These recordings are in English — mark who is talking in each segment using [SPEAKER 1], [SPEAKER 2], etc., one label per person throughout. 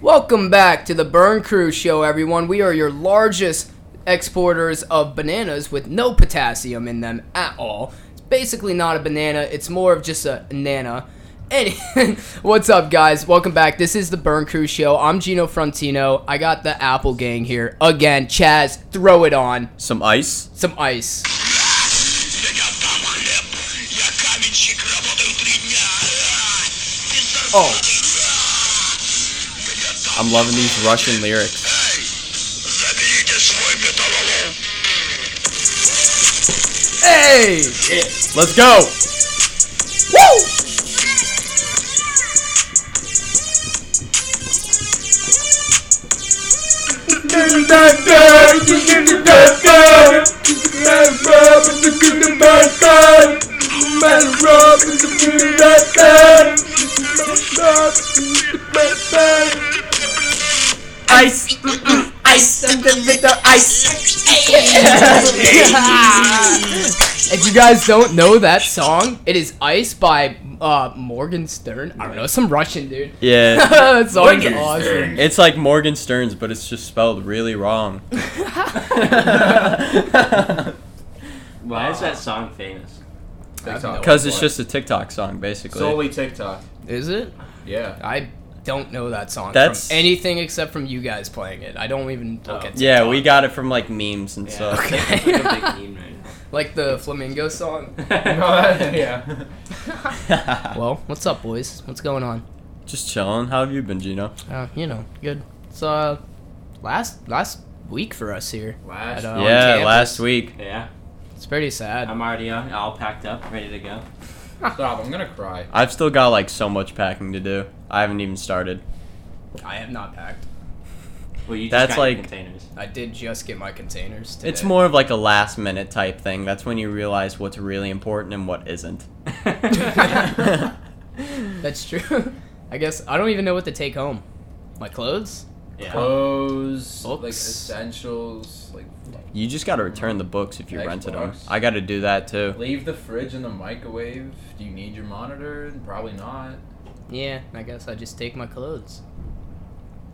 [SPEAKER 1] Welcome back to the Burn Crew Show, everyone. We are your largest exporters of bananas with no potassium in them at all. It's basically not a banana, it's more of just a nana. Any, what's up, guys? Welcome back. This is the Burn Crew Show. I'm Gino Frontino. I got the Apple Gang here again. Chaz, throw it on
[SPEAKER 2] Some ice.
[SPEAKER 1] some ice.
[SPEAKER 3] Я каменщик, работаю три дня.
[SPEAKER 1] Oh,
[SPEAKER 2] I'm loving these Russian lyrics.
[SPEAKER 3] Заберите свой металлолом.
[SPEAKER 1] hey,
[SPEAKER 2] Let's go.
[SPEAKER 1] woo!
[SPEAKER 2] Ice.
[SPEAKER 1] If you guys don't know that song, it is Ice by uh, Morgan Stern. I don't know, some Russian dude.
[SPEAKER 2] Yeah.
[SPEAKER 1] that song's awesome.
[SPEAKER 2] It's like Morgan Stearns, but it's just spelled really wrong.
[SPEAKER 4] Why is that song famous?
[SPEAKER 5] TikTok.
[SPEAKER 2] Because it's just a TikTok song, basically.
[SPEAKER 5] solely TikTok.
[SPEAKER 1] Is it?
[SPEAKER 5] Yeah.
[SPEAKER 1] I don't know that song
[SPEAKER 2] That's-
[SPEAKER 1] from anything except from you guys playing it. I don't even look
[SPEAKER 4] Oh.
[SPEAKER 1] at
[SPEAKER 2] yeah, we got it from like memes and
[SPEAKER 4] Yeah,
[SPEAKER 2] stuff.
[SPEAKER 4] it's like a big meme
[SPEAKER 1] like the flamingo song.
[SPEAKER 4] right now.
[SPEAKER 5] yeah.
[SPEAKER 1] Well, what's up, boys? What's going on?
[SPEAKER 2] just chilling. How have you been, Gino?
[SPEAKER 1] Uh, you know, good. It's uh, last last week for us here.
[SPEAKER 5] Last.
[SPEAKER 1] At, uh, on
[SPEAKER 2] yeah,
[SPEAKER 1] campus.
[SPEAKER 2] last week.
[SPEAKER 4] yeah,
[SPEAKER 1] It's pretty sad.
[SPEAKER 4] I'm already on, all packed up, ready to go.
[SPEAKER 5] Stop! I'm gonna cry.
[SPEAKER 2] I've still got like so much packing to do. I haven't even started.
[SPEAKER 1] I have not packed.
[SPEAKER 4] Well, you just
[SPEAKER 2] That's
[SPEAKER 4] got your
[SPEAKER 2] like-
[SPEAKER 4] containers.
[SPEAKER 1] I did just get my containers. Today.
[SPEAKER 2] It's more of like a last minute type thing. That's when you realize what's really important and what isn't.
[SPEAKER 4] yeah,
[SPEAKER 1] That's true. I guess I don't even know what to take home. My clothes?
[SPEAKER 5] Clothes, like
[SPEAKER 1] Books.
[SPEAKER 5] essentials, like
[SPEAKER 2] You just gotta return the books if you rented them.
[SPEAKER 5] Xbox.
[SPEAKER 2] I gotta do that too.
[SPEAKER 5] leave the fridge in the microwave. Do you need your monitor? Probably not.
[SPEAKER 1] Yeah, I guess I just take my clothes.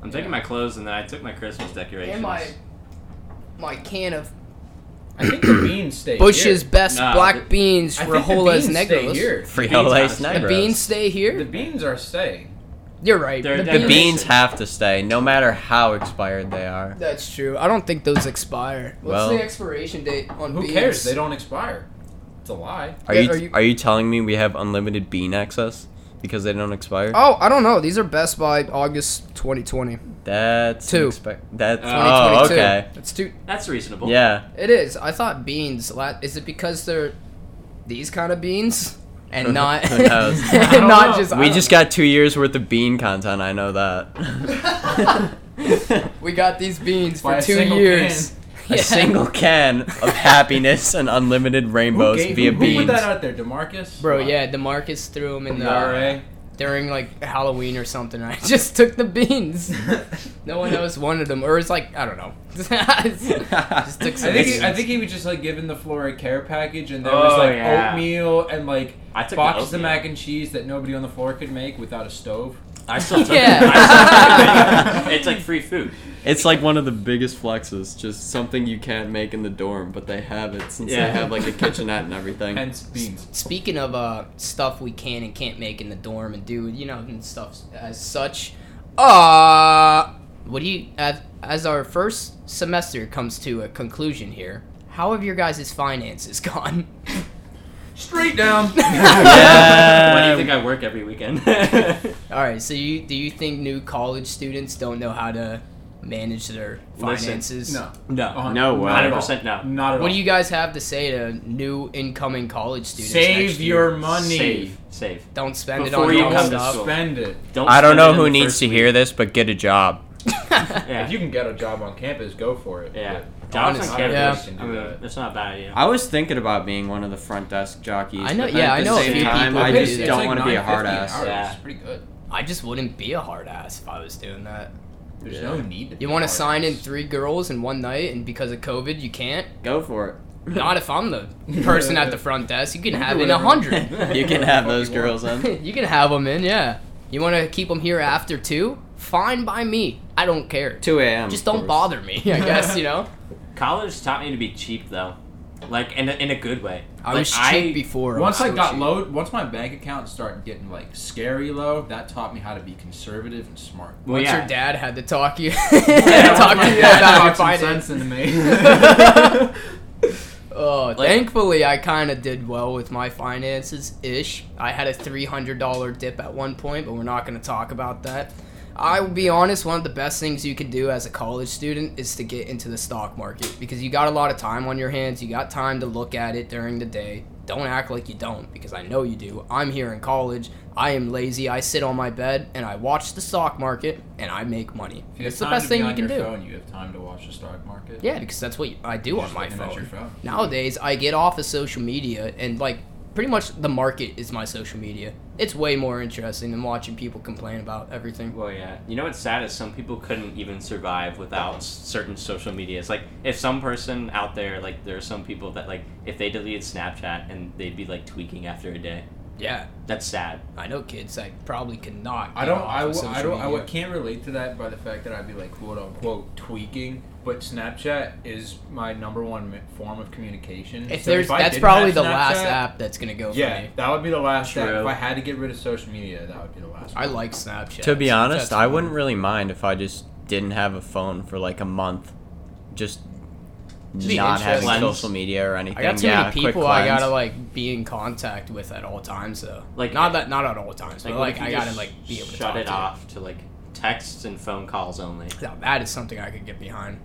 [SPEAKER 4] I'm taking my clothes and then I took my Christmas decorations.
[SPEAKER 1] my can of
[SPEAKER 5] I think the beans stay
[SPEAKER 1] Bush's
[SPEAKER 5] here.
[SPEAKER 1] best
[SPEAKER 4] Nah,
[SPEAKER 1] black
[SPEAKER 4] the-
[SPEAKER 1] beans,
[SPEAKER 5] I think the
[SPEAKER 1] Rajolas
[SPEAKER 5] beans stay
[SPEAKER 1] Negros.
[SPEAKER 5] here.
[SPEAKER 2] Frijoles
[SPEAKER 4] The
[SPEAKER 1] The
[SPEAKER 2] negros.
[SPEAKER 1] beans stay
[SPEAKER 5] The
[SPEAKER 1] here?
[SPEAKER 5] beans are staying.
[SPEAKER 1] You're right.
[SPEAKER 4] They're-
[SPEAKER 1] The
[SPEAKER 4] they're
[SPEAKER 1] beans.
[SPEAKER 2] Beans have to stay, no matter how expired they are.
[SPEAKER 1] That's true. I don't think those expire. What's
[SPEAKER 2] Well-
[SPEAKER 1] the expiration date on
[SPEAKER 5] Who
[SPEAKER 1] beans?
[SPEAKER 5] cares? They don't expire. It's a lie.
[SPEAKER 2] Are
[SPEAKER 1] Yeah,
[SPEAKER 2] you,
[SPEAKER 1] are you-
[SPEAKER 2] are you telling me we have unlimited bean access because they don't expire?
[SPEAKER 1] Oh, I don't know. These are best by August 2020.
[SPEAKER 2] That's
[SPEAKER 1] Two. Uh,
[SPEAKER 2] Expi- that's oh
[SPEAKER 1] 2022.
[SPEAKER 2] okay.
[SPEAKER 1] That's too.
[SPEAKER 4] That's reasonable.
[SPEAKER 2] Yeah,
[SPEAKER 1] It is. I thought beans. la- Is it because they're these kind of beans and not
[SPEAKER 2] Who knows?
[SPEAKER 5] I don't
[SPEAKER 1] not
[SPEAKER 5] know.
[SPEAKER 1] just? I
[SPEAKER 2] we
[SPEAKER 1] don't-
[SPEAKER 2] just got two years worth of bean content. I know that.
[SPEAKER 1] we got these beans
[SPEAKER 5] By
[SPEAKER 1] for
[SPEAKER 5] a
[SPEAKER 1] two
[SPEAKER 5] single
[SPEAKER 1] years.
[SPEAKER 2] A
[SPEAKER 1] Yeah.
[SPEAKER 2] single can of happiness and unlimited
[SPEAKER 5] Who,
[SPEAKER 2] rainbows
[SPEAKER 5] gave,
[SPEAKER 2] via
[SPEAKER 5] who, who put
[SPEAKER 2] beans.
[SPEAKER 5] that out there, Demarcus?
[SPEAKER 1] Bro, yeah, Demarcus threw them in the
[SPEAKER 5] Yare.
[SPEAKER 1] during like Halloween or something. I just took the beans.
[SPEAKER 4] uh,
[SPEAKER 1] No one else wanted them, or it's like I don't know. just took some
[SPEAKER 5] I think, he,
[SPEAKER 1] beans.
[SPEAKER 5] I think he was just like given the Flora care package, and there
[SPEAKER 4] Oh,
[SPEAKER 5] was like
[SPEAKER 4] yeah.
[SPEAKER 5] oatmeal and like
[SPEAKER 4] I took the
[SPEAKER 5] boxes of
[SPEAKER 4] oatmeal.
[SPEAKER 5] mac and cheese that nobody on the floor could make without a stove.
[SPEAKER 4] I still took
[SPEAKER 1] Yeah.
[SPEAKER 4] I still took it. It's like free food.
[SPEAKER 2] It's like one of the biggest flexes, just something you can't make in the dorm, but they have it since
[SPEAKER 4] Yeah.
[SPEAKER 2] they have like a kitchenette and everything.
[SPEAKER 5] Hence beans.
[SPEAKER 1] Speaking of uh, stuff we can and can't make in the dorm and do, you know, and stuff as such, uh, what do you, as, as our first semester comes to a conclusion here, how have your guys' finances gone?
[SPEAKER 5] Straight down.
[SPEAKER 4] Why do you
[SPEAKER 2] yeah.
[SPEAKER 4] think I work every weekend?
[SPEAKER 1] All right, so you do you think new college students don't know how to manage their
[SPEAKER 4] Listen,
[SPEAKER 1] finances?
[SPEAKER 5] no.
[SPEAKER 4] no,
[SPEAKER 5] Uh,
[SPEAKER 2] No way.
[SPEAKER 5] not at all.
[SPEAKER 4] 100% no.
[SPEAKER 5] Not at all.
[SPEAKER 1] What do you guys have to say to new incoming college students? next
[SPEAKER 5] Save
[SPEAKER 1] year?
[SPEAKER 5] your money.
[SPEAKER 4] Save, save.
[SPEAKER 1] Don't spend
[SPEAKER 4] Before
[SPEAKER 1] it
[SPEAKER 4] you
[SPEAKER 1] on dumb
[SPEAKER 4] come to
[SPEAKER 1] stuff.
[SPEAKER 4] school.
[SPEAKER 5] Spend it.
[SPEAKER 4] Don't
[SPEAKER 2] I don't
[SPEAKER 4] spend it
[SPEAKER 2] know
[SPEAKER 4] in
[SPEAKER 2] who
[SPEAKER 4] the
[SPEAKER 2] needs
[SPEAKER 4] first
[SPEAKER 2] to
[SPEAKER 4] week.
[SPEAKER 2] hear this, but get a job.
[SPEAKER 4] Yeah.
[SPEAKER 5] If you can get a job on campus, go for it.
[SPEAKER 4] Yeah.
[SPEAKER 5] But
[SPEAKER 4] Jobs
[SPEAKER 1] Honestly,
[SPEAKER 4] on
[SPEAKER 1] yeah.
[SPEAKER 4] campus.
[SPEAKER 5] Yeah.
[SPEAKER 4] I mean, that's not a bad idea.
[SPEAKER 2] I was thinking about being one of the front desk jockeys.
[SPEAKER 1] I know-
[SPEAKER 2] but then
[SPEAKER 1] yeah,
[SPEAKER 2] at
[SPEAKER 1] I
[SPEAKER 2] the
[SPEAKER 1] know a
[SPEAKER 2] same
[SPEAKER 1] few
[SPEAKER 2] time,
[SPEAKER 1] people
[SPEAKER 2] I
[SPEAKER 1] who
[SPEAKER 2] just
[SPEAKER 1] do.
[SPEAKER 2] don't
[SPEAKER 1] It's
[SPEAKER 2] want to be a hard ass.
[SPEAKER 4] Yeah.
[SPEAKER 5] It's pretty good.
[SPEAKER 1] I just wouldn't be a hard ass if I was doing that.
[SPEAKER 5] There's
[SPEAKER 2] Yeah.
[SPEAKER 5] no need. To
[SPEAKER 1] You
[SPEAKER 5] be
[SPEAKER 1] want to
[SPEAKER 5] hard
[SPEAKER 1] sign in
[SPEAKER 5] ass.
[SPEAKER 1] three girls in one night, and because of COVID, you can't.
[SPEAKER 2] Go for it.
[SPEAKER 1] Not if I'm the person at the front desk. You can
[SPEAKER 5] can
[SPEAKER 1] have
[SPEAKER 5] do
[SPEAKER 1] in a
[SPEAKER 5] whatever.
[SPEAKER 1] hundred.
[SPEAKER 2] you can have
[SPEAKER 5] Fuck
[SPEAKER 2] those
[SPEAKER 5] you want.
[SPEAKER 2] girls in.
[SPEAKER 1] you can have them in, yeah. You want to keep them here after two? fine by me. I don't care.
[SPEAKER 6] 2 a.m. of
[SPEAKER 1] Just don't
[SPEAKER 6] course.
[SPEAKER 1] bother me, I guess, you know?
[SPEAKER 4] College taught me to be cheap though, like in a, in a good way.
[SPEAKER 1] I
[SPEAKER 4] like,
[SPEAKER 1] was cheap before.
[SPEAKER 5] Once I
[SPEAKER 1] was
[SPEAKER 5] got
[SPEAKER 1] cheap.
[SPEAKER 5] low, once my bank account started getting like scary low, that taught me how to be conservative and smart.
[SPEAKER 4] Well,
[SPEAKER 1] Once
[SPEAKER 4] yeah.
[SPEAKER 1] your dad had to talk you,
[SPEAKER 5] Yeah,
[SPEAKER 1] talk
[SPEAKER 5] my
[SPEAKER 1] to you
[SPEAKER 5] dad
[SPEAKER 1] about your
[SPEAKER 5] talked some
[SPEAKER 1] finances.
[SPEAKER 5] sense into me.
[SPEAKER 1] Oh, thankfully, I kind of did well with my finances ish. I had a $300 dip at one point, but we're not going to talk about that. I will be honest, one of the best things you can do as a college student is to get into the stock market because you got a lot of time on your hands. You got time to look at it during the day. Don't act like you don't because I know you do. I'm here in college. I am lazy. I sit on my bed and I watch the stock market and I make money.
[SPEAKER 5] If you have
[SPEAKER 1] It's the
[SPEAKER 5] time
[SPEAKER 1] best
[SPEAKER 5] to
[SPEAKER 1] thing
[SPEAKER 5] be
[SPEAKER 1] you
[SPEAKER 5] on
[SPEAKER 1] can
[SPEAKER 5] your
[SPEAKER 1] do.
[SPEAKER 5] Phone, you have time to watch the stock market.
[SPEAKER 1] Yeah, because that's what I do
[SPEAKER 5] You're
[SPEAKER 1] on
[SPEAKER 5] just
[SPEAKER 1] my
[SPEAKER 5] looking at
[SPEAKER 1] phone.
[SPEAKER 5] your phone.
[SPEAKER 1] Nowadays, I get off of social media and like pretty much the market is my social media. It's way more interesting than watching people complain about everything.
[SPEAKER 4] Well, yeah. You know what's sad is some people couldn't even survive without s- certain social medias. Like, if some person out there, like, there are some people that, like, if they deleted Snapchat and they'd be, like, tweaking after a day.
[SPEAKER 1] Yeah,
[SPEAKER 4] That's sad.
[SPEAKER 1] I know kids that probably could not.
[SPEAKER 5] I
[SPEAKER 1] get
[SPEAKER 5] don't.
[SPEAKER 1] off
[SPEAKER 5] I,
[SPEAKER 1] of
[SPEAKER 5] w- I
[SPEAKER 1] social
[SPEAKER 5] don't. I w-
[SPEAKER 1] media.
[SPEAKER 5] can't relate to that by the fact that I'd be like quote unquote tweaking. But Snapchat is my number one mi- form of communication.
[SPEAKER 1] If
[SPEAKER 5] So
[SPEAKER 1] there's,
[SPEAKER 5] I
[SPEAKER 1] that's
[SPEAKER 5] didn't
[SPEAKER 1] probably
[SPEAKER 5] have
[SPEAKER 1] the last
[SPEAKER 5] Snapchat,
[SPEAKER 1] app that's gonna go for
[SPEAKER 5] Yeah,
[SPEAKER 1] me.
[SPEAKER 5] that would be the last app.
[SPEAKER 4] True.
[SPEAKER 5] If I had to get rid of social media, that would be the last.
[SPEAKER 1] I
[SPEAKER 5] one.
[SPEAKER 1] like Snapchat.
[SPEAKER 2] To be honest,
[SPEAKER 1] Snapchat's
[SPEAKER 2] I
[SPEAKER 1] fun.
[SPEAKER 2] wouldn't really mind if I just didn't have a phone for like a month, just
[SPEAKER 1] Just
[SPEAKER 2] not having
[SPEAKER 1] interesting.
[SPEAKER 2] social media or anything.
[SPEAKER 1] I got too
[SPEAKER 2] yeah, a
[SPEAKER 1] many
[SPEAKER 2] quick
[SPEAKER 1] people I
[SPEAKER 2] cleanse.
[SPEAKER 1] gotta like be in contact with at all times though.
[SPEAKER 4] Like-
[SPEAKER 1] not that not at all times, but
[SPEAKER 4] what
[SPEAKER 1] like
[SPEAKER 4] if you
[SPEAKER 1] I gotta
[SPEAKER 4] just
[SPEAKER 1] like be able to
[SPEAKER 4] shut
[SPEAKER 1] talk
[SPEAKER 4] it
[SPEAKER 1] to you.
[SPEAKER 4] off to, like, texts and phone calls only. Oh,
[SPEAKER 1] Now that is something I could get behind.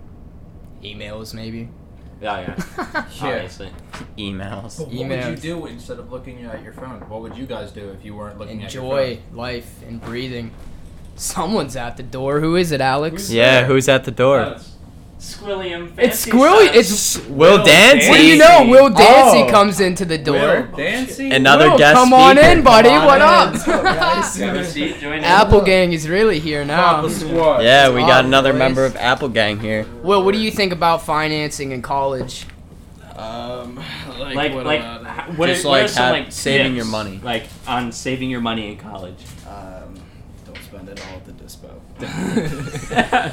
[SPEAKER 1] Emails, maybe.
[SPEAKER 4] Yeah, yeah. Obviously.
[SPEAKER 5] But
[SPEAKER 2] emails.
[SPEAKER 5] what would you
[SPEAKER 1] Emails.
[SPEAKER 5] do instead of looking at your phone? What would you guys do if you weren't looking at your
[SPEAKER 1] Enjoy life and breathing. Someone's at the door. Who is it, Alex?
[SPEAKER 5] Who's-
[SPEAKER 2] Yeah, who's at the door?
[SPEAKER 4] Squilliam.
[SPEAKER 1] It's Squilly. It's
[SPEAKER 2] Will Dancy.
[SPEAKER 1] what do you know? Will Dancy
[SPEAKER 2] Oh.
[SPEAKER 1] comes into the door.
[SPEAKER 5] phone? Dancing.
[SPEAKER 2] Another
[SPEAKER 1] Will,
[SPEAKER 2] guest
[SPEAKER 1] come on
[SPEAKER 2] speaker.
[SPEAKER 1] in, buddy.
[SPEAKER 5] Come on
[SPEAKER 1] what
[SPEAKER 5] in.
[SPEAKER 1] up?
[SPEAKER 4] Have a seat. Join in.
[SPEAKER 1] Apple Gang is really here now.
[SPEAKER 5] Papa Squad.
[SPEAKER 2] Yeah, we got
[SPEAKER 1] Oh,
[SPEAKER 2] another
[SPEAKER 1] boys.
[SPEAKER 2] member of Apple Gang here.
[SPEAKER 1] Will, what do you think about financing in college?
[SPEAKER 6] Um, like,
[SPEAKER 4] Like,
[SPEAKER 6] what
[SPEAKER 4] like,
[SPEAKER 6] about it?
[SPEAKER 4] h- what
[SPEAKER 2] uh, Just
[SPEAKER 4] are, what are
[SPEAKER 2] like
[SPEAKER 4] some,
[SPEAKER 2] have-
[SPEAKER 4] like,
[SPEAKER 2] saving your
[SPEAKER 4] tips,
[SPEAKER 2] money.
[SPEAKER 4] Like, on saving your money in college.
[SPEAKER 6] Um, don't spend it all at the dispo.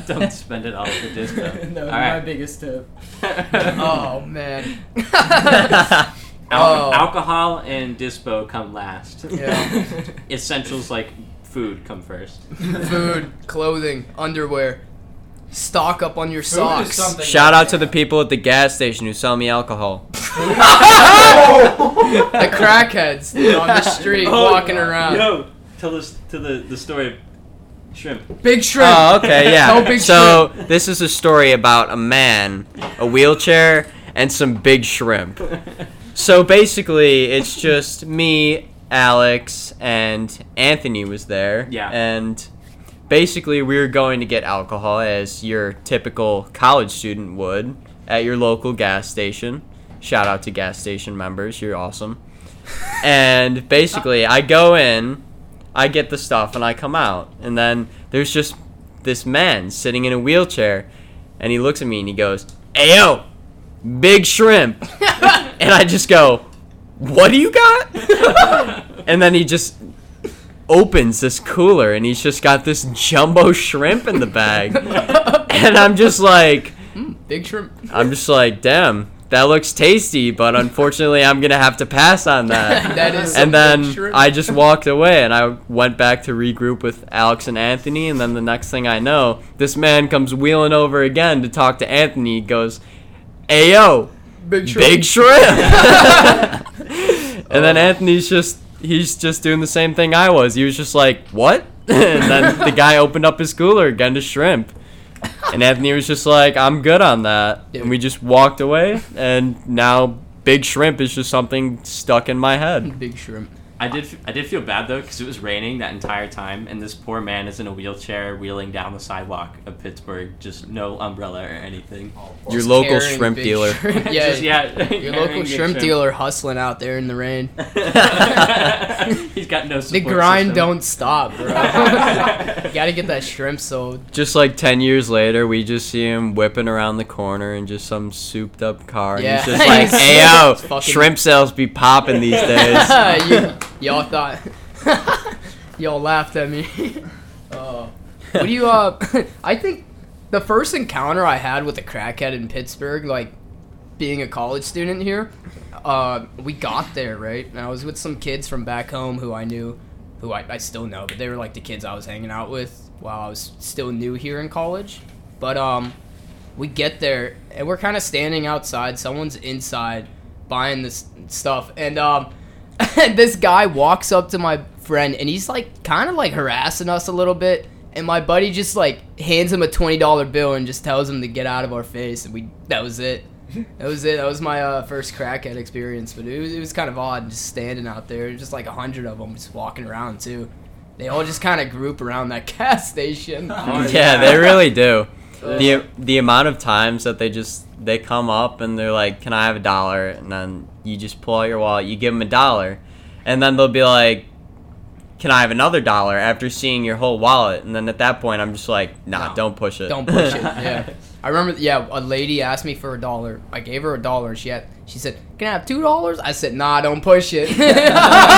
[SPEAKER 4] Don't spend it all at the disco.
[SPEAKER 6] no,
[SPEAKER 4] all
[SPEAKER 6] my
[SPEAKER 4] right.
[SPEAKER 6] biggest tip.
[SPEAKER 1] Oh man.
[SPEAKER 4] Al-
[SPEAKER 1] Oh.
[SPEAKER 4] Alcohol and dispo come last.
[SPEAKER 1] Yeah.
[SPEAKER 4] Essentials like food come first.
[SPEAKER 1] Food, clothing, underwear. Stock up on your
[SPEAKER 5] Food is
[SPEAKER 1] socks.
[SPEAKER 5] something
[SPEAKER 2] Shout
[SPEAKER 5] that-
[SPEAKER 2] out to the people at the gas station who sell me alcohol.
[SPEAKER 1] the crackheads on the street
[SPEAKER 4] Oh,
[SPEAKER 1] walking around.
[SPEAKER 4] Yo, tell us to the the story of shrimp.
[SPEAKER 1] Big shrimp.
[SPEAKER 2] Oh, okay,
[SPEAKER 1] No
[SPEAKER 2] yeah.
[SPEAKER 1] big
[SPEAKER 2] so this is a story about a man, a wheelchair, and some big shrimp. So basically, it's just me, Alex, and Anthony was there.
[SPEAKER 4] Yeah.
[SPEAKER 2] And basically, we were going to get alcohol as your typical college student would at your local gas station. Shout out to gas station members, you're awesome. and basically, I go in, I get the stuff, and I come out. And then there's just this man sitting in a wheelchair, and he looks at me and he goes, Ayo, big shrimp. and I just go, What do you got? and then he just opens this cooler, and he's just got this jumbo shrimp in the bag. and I'm just like,
[SPEAKER 1] Hmm, Big shrimp.
[SPEAKER 2] I'm just like, damn, that looks tasty, but unfortunately, I'm gonna have to pass on that.
[SPEAKER 1] That is some
[SPEAKER 2] and then
[SPEAKER 1] big shrimp.
[SPEAKER 2] I just walked away, and I went back to regroup with Alex and Anthony. And then the next thing I know, this man comes wheeling over again to talk to Anthony. He goes, "Ayo,
[SPEAKER 1] big shrimp.
[SPEAKER 2] big shrimp." and
[SPEAKER 1] Oh.
[SPEAKER 2] then Anthony's just he's just doing the same thing I was. He was just like, "What?" and then the guy opened up his cooler again to shrimp. And Anthony was just like, I'm good on that.
[SPEAKER 1] Dude.
[SPEAKER 2] And we just walked away. And now Big Shrimp is just something stuck in my head.
[SPEAKER 1] Big shrimp.
[SPEAKER 4] I did f- I did feel bad though because it was raining that entire time and this poor man is in a wheelchair wheeling down the sidewalk of Pittsburgh, just no umbrella or anything.
[SPEAKER 2] Your
[SPEAKER 1] Just
[SPEAKER 2] local
[SPEAKER 1] carrying
[SPEAKER 2] shrimp
[SPEAKER 1] big
[SPEAKER 2] dealer.
[SPEAKER 1] shrimp. Yeah.
[SPEAKER 4] Just, yeah.
[SPEAKER 1] Your local shrimp dealer hustling out there in the rain.
[SPEAKER 4] He's got no.
[SPEAKER 1] The
[SPEAKER 4] Support
[SPEAKER 1] grind
[SPEAKER 4] system.
[SPEAKER 1] don't stop, bro. you gotta get that shrimp sold.
[SPEAKER 2] Just like 10 years later, we just see him whipping around the corner in just some souped up car. And
[SPEAKER 1] Yeah.
[SPEAKER 2] he's just like,
[SPEAKER 1] He's
[SPEAKER 2] Ayo,
[SPEAKER 1] fucking-
[SPEAKER 2] shrimp sales be popping these days.
[SPEAKER 1] you, y'all thought. y'all laughed at me. oh. What do you uh I think the first encounter I had with a crackhead in Pittsburgh, like being a college student here, uh we got there, right? And I was with some kids from back home who I knew who I, I still know, but they were like the kids I was hanging out with while I was still new here in college. But um we get there and we're kind of standing outside. Someone's inside buying this stuff, and um, this guy walks up to my friend and he's like kind of like harassing us a little bit. And my buddy just like hands him a twenty dollar bill and just tells him to get out of our face. And we that was it. That was it. That was my uh, first crackhead experience, but it was, it was kind of odd just standing out there, just like a hundred of them just walking around too. They all just kind of group around that gas station.
[SPEAKER 2] yeah, they really do. the The amount of times that they just they come up and they're like, "Can I have a dollar?" and then you just pull out your wallet, you give them a dollar, and then they'll be like, "Can I have another dollar?" after seeing your whole wallet, and then at that point, I'm just like, "Nah,
[SPEAKER 1] No.
[SPEAKER 2] don't push it.
[SPEAKER 1] Don't push it. Yeah. I remember. Yeah, a lady asked me for a dollar. I gave her a dollar. and She had. She said, "Can I have two dollars?" I said, "Nah, don't push it."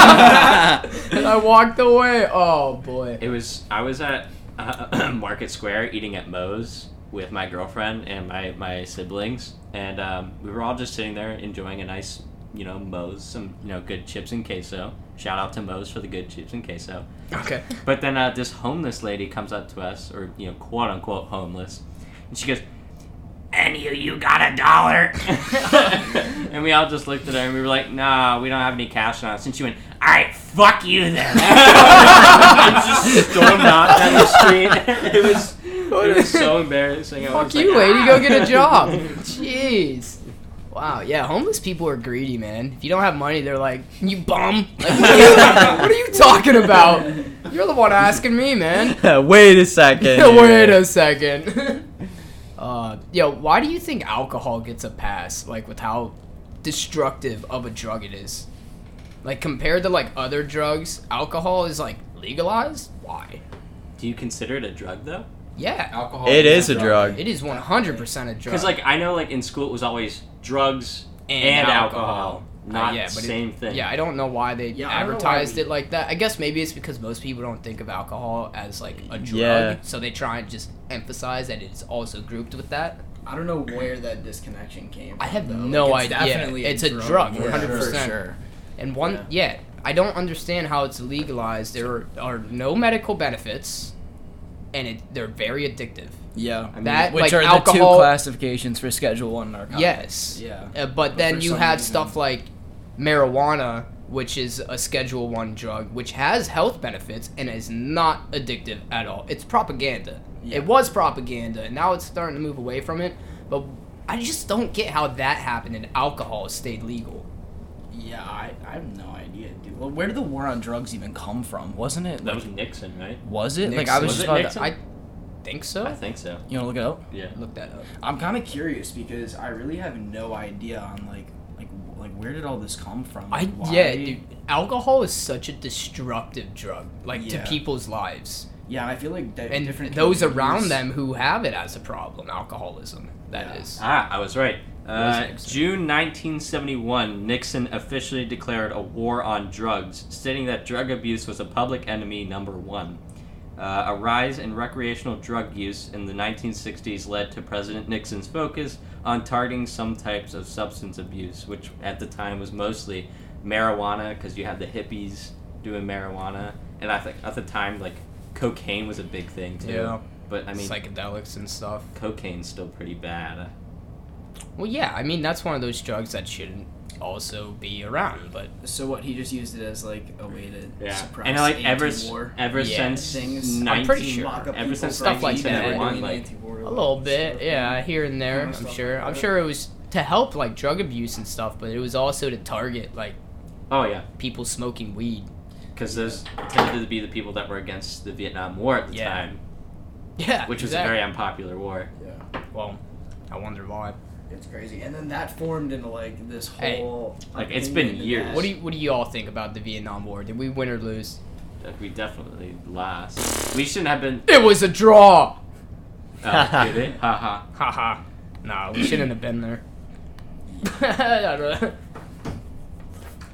[SPEAKER 1] and I walked away. Oh boy.
[SPEAKER 4] It was I was at uh, Market Square eating at Moe's with my girlfriend and my my siblings, and um, we were all just sitting there enjoying a nice you know Moe's some you know good chips and queso. Shout out to Moe's for the good chips and queso.
[SPEAKER 1] Okay.
[SPEAKER 4] But then uh, this homeless lady comes up to us, or you know, quote unquote homeless, and she goes, "Any of you got a dollar?" and we all just looked at her and we were like, "Nah, we don't have any cash on us." And she went, "All right, fuck you then." and just stormed out down the street. It was it was so embarrassing. I
[SPEAKER 1] Fuck
[SPEAKER 4] was
[SPEAKER 1] you,
[SPEAKER 4] like,
[SPEAKER 1] lady. Go get a job.
[SPEAKER 4] "Ah."
[SPEAKER 1] Jeez. Wow. Yeah, homeless people are greedy, man. If you don't have money, they're like, "You bum." Like, what are you, what are you talking about? You're the one asking me, man.
[SPEAKER 2] Wait a second.
[SPEAKER 1] Yeah, Wait
[SPEAKER 2] here.
[SPEAKER 1] a second. uh, yo, why do you think alcohol gets a pass? Like with how destructive of a drug it is. Like compared to like other drugs, alcohol is like legalized. Why?
[SPEAKER 4] Do you consider it a drug though?
[SPEAKER 1] Yeah,
[SPEAKER 5] Alcohol.
[SPEAKER 2] It is a drug.
[SPEAKER 1] it is 100% a drug.
[SPEAKER 4] Because like I know like in school it was always drugs and,
[SPEAKER 1] And
[SPEAKER 4] alcohol, Uh,
[SPEAKER 1] alcohol.
[SPEAKER 4] not
[SPEAKER 1] yeah, but it-
[SPEAKER 4] same thing.
[SPEAKER 1] yeah, I don't know why they
[SPEAKER 5] Yeah, I don't know why
[SPEAKER 1] advertised
[SPEAKER 5] we-
[SPEAKER 1] it like that. I guess maybe it's because most people don't think of alcohol as like a drug,
[SPEAKER 2] Yeah.
[SPEAKER 1] so they try and just emphasize that it's also grouped with that.
[SPEAKER 7] I don't know where that disconnection came.
[SPEAKER 1] I
[SPEAKER 7] from,
[SPEAKER 1] have
[SPEAKER 7] though.
[SPEAKER 1] no
[SPEAKER 7] Like, it's
[SPEAKER 1] idea.
[SPEAKER 7] Definitely
[SPEAKER 1] It's
[SPEAKER 7] a
[SPEAKER 1] a drug,
[SPEAKER 7] for
[SPEAKER 1] 100%.
[SPEAKER 7] sure.
[SPEAKER 1] And one, yeah. I don't understand how it's legalized. There are, are no medical benefits, and it, they're very addictive.
[SPEAKER 7] Yeah.
[SPEAKER 4] mean,
[SPEAKER 1] that
[SPEAKER 7] Which
[SPEAKER 1] like
[SPEAKER 7] are the
[SPEAKER 1] alcohol,
[SPEAKER 7] two classifications for Schedule One narcotics?
[SPEAKER 1] yes.
[SPEAKER 7] Yeah.
[SPEAKER 1] Uh, but
[SPEAKER 7] for
[SPEAKER 1] then you
[SPEAKER 7] some
[SPEAKER 1] have
[SPEAKER 7] reason-
[SPEAKER 1] stuff like marijuana, which is a Schedule One drug, which has health benefits and is not addictive at all. It's propaganda.
[SPEAKER 7] Yeah.
[SPEAKER 1] It was propaganda, and now it's starting to move away from it. But I just don't get how that happened and alcohol stayed legal.
[SPEAKER 7] Yeah. I, I have no idea, dude. Well, where did the war on drugs even come from? Wasn't it?
[SPEAKER 4] That
[SPEAKER 7] Like,
[SPEAKER 4] was Nixon, right?
[SPEAKER 7] was it? Like I was,
[SPEAKER 4] Was
[SPEAKER 7] just
[SPEAKER 4] it
[SPEAKER 7] about
[SPEAKER 4] Nixon?
[SPEAKER 7] to.
[SPEAKER 1] I think so.
[SPEAKER 4] I think so.
[SPEAKER 7] You wanna look it up?
[SPEAKER 4] Yeah.
[SPEAKER 1] Look that up.
[SPEAKER 7] I'm kind of curious because I really have no idea on like like like where did all this come from?
[SPEAKER 1] I
[SPEAKER 7] Like, why-
[SPEAKER 1] yeah, dude. Alcohol is such a destructive drug, like
[SPEAKER 7] Yeah.
[SPEAKER 1] to people's lives,
[SPEAKER 7] Yeah, I feel like that
[SPEAKER 1] and
[SPEAKER 7] different
[SPEAKER 1] those
[SPEAKER 7] communities-
[SPEAKER 1] around them who have it as a problem, alcoholism. That
[SPEAKER 7] Yeah.
[SPEAKER 1] is.
[SPEAKER 4] Ah, I was right.
[SPEAKER 1] was
[SPEAKER 4] Uh,
[SPEAKER 1] Nixon?
[SPEAKER 4] June 1971, Nixon officially declared a war on drugs, stating that drug abuse was a public enemy number one. Uh, a rise in recreational drug use in the 1960s led to President Nixon's focus on targeting some types of substance abuse, which at the time was mostly marijuana, because you had the hippies doing marijuana, and I think at the time like cocaine was a big thing too.
[SPEAKER 1] Yeah.
[SPEAKER 4] But I mean,
[SPEAKER 1] psychedelics and stuff.
[SPEAKER 4] cocaine's still pretty bad.
[SPEAKER 1] Well, yeah, I mean that's one of those drugs that shouldn't also be around, but
[SPEAKER 7] So what he just used it as like a way to
[SPEAKER 4] Yeah,
[SPEAKER 7] suppress
[SPEAKER 4] and like
[SPEAKER 1] E
[SPEAKER 4] ever s-
[SPEAKER 7] anti-war
[SPEAKER 4] ever
[SPEAKER 1] Yeah.
[SPEAKER 4] since
[SPEAKER 7] Things. I'm
[SPEAKER 4] 19,
[SPEAKER 1] pretty sure.
[SPEAKER 7] mock up
[SPEAKER 4] ever
[SPEAKER 7] people
[SPEAKER 4] since
[SPEAKER 7] for
[SPEAKER 1] Stuff like
[SPEAKER 7] being
[SPEAKER 1] that,
[SPEAKER 7] bad,
[SPEAKER 1] yeah.
[SPEAKER 7] doing
[SPEAKER 4] like,
[SPEAKER 7] anti-war,
[SPEAKER 1] a
[SPEAKER 7] like,
[SPEAKER 1] little bit,
[SPEAKER 7] stuff.
[SPEAKER 1] yeah, here and there.
[SPEAKER 7] Kinda
[SPEAKER 1] I'm
[SPEAKER 7] stuff
[SPEAKER 1] sure.
[SPEAKER 7] like
[SPEAKER 1] I'm
[SPEAKER 7] that.
[SPEAKER 1] sure it was to help like drug abuse and stuff, but it was also to target like
[SPEAKER 4] oh yeah,
[SPEAKER 1] people smoking weed.
[SPEAKER 4] because those tended to be the people that were against the Vietnam War at the
[SPEAKER 1] Yeah.
[SPEAKER 4] time,
[SPEAKER 1] Yeah,
[SPEAKER 4] which was a
[SPEAKER 1] exactly.
[SPEAKER 4] very unpopular war.
[SPEAKER 7] Yeah,
[SPEAKER 1] well. I wonder why.
[SPEAKER 7] it's crazy. And then that formed into like this
[SPEAKER 1] Hey,
[SPEAKER 7] whole
[SPEAKER 4] like, it's been
[SPEAKER 7] opinion
[SPEAKER 4] years.
[SPEAKER 7] that-
[SPEAKER 1] What do you What do you all think about the Vietnam War? Did we win or lose?
[SPEAKER 4] Like we definitely lost. We shouldn't have been.
[SPEAKER 1] It was a draw.
[SPEAKER 4] Oh, did it? Haha.
[SPEAKER 1] Haha. Nah, we shouldn't have been there. I don't know.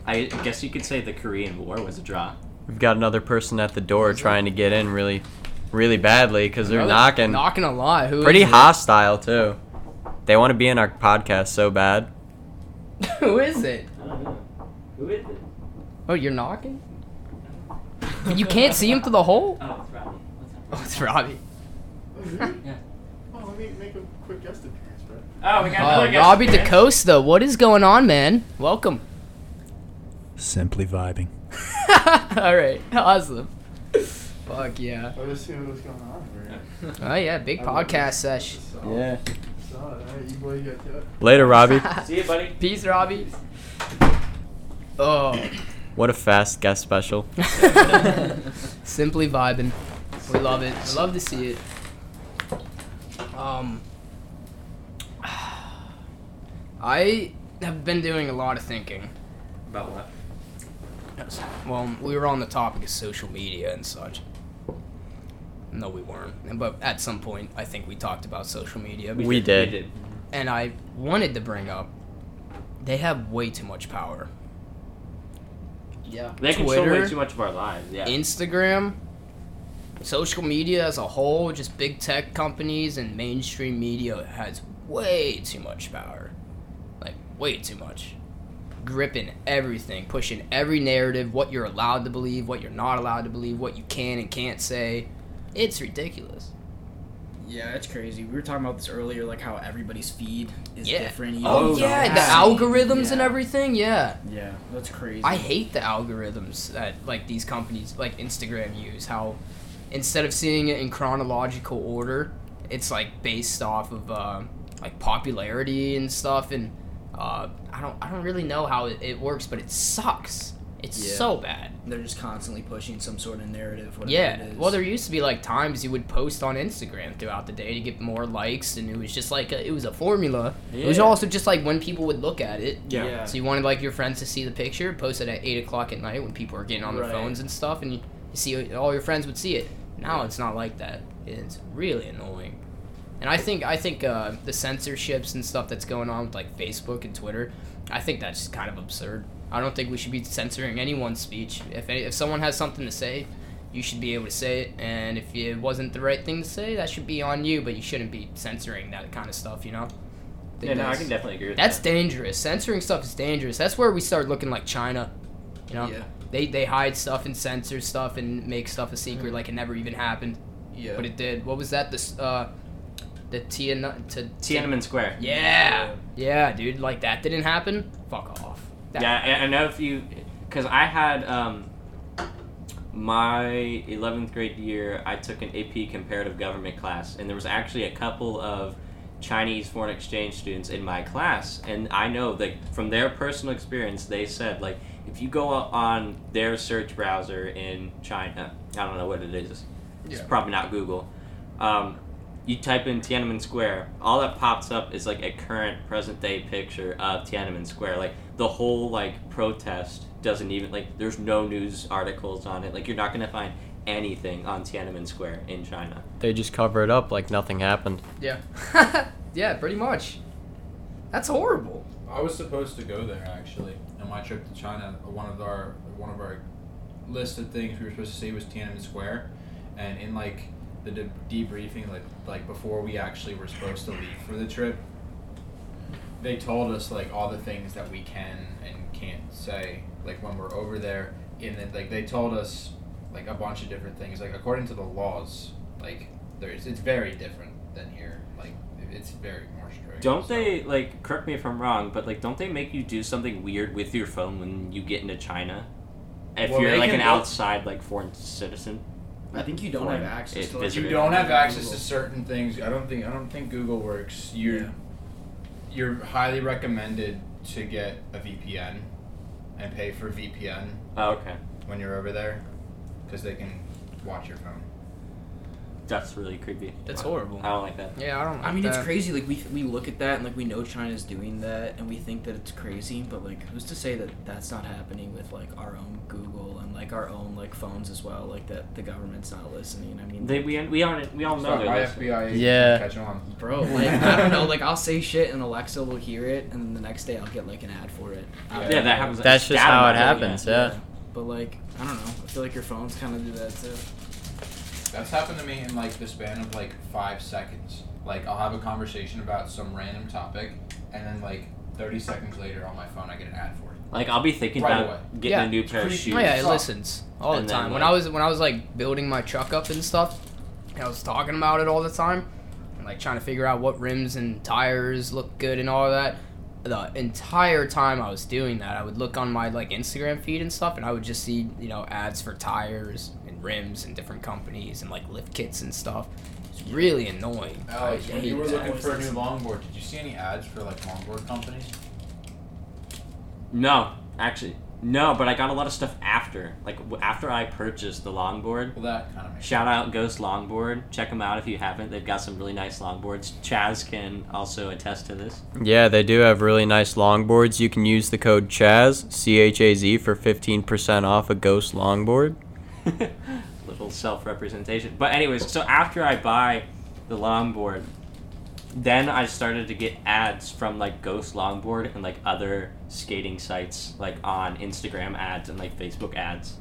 [SPEAKER 4] I guess you could say the Korean War was a draw.
[SPEAKER 2] We've got another person at the door trying to get in really really badly because they're
[SPEAKER 1] Another-
[SPEAKER 2] knocking
[SPEAKER 1] knocking a lot. Who
[SPEAKER 2] pretty
[SPEAKER 1] is it?
[SPEAKER 2] hostile too. They want to be in our podcast so bad.
[SPEAKER 1] Who is it?
[SPEAKER 4] Who is it?
[SPEAKER 1] Oh, you're knocking. You can't see him through the hole.
[SPEAKER 4] Oh, it's Rodney. What's up?
[SPEAKER 1] Oh, it's Robbie.
[SPEAKER 8] Oh, let me make a quick guest appearance, bro.
[SPEAKER 4] Oh, we got
[SPEAKER 1] Uh, Robbie DaCosta, what is going on, man? Welcome.
[SPEAKER 9] Simply vibing.
[SPEAKER 1] All right, awesome. Fuck yeah.
[SPEAKER 8] Let us see what's going on over here.
[SPEAKER 1] Oh yeah, big podcast sesh.
[SPEAKER 8] Solid.
[SPEAKER 6] Yeah.
[SPEAKER 8] Solid. All right, you boy, you got that.
[SPEAKER 2] Later, Robbie.
[SPEAKER 4] See you, buddy.
[SPEAKER 1] Peace, Robbie. Oh,
[SPEAKER 2] what a fast guest special.
[SPEAKER 1] simply vibing. We love it. I love to see it. Um, I have been doing a lot of thinking.
[SPEAKER 4] About what?
[SPEAKER 1] Well, we were on the topic of social media and such. No, we weren't. But at some point, I think we talked about social media.
[SPEAKER 2] We did.
[SPEAKER 1] and I wanted to bring up, they have way too much power. Yeah.
[SPEAKER 4] They control
[SPEAKER 1] Twitter,
[SPEAKER 4] way too much of our lives. Yeah.
[SPEAKER 1] Instagram, social media as a whole, just big tech companies and mainstream media has way too much power. Like, way too much. Gripping everything, pushing every narrative, what you're allowed to believe, what you're not allowed to believe, what you can and can't say. It's ridiculous.
[SPEAKER 7] Yeah, it's crazy. We were talking about this earlier, like how everybody's feed is
[SPEAKER 1] Yeah.
[SPEAKER 7] different. even
[SPEAKER 1] Oh,
[SPEAKER 7] though
[SPEAKER 1] yeah,
[SPEAKER 7] it's-
[SPEAKER 1] the algorithms and
[SPEAKER 7] Yeah.
[SPEAKER 1] everything, yeah.
[SPEAKER 7] Yeah, that's crazy.
[SPEAKER 1] I hate the algorithms that like these companies like Instagram use. How instead of seeing it in chronological order, it's like based off of uh, like popularity and stuff. And uh, I don't I don't really know how it, it works, but it sucks. It's
[SPEAKER 2] Yeah.
[SPEAKER 1] so bad.
[SPEAKER 7] They're just constantly pushing some sort of narrative. Whatever
[SPEAKER 1] Yeah.
[SPEAKER 7] It is.
[SPEAKER 1] Well, there used to be like times you would post on Instagram throughout the day to get more likes, and it was just like a, it was a formula. It was
[SPEAKER 4] Yeah.
[SPEAKER 1] also just like when people would look at it.
[SPEAKER 7] yeah.
[SPEAKER 1] So you wanted like your friends to see the picture, post it at eight o'clock at night when people are getting on their
[SPEAKER 7] Right.
[SPEAKER 1] phones and stuff, and you you see all your friends would see it. Now it's not like that. It's really annoying. And I think I think uh, the censorships and stuff that's going on with like Facebook and Twitter, I think that's just kind of absurd. I don't think we should be censoring anyone's speech. If any, if someone has something to say, you should be able to say it. And if it wasn't the right thing to say, that should be on you. But you shouldn't be censoring that kind of stuff. You know. think
[SPEAKER 4] Yeah, no, I
[SPEAKER 1] that's-
[SPEAKER 4] can definitely agree with
[SPEAKER 1] that's
[SPEAKER 4] that.
[SPEAKER 1] dangerous. Censoring stuff is dangerous. That's where we start looking like China. You know,
[SPEAKER 7] Yeah.
[SPEAKER 1] they they hide stuff and censor stuff and make stuff a secret like it never even happened,
[SPEAKER 7] Yeah.
[SPEAKER 1] but it did. What was that? This uh, the Tian to
[SPEAKER 4] Tiananmen Square.
[SPEAKER 1] Yeah, yeah, dude. Like that didn't happen. Fuck off. That-
[SPEAKER 4] Yeah, I, I know if you, because I had um, my 11th grade year, I took an AP comparative government class, and there was actually a couple of Chinese foreign exchange students in my class, and I know that from their personal experience, they said like if you go on their search browser in China, I don't know what it is, it's probably not Google. Um, you type in Tiananmen Square, all that pops up is like a current present day picture of Tiananmen Square. Like the whole like protest doesn't even like there's no news articles on it. Like you're not gonna find anything on Tiananmen Square in China.
[SPEAKER 2] They just cover it up like nothing happened.
[SPEAKER 1] yeah, yeah. Pretty much. That's horrible.
[SPEAKER 5] I was supposed to go there actually on my trip to China. One of our one of our listed things we were supposed to see was Tiananmen Square, and in like the de- debriefing, like like before we actually were supposed to leave for the trip, they told us like all the things that we can and can't say like when we're over there, and then like they told us like a bunch of different things like according to the laws like there's it's very different than here like it's very more strict.
[SPEAKER 4] Don't
[SPEAKER 5] so-
[SPEAKER 4] they like correct me if I'm wrong, but like don't they make you do something weird with your phone when you get into China? If
[SPEAKER 5] Well,
[SPEAKER 4] you're
[SPEAKER 5] they
[SPEAKER 4] like
[SPEAKER 5] can
[SPEAKER 4] an
[SPEAKER 5] look-
[SPEAKER 4] outside like foreign citizen.
[SPEAKER 7] I think you don't
[SPEAKER 4] Foreign
[SPEAKER 7] have access
[SPEAKER 4] it
[SPEAKER 7] to. Like,
[SPEAKER 5] You don't have access to certain things. I don't think I don't think Google works. You're you're highly recommended to get a VPN and pay for VPN
[SPEAKER 4] Oh, okay.
[SPEAKER 5] when you're over there because they can watch your phone.
[SPEAKER 4] That's really creepy.
[SPEAKER 1] That's horrible.
[SPEAKER 4] I don't like that.
[SPEAKER 1] Yeah, I don't.
[SPEAKER 7] I mean,
[SPEAKER 1] like
[SPEAKER 7] it's
[SPEAKER 1] that.
[SPEAKER 7] crazy. Like we we look at that and like we know China's doing that, and we think that it's crazy. But like, who's to say that that's not happening with like our own Google and like our own like phones as well? Like that the government's not listening. I mean,
[SPEAKER 4] They, we, we, all, we all know
[SPEAKER 5] Sorry,
[SPEAKER 4] they're
[SPEAKER 5] my
[SPEAKER 4] listening.
[SPEAKER 5] FBI agent
[SPEAKER 2] Yeah.
[SPEAKER 5] catch on.
[SPEAKER 7] bro, like I don't know. Like I'll say shit and Alexa will hear it, and then the next day I'll get like an ad for it. I don't
[SPEAKER 4] Yeah,
[SPEAKER 7] know.
[SPEAKER 4] that happens.
[SPEAKER 2] That's just
[SPEAKER 4] Stat
[SPEAKER 2] how it
[SPEAKER 4] about
[SPEAKER 2] happens. Yeah.
[SPEAKER 7] But like, I don't know. I feel like your phones kind of do that too.
[SPEAKER 5] That's happened to me in like the span of like five seconds. Like I'll have a conversation about some random topic, and then like thirty seconds later on my phone I get an ad for it.
[SPEAKER 4] Like I'll be thinking
[SPEAKER 5] Right
[SPEAKER 4] about
[SPEAKER 5] away.
[SPEAKER 4] getting
[SPEAKER 1] Yeah.
[SPEAKER 4] a new pair of
[SPEAKER 5] Pretty-
[SPEAKER 4] shoes.
[SPEAKER 1] Oh yeah, it
[SPEAKER 5] Fuck.
[SPEAKER 1] listens all the
[SPEAKER 4] And then,
[SPEAKER 1] time. When
[SPEAKER 4] like-
[SPEAKER 1] I was when I was like building my truck up and stuff, I was talking about it all the time, and, like trying to figure out what rims and tires look good and all that. The entire time I was doing that, I would look on my like Instagram feed and stuff, and I would just see you know ads for tires and rims and different companies and like lift kits and stuff. It's really annoying.
[SPEAKER 5] Alex,
[SPEAKER 1] I
[SPEAKER 5] when Oh, you
[SPEAKER 1] hate
[SPEAKER 5] were
[SPEAKER 1] that.
[SPEAKER 5] looking for a new longboard, did you see any ads for like longboard companies?
[SPEAKER 4] No, actually, no. But I got a lot of stuff after, like w- after I purchased the longboard.
[SPEAKER 5] Well, that kind of makes.
[SPEAKER 4] Shout out Ghost Longboard. Check them out if you haven't. They've got some really nice longboards. Chaz can also attest to this.
[SPEAKER 2] Yeah, they do have really nice longboards. You can use the code CHAZ, C H A Z, for 15% off a ghost longboard.
[SPEAKER 4] little self representation. But anyways, so after I buy the longboard, then I started to get ads from like Ghost Longboard and like other skating sites, like on Instagram ads and like Facebook ads.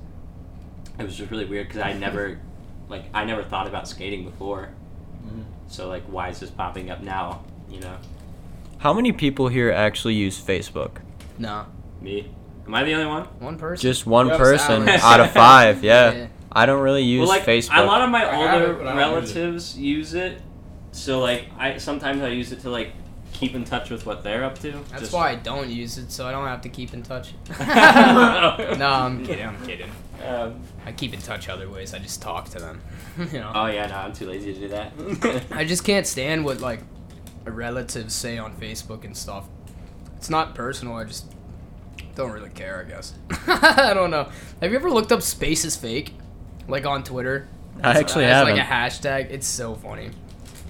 [SPEAKER 4] It was just really weird because I never, like, I never thought about skating before. So like, why is this popping up now? You know,
[SPEAKER 2] How many people here actually use Facebook?
[SPEAKER 1] Nah,
[SPEAKER 4] me. Am I the only one?
[SPEAKER 1] one person.
[SPEAKER 2] Just one
[SPEAKER 1] That was
[SPEAKER 2] person
[SPEAKER 1] Alex.
[SPEAKER 2] out of five, yeah.
[SPEAKER 1] Yeah.
[SPEAKER 2] I don't really use
[SPEAKER 4] well, like
[SPEAKER 2] Facebook.
[SPEAKER 4] a lot of my
[SPEAKER 5] I have
[SPEAKER 4] older
[SPEAKER 5] it, but I don't use it.
[SPEAKER 4] relatives use it. So like I sometimes I use it to like keep in touch with what they're up to.
[SPEAKER 1] That's
[SPEAKER 4] Just-
[SPEAKER 1] why I don't use it, so I don't have to keep in touch. no, I'm kidding. I'm kidding.
[SPEAKER 4] Um,
[SPEAKER 1] I keep in touch other ways. I just talk to them. you know,
[SPEAKER 4] oh yeah, no, I'm too lazy to do that.
[SPEAKER 1] I just can't stand what like relatives say on Facebook and stuff. It's not personal. I just don't really care. I guess. I don't know. Have you ever looked up space is fake, like on Twitter?
[SPEAKER 2] I actually
[SPEAKER 1] As,
[SPEAKER 2] haven't.
[SPEAKER 1] Like a hashtag. It's so funny.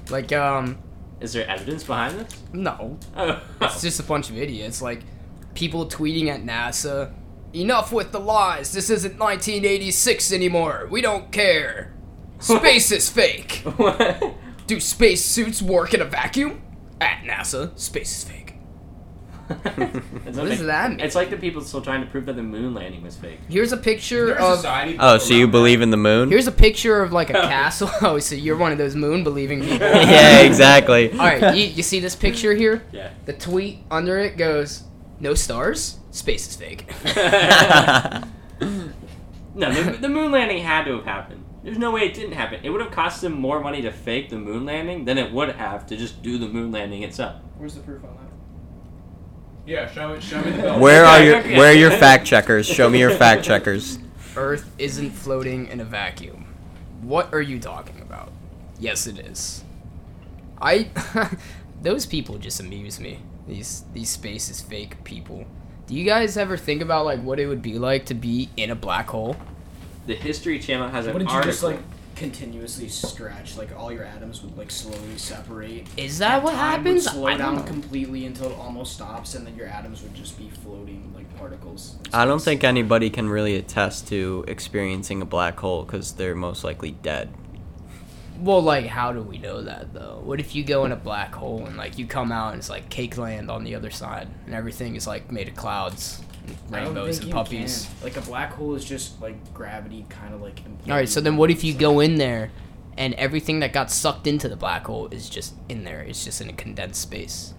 [SPEAKER 1] Like um,
[SPEAKER 4] Is there evidence behind this?
[SPEAKER 1] no,
[SPEAKER 4] Oh.
[SPEAKER 1] it's just a bunch of idiots. Like people tweeting at NASA, "Enough with the lies. This isn't 1986 anymore. We don't care. Space is fake."
[SPEAKER 4] What?
[SPEAKER 1] Do space suits work in a vacuum? At NASA, space is fake. What
[SPEAKER 4] It's like-
[SPEAKER 1] does that mean?
[SPEAKER 4] It's like the people still trying to prove that the moon landing was fake.
[SPEAKER 1] Here's a picture
[SPEAKER 5] There's
[SPEAKER 1] of
[SPEAKER 5] society
[SPEAKER 2] oh,
[SPEAKER 5] built
[SPEAKER 2] so you
[SPEAKER 5] around that.
[SPEAKER 2] believe in the moon?
[SPEAKER 1] here's a picture of like a castle. Oh, so you're one of those moon believing people.
[SPEAKER 2] yeah, exactly.
[SPEAKER 1] All right, you, you see this picture here?
[SPEAKER 4] Yeah.
[SPEAKER 1] The tweet under it goes, "No stars, space is fake."
[SPEAKER 4] No, the, the moon landing had to have happened. There's no way it didn't happen. It would have cost them more money to fake the moon landing than it would have to just do the moon landing itself.
[SPEAKER 8] Where's the proof on that?
[SPEAKER 5] Yeah, show me, show me the bill.
[SPEAKER 2] where are your where are your fact checkers? Show me your fact checkers.
[SPEAKER 1] Earth isn't floating in a vacuum. What are you talking about? Yes, it is. I. those people just amuse me. These these space is fake people. Do you guys ever think about like what it would be like to be in a black hole?
[SPEAKER 4] The History Channel has an
[SPEAKER 7] Wouldn't you
[SPEAKER 4] article.
[SPEAKER 7] just like continuously stretch? Like all your atoms would like slowly separate.
[SPEAKER 1] Is that what
[SPEAKER 7] Time would
[SPEAKER 1] happens?
[SPEAKER 7] Slow
[SPEAKER 1] I don't
[SPEAKER 7] down
[SPEAKER 1] know.
[SPEAKER 7] completely until it almost stops, and then your atoms would just be floating like particles. in
[SPEAKER 2] I don't
[SPEAKER 7] space.
[SPEAKER 2] think anybody can really attest to experiencing a black hole because they're most likely dead.
[SPEAKER 1] Well, like how do we know that though? What if you go in a black hole and like you come out and it's like cake land on the other side and everything is like made of clouds, and
[SPEAKER 7] I don't
[SPEAKER 1] rainbows
[SPEAKER 7] think
[SPEAKER 1] and
[SPEAKER 7] you
[SPEAKER 1] puppies?
[SPEAKER 7] can. Like a black hole is just like gravity, kind of like.
[SPEAKER 1] All right, so then what if you go in there and everything that got sucked into the black hole is just in there? It's just in a condensed space.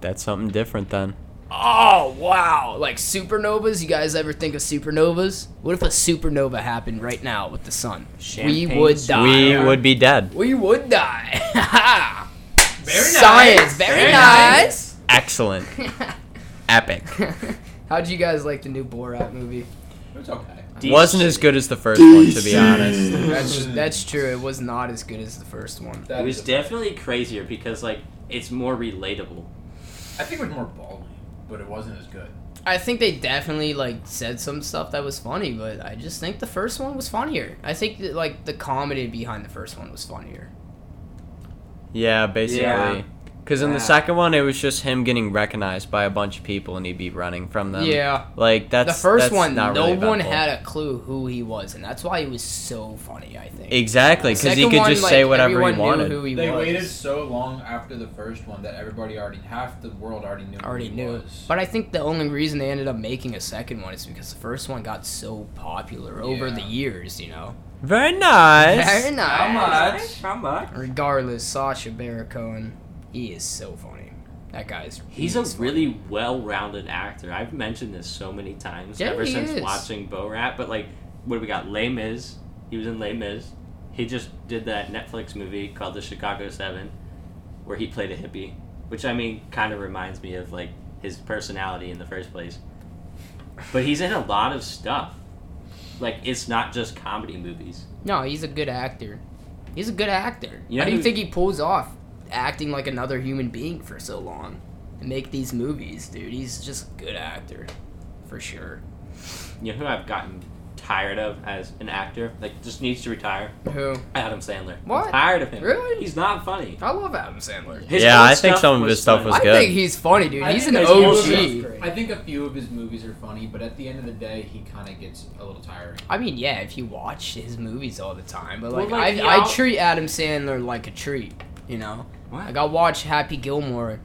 [SPEAKER 2] That's something different then.
[SPEAKER 1] Oh, wow. Like supernovas? You guys ever think of supernovas? What if a supernova happened right now with the sun? we
[SPEAKER 4] Champagne
[SPEAKER 1] would die.
[SPEAKER 2] We would be dead.
[SPEAKER 1] We would die.
[SPEAKER 5] Very nice.
[SPEAKER 1] Science. Very,
[SPEAKER 5] Very
[SPEAKER 1] nice.
[SPEAKER 2] Excellent. Epic.
[SPEAKER 1] How'd you guys like the new Borat movie?
[SPEAKER 5] It's okay.
[SPEAKER 2] Wasn't as good as the first one, to be honest.
[SPEAKER 1] That's that's true. It was not as good as the first one.
[SPEAKER 5] That
[SPEAKER 4] It was
[SPEAKER 5] is-
[SPEAKER 4] definitely crazier because like it's more relatable.
[SPEAKER 5] I think it was more ballsy, but it wasn't as good.
[SPEAKER 1] I think they definitely like said some stuff that was funny, but I just think the first one was funnier. I think that, like the comedy behind the first one was funnier.
[SPEAKER 2] Yeah, basically.
[SPEAKER 4] Yeah.
[SPEAKER 2] Because in
[SPEAKER 4] Yeah.
[SPEAKER 2] the second one, it was just him getting recognized by a bunch of people and he'd be running from them.
[SPEAKER 1] yeah,
[SPEAKER 2] Like, that's
[SPEAKER 1] the first
[SPEAKER 2] that's
[SPEAKER 1] one, no
[SPEAKER 2] not really
[SPEAKER 1] one
[SPEAKER 2] eventful.
[SPEAKER 1] had a clue who he was, and that's why he was so funny. I think.
[SPEAKER 2] Exactly, because he
[SPEAKER 1] Second
[SPEAKER 2] could
[SPEAKER 1] one,
[SPEAKER 2] just say
[SPEAKER 1] like,
[SPEAKER 2] whatever
[SPEAKER 1] everyone
[SPEAKER 2] he
[SPEAKER 1] knew
[SPEAKER 2] wanted.
[SPEAKER 1] who he
[SPEAKER 5] They
[SPEAKER 1] was.
[SPEAKER 5] waited so long after the first one that everybody already, half the world already knew. who
[SPEAKER 1] already
[SPEAKER 5] he
[SPEAKER 1] knew.
[SPEAKER 5] was.
[SPEAKER 1] But I think the only reason they ended up making a second one is because the first one got so popular over
[SPEAKER 5] Yeah.
[SPEAKER 1] the years, you know.
[SPEAKER 2] Very nice.
[SPEAKER 1] Very nice.
[SPEAKER 4] How much? How much?
[SPEAKER 1] Regardless, Sasha Baron Cohen, he is so funny. That guy's
[SPEAKER 4] He's a really well-rounded actor. I've mentioned this so many times
[SPEAKER 1] Yeah,
[SPEAKER 4] ever
[SPEAKER 1] he
[SPEAKER 4] since
[SPEAKER 1] is.
[SPEAKER 4] watching Bo Rat. But like, what do we got? Les Mis. He was in Les Mis. He just did that Netflix movie called The Chicago Seven, where he played a hippie, which I mean, kind of reminds me of like his personality in the first place. But he's in a lot of stuff. Like it's not just comedy movies.
[SPEAKER 1] no, he's a good actor. He's a good actor.
[SPEAKER 4] Yeah,
[SPEAKER 1] How do you
[SPEAKER 4] he-
[SPEAKER 1] think he pulls off acting like another human being for so long and make these movies, dude? He's just a good actor, for sure.
[SPEAKER 4] You know who I've gotten tired of as an actor? Like just needs to retire.
[SPEAKER 1] Who?
[SPEAKER 4] Adam Sandler. I'm
[SPEAKER 1] What?
[SPEAKER 4] tired of him.
[SPEAKER 1] Really?
[SPEAKER 4] He's not funny.
[SPEAKER 1] I love Adam Sandler.
[SPEAKER 4] His
[SPEAKER 2] Yeah,
[SPEAKER 4] old
[SPEAKER 2] I think some of his stuff
[SPEAKER 4] funny.
[SPEAKER 2] was
[SPEAKER 1] I
[SPEAKER 2] good.
[SPEAKER 1] think he's funny, dude.
[SPEAKER 5] I
[SPEAKER 1] He's an
[SPEAKER 5] think that's
[SPEAKER 1] OG.
[SPEAKER 7] bullshit.
[SPEAKER 5] I think a few of his movies are funny, but at the end of the day, he kind of gets a little tiring.
[SPEAKER 1] I mean, yeah, if you watch his movies all the time, but
[SPEAKER 4] Well,
[SPEAKER 1] like,
[SPEAKER 4] like,
[SPEAKER 1] I,
[SPEAKER 4] he
[SPEAKER 1] I
[SPEAKER 4] al-
[SPEAKER 1] treat Adam Sandler like a treat, you know.
[SPEAKER 4] What?
[SPEAKER 1] Like I watch Happy Gilmore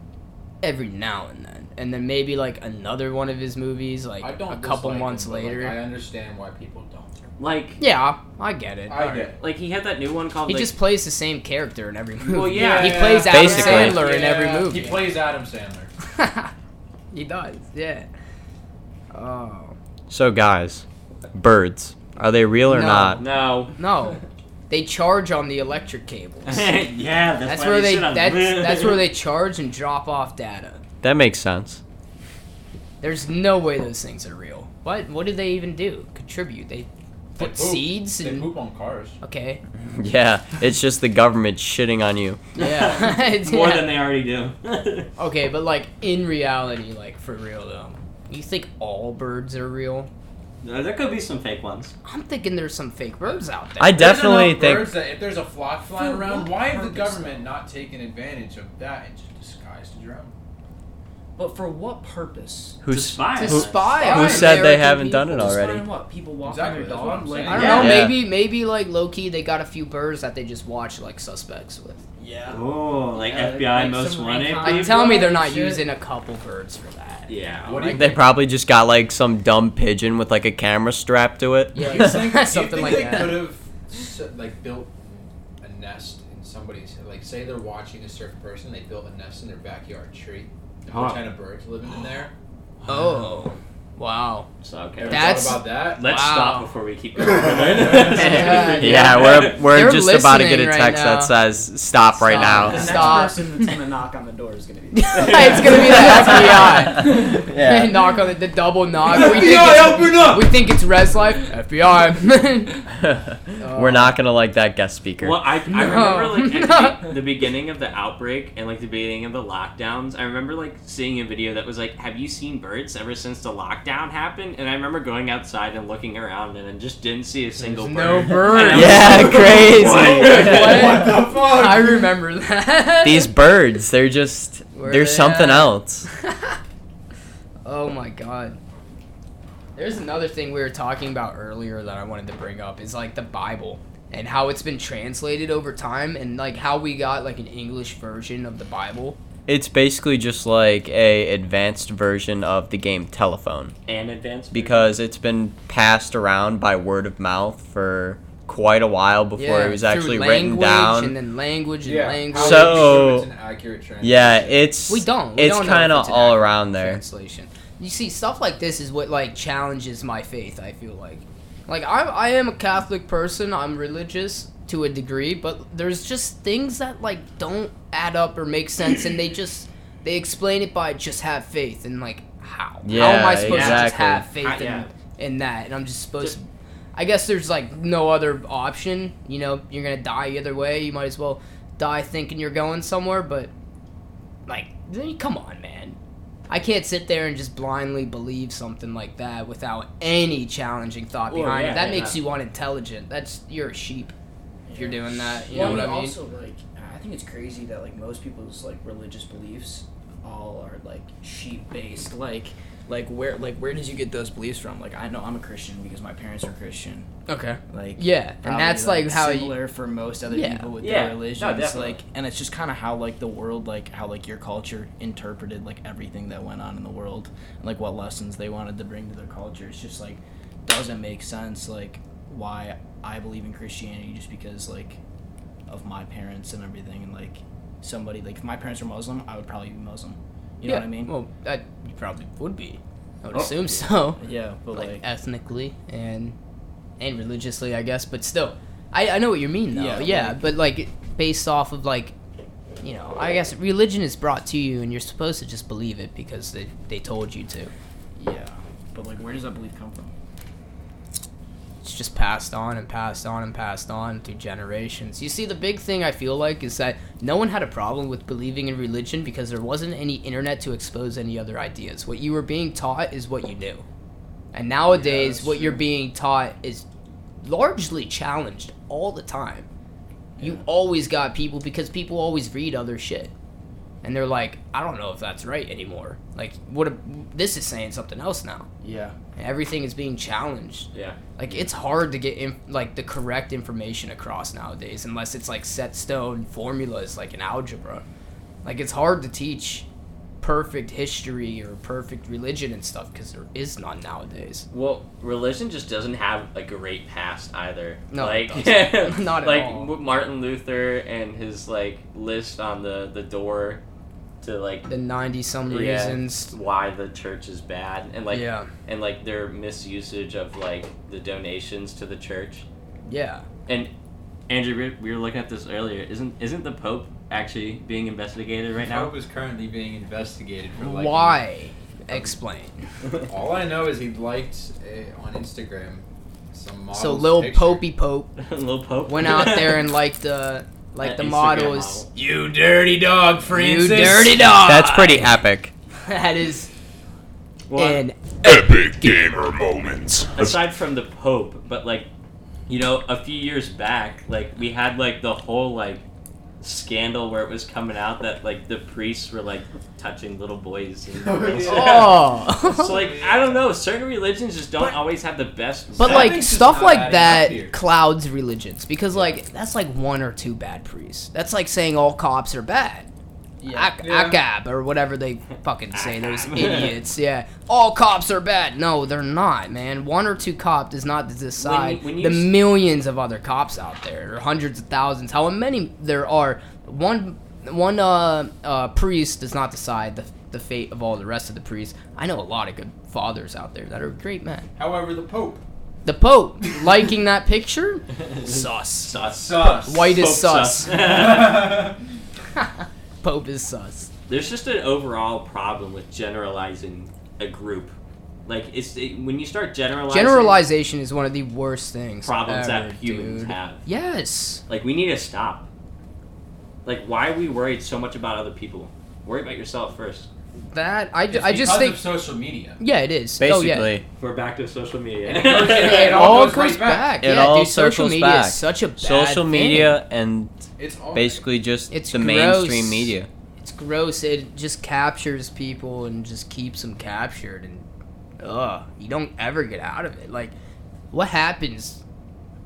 [SPEAKER 1] every now and then, and then maybe like another one of his movies, like
[SPEAKER 5] I don't
[SPEAKER 1] a couple
[SPEAKER 5] dislike him,
[SPEAKER 1] months
[SPEAKER 5] but, like,
[SPEAKER 1] later.
[SPEAKER 5] I understand why people don't.
[SPEAKER 4] Like,
[SPEAKER 1] yeah, I get it.
[SPEAKER 5] I
[SPEAKER 1] Alright.
[SPEAKER 5] get.
[SPEAKER 4] like he had that new one called.
[SPEAKER 1] He
[SPEAKER 4] like,
[SPEAKER 1] just plays the same character in every movie.
[SPEAKER 4] Well, yeah.
[SPEAKER 1] he
[SPEAKER 5] Yeah.
[SPEAKER 1] plays Adam
[SPEAKER 2] Basically.
[SPEAKER 1] Sandler in every
[SPEAKER 5] Yeah,
[SPEAKER 1] movie.
[SPEAKER 5] He plays Adam Sandler.
[SPEAKER 1] he does, yeah. Oh
[SPEAKER 2] So guys, birds are they real or
[SPEAKER 1] No.
[SPEAKER 2] not?
[SPEAKER 4] no.
[SPEAKER 1] no, they charge on the electric cables.
[SPEAKER 4] yeah, that's,
[SPEAKER 1] That's
[SPEAKER 4] why
[SPEAKER 1] where they
[SPEAKER 4] should've-
[SPEAKER 1] that's that's where they charge and drop off data.
[SPEAKER 2] That makes sense.
[SPEAKER 1] There's no way those things are real. What what do they even do? Contribute? They
[SPEAKER 5] They
[SPEAKER 1] put
[SPEAKER 5] poop.
[SPEAKER 1] seeds
[SPEAKER 5] They
[SPEAKER 1] and
[SPEAKER 5] poop on cars.
[SPEAKER 1] okay,
[SPEAKER 2] Yeah, it's just the government shitting on you.
[SPEAKER 1] yeah, It's-
[SPEAKER 4] more
[SPEAKER 1] yeah.
[SPEAKER 4] than they already do.
[SPEAKER 1] okay, but like in reality, like for real though, you think all birds are real?
[SPEAKER 4] No, there could be some fake ones.
[SPEAKER 1] I'm thinking there's some fake birds out there.
[SPEAKER 2] I definitely
[SPEAKER 5] there's enough
[SPEAKER 2] think
[SPEAKER 5] birds that if there's a flock flying
[SPEAKER 1] For
[SPEAKER 5] around,
[SPEAKER 1] what
[SPEAKER 5] why have the
[SPEAKER 1] purpose,
[SPEAKER 5] government not taken advantage of that and just disguised a drone?
[SPEAKER 7] But for what purpose?
[SPEAKER 2] who's
[SPEAKER 4] Spy
[SPEAKER 1] to
[SPEAKER 4] on us.
[SPEAKER 1] spy on
[SPEAKER 2] who said they
[SPEAKER 1] American
[SPEAKER 2] haven't done
[SPEAKER 1] people.
[SPEAKER 2] it
[SPEAKER 7] To spy
[SPEAKER 2] already.
[SPEAKER 7] on what? People walking
[SPEAKER 5] Exactly,
[SPEAKER 7] their
[SPEAKER 5] that's what
[SPEAKER 7] dog.
[SPEAKER 5] I'm
[SPEAKER 7] Like,
[SPEAKER 5] saying.
[SPEAKER 1] I don't know.
[SPEAKER 2] Yeah.
[SPEAKER 1] Maybe, maybe like low key, they got a few birds that they just watch like suspects with.
[SPEAKER 7] Yeah.
[SPEAKER 4] Oh, like
[SPEAKER 7] Yeah,
[SPEAKER 4] FBI
[SPEAKER 7] like
[SPEAKER 4] most
[SPEAKER 7] some
[SPEAKER 4] wanted.
[SPEAKER 7] icon-
[SPEAKER 1] Like,
[SPEAKER 7] Maybe
[SPEAKER 1] tell me they're
[SPEAKER 7] like
[SPEAKER 1] not
[SPEAKER 7] shit.
[SPEAKER 1] using a couple birds for that.
[SPEAKER 4] yeah.
[SPEAKER 5] What do you
[SPEAKER 2] They probably just got like some dumb pigeon with like a camera strapped to it.
[SPEAKER 1] Yeah,
[SPEAKER 5] Do you think- do you
[SPEAKER 1] something
[SPEAKER 5] think
[SPEAKER 1] like
[SPEAKER 5] they
[SPEAKER 1] that.
[SPEAKER 5] could have s- like built a nest in somebody's like say they're watching a certain person, they built a nest in their backyard tree. And
[SPEAKER 4] Huh.
[SPEAKER 5] what kind of birds living in there?
[SPEAKER 1] Oh, wow.
[SPEAKER 4] So, okay.
[SPEAKER 5] Ever thought
[SPEAKER 1] That's-
[SPEAKER 5] about that.
[SPEAKER 4] Let's
[SPEAKER 1] Wow.
[SPEAKER 4] stop before we keep going.
[SPEAKER 1] Yeah,
[SPEAKER 2] Yeah, we're we're
[SPEAKER 1] They're
[SPEAKER 2] just about to get a
[SPEAKER 1] listening right
[SPEAKER 2] text
[SPEAKER 1] now.
[SPEAKER 2] that says stop, right
[SPEAKER 7] The
[SPEAKER 2] now.
[SPEAKER 7] next
[SPEAKER 1] Stop.
[SPEAKER 7] person that's gonna knock on the door is gonna be.
[SPEAKER 1] it's gonna be the FBI. knock on the, the double knock. We think, it's,
[SPEAKER 2] open up.
[SPEAKER 1] we think it's Res Life. FBI.
[SPEAKER 2] we're not gonna like that guest speaker.
[SPEAKER 4] Well, I, I
[SPEAKER 1] No.
[SPEAKER 4] remember like at the, be- the beginning of the outbreak and like the beginning of the lockdowns. I remember like seeing a video that was like, "Have you seen birds ever since the lockdown happened?" And I remember going outside and looking around and I just didn't see a single
[SPEAKER 1] no
[SPEAKER 4] bird.
[SPEAKER 1] bird.
[SPEAKER 2] Yeah, crazy.
[SPEAKER 1] What?
[SPEAKER 5] the fuck?
[SPEAKER 1] I remember that.
[SPEAKER 2] These birds, they're just
[SPEAKER 1] Where
[SPEAKER 2] there's
[SPEAKER 1] they
[SPEAKER 2] something
[SPEAKER 1] at?
[SPEAKER 2] else.
[SPEAKER 1] oh my god. There's another thing we were talking about earlier that I wanted to bring up is like the Bible and how it's been translated over time and like how we got like an English version of the Bible.
[SPEAKER 2] It's basically just like a advanced version of the game telephone
[SPEAKER 4] And advanced
[SPEAKER 2] because it's been passed around by word of mouth for quite a while before it was
[SPEAKER 1] through
[SPEAKER 2] actually written
[SPEAKER 1] language
[SPEAKER 2] down.
[SPEAKER 1] and then language and
[SPEAKER 5] Yeah.
[SPEAKER 1] language.
[SPEAKER 5] how
[SPEAKER 2] So-
[SPEAKER 5] do you make sure it's an accurate translation?
[SPEAKER 2] yeah, it's
[SPEAKER 1] We don't. We
[SPEAKER 2] it's
[SPEAKER 1] don't know
[SPEAKER 2] kind
[SPEAKER 1] if
[SPEAKER 2] of
[SPEAKER 1] it's an
[SPEAKER 2] all
[SPEAKER 1] accurate
[SPEAKER 2] around there.
[SPEAKER 1] Translation. You see, stuff like this is what like challenges my faith. I feel like, like I I am a Catholic person. I'm religious to a degree, but there's just things that like don't add up or make sense, and they just they explain it by just have faith and like how how am I
[SPEAKER 2] Yeah,
[SPEAKER 1] supposed to just
[SPEAKER 2] exactly.
[SPEAKER 1] have faith
[SPEAKER 4] Ah,
[SPEAKER 1] in,
[SPEAKER 4] yeah.
[SPEAKER 1] in that, and I'm just supposed.
[SPEAKER 4] Just-
[SPEAKER 1] to I guess there's like no other option. You know, you're gonna die either way. You might as well die thinking you're going somewhere, but like, th- come on, man. I can't sit there and just blindly believe something like that without any challenging thought
[SPEAKER 4] Well,
[SPEAKER 1] behind
[SPEAKER 4] yeah,
[SPEAKER 1] it. That
[SPEAKER 4] yeah.
[SPEAKER 1] makes you unintelligent. That's you're a sheep if you're doing that. You
[SPEAKER 7] well,
[SPEAKER 1] know what I mean?
[SPEAKER 7] Also, like, I think it's crazy that like most people's like religious beliefs all are like sheep based. Like, like where like where did you get those beliefs from? Like, I know I'm a Christian because my parents are Christian.
[SPEAKER 1] okay.
[SPEAKER 7] Like,
[SPEAKER 1] Yeah, and
[SPEAKER 7] probably,
[SPEAKER 1] that's like, how you.
[SPEAKER 7] similar for most other
[SPEAKER 1] Yeah.
[SPEAKER 7] people with
[SPEAKER 4] Yeah.
[SPEAKER 7] their
[SPEAKER 4] No,
[SPEAKER 7] religions.
[SPEAKER 4] definitely.
[SPEAKER 7] like, and it's just kind of how like the world, like how like your culture interpreted like everything that went on in the world, and like what lessons they wanted to bring to their culture. It's just like doesn't make sense. Like why I believe in Christianity just because like of my parents and everything and like somebody like if my parents were Muslim, I would probably be Muslim. You know
[SPEAKER 1] yeah.
[SPEAKER 7] what I mean?
[SPEAKER 1] Well, that you probably would be. I would
[SPEAKER 4] Oh.
[SPEAKER 1] assume so.
[SPEAKER 7] yeah, but
[SPEAKER 1] like,
[SPEAKER 7] like,
[SPEAKER 1] ethnically and and religiously, I guess. But still, I, I know what you mean though. Yeah,
[SPEAKER 7] Yeah, like-
[SPEAKER 1] but like based off of like, you know, I guess religion is brought to you, and you're supposed to just believe it because they they told you to.
[SPEAKER 7] yeah, but like where does that belief come from?
[SPEAKER 1] It's just passed on and passed on and passed on through generations. You see, the big thing I feel like is that no one had a problem with believing in religion because there wasn't any internet to expose any other ideas. What you were being taught is what you knew. And nowadays,
[SPEAKER 5] that's
[SPEAKER 1] what you're being taught is largely challenged all the time. You always got people because people always read other shit. And they're like, I don't know if that's right anymore. Like, what? A, this is saying something else now.
[SPEAKER 7] Yeah.
[SPEAKER 1] And everything is being challenged.
[SPEAKER 4] Yeah.
[SPEAKER 1] Like it's hard to get in, like the correct information across nowadays, unless it's like set stone formulas like in algebra. Like it's hard to teach perfect history or perfect religion and stuff because there is none nowadays.
[SPEAKER 4] Well, religion just doesn't have a great past either.
[SPEAKER 1] No, it
[SPEAKER 4] like
[SPEAKER 1] doesn't. Not at
[SPEAKER 4] like
[SPEAKER 1] all.
[SPEAKER 4] with Martin Luther and his like list on the the door to like
[SPEAKER 1] The ninety some
[SPEAKER 4] yeah,
[SPEAKER 1] reasons.
[SPEAKER 4] why the church is bad and like
[SPEAKER 1] yeah,
[SPEAKER 4] and like their misusage of like the donations to the church.
[SPEAKER 1] yeah.
[SPEAKER 4] And Andrew, we- we were looking at this earlier. Isn't isn't the Pope actually being investigated right now?
[SPEAKER 5] Pope is currently being investigated for like
[SPEAKER 1] Why?
[SPEAKER 4] um,
[SPEAKER 1] Explain.
[SPEAKER 5] All I know is he liked uh, on Instagram some models.
[SPEAKER 1] So little
[SPEAKER 5] picture.
[SPEAKER 1] Popey Pope
[SPEAKER 4] Little Pope
[SPEAKER 1] went out there and liked the like
[SPEAKER 4] That
[SPEAKER 1] the
[SPEAKER 4] Instagram
[SPEAKER 1] models.
[SPEAKER 4] model.
[SPEAKER 5] You dirty dog,
[SPEAKER 1] You
[SPEAKER 5] Francis.
[SPEAKER 1] dirty dog.
[SPEAKER 2] That's pretty epic.
[SPEAKER 1] Oh, that is
[SPEAKER 4] Well,
[SPEAKER 1] an
[SPEAKER 3] Epic gamer moments.
[SPEAKER 4] aside from the Pope, but like, you know, a few years back, like we had like the whole like scandal where it was coming out that like the priests were like touching little boys. And girls.
[SPEAKER 1] oh.
[SPEAKER 4] So like I don't know, certain religions just don't always have the best.
[SPEAKER 1] But
[SPEAKER 5] That
[SPEAKER 1] like
[SPEAKER 5] makes us
[SPEAKER 1] stuff
[SPEAKER 5] not
[SPEAKER 1] like
[SPEAKER 5] adding up here.
[SPEAKER 1] that clouds religions because like that's like one or two bad priests. That's like saying all cops are bad.
[SPEAKER 7] Yeah.
[SPEAKER 1] Ak-
[SPEAKER 5] Yeah.
[SPEAKER 1] Akab or whatever they fucking say. Those
[SPEAKER 4] Akab.
[SPEAKER 1] idiots. Yeah, all cops are bad. No, they're not, man. One or two cop does not decide
[SPEAKER 4] when you
[SPEAKER 1] the
[SPEAKER 4] s-
[SPEAKER 1] millions of other cops out there, or hundreds of thousands, however many there are. One one uh, uh, priest does not decide the the fate of all the rest of the priests. I know a lot of good fathers out there that are great men.
[SPEAKER 5] However, the Pope.
[SPEAKER 1] The Pope liking that picture? sus.
[SPEAKER 4] sus.
[SPEAKER 5] Sus.
[SPEAKER 1] White is
[SPEAKER 4] Pope
[SPEAKER 1] sus.
[SPEAKER 5] yeah,
[SPEAKER 1] Pope is sus.
[SPEAKER 4] There's just an overall problem with generalizing a group. Like it's it, when you start generalizing
[SPEAKER 1] Generalization is one of the worst things.
[SPEAKER 4] problems
[SPEAKER 1] ever,
[SPEAKER 4] that humans
[SPEAKER 1] dude.
[SPEAKER 4] have.
[SPEAKER 1] Yes.
[SPEAKER 4] Like we need to stop. Like why are we worried so much about other people? Worry about yourself first.
[SPEAKER 1] That I, ju-
[SPEAKER 5] it's
[SPEAKER 1] I just
[SPEAKER 5] because
[SPEAKER 1] think
[SPEAKER 5] of social media.
[SPEAKER 1] yeah, it is. Oh,
[SPEAKER 2] Basically,
[SPEAKER 1] yeah.
[SPEAKER 4] We're back to social media.
[SPEAKER 1] It
[SPEAKER 5] It all
[SPEAKER 1] all
[SPEAKER 5] goes
[SPEAKER 1] goes back.
[SPEAKER 5] right back.
[SPEAKER 2] It
[SPEAKER 1] yeah,
[SPEAKER 2] all
[SPEAKER 1] dude, social
[SPEAKER 2] circles
[SPEAKER 1] media
[SPEAKER 2] back.
[SPEAKER 1] is such a bad
[SPEAKER 2] social
[SPEAKER 1] thing.
[SPEAKER 2] media and
[SPEAKER 5] It's all
[SPEAKER 2] basically just
[SPEAKER 1] It's
[SPEAKER 2] the
[SPEAKER 1] gross.
[SPEAKER 2] mainstream media.
[SPEAKER 1] It's gross. It just captures people and just keeps them captured, and ugh, you don't ever get out of it. Like, what happens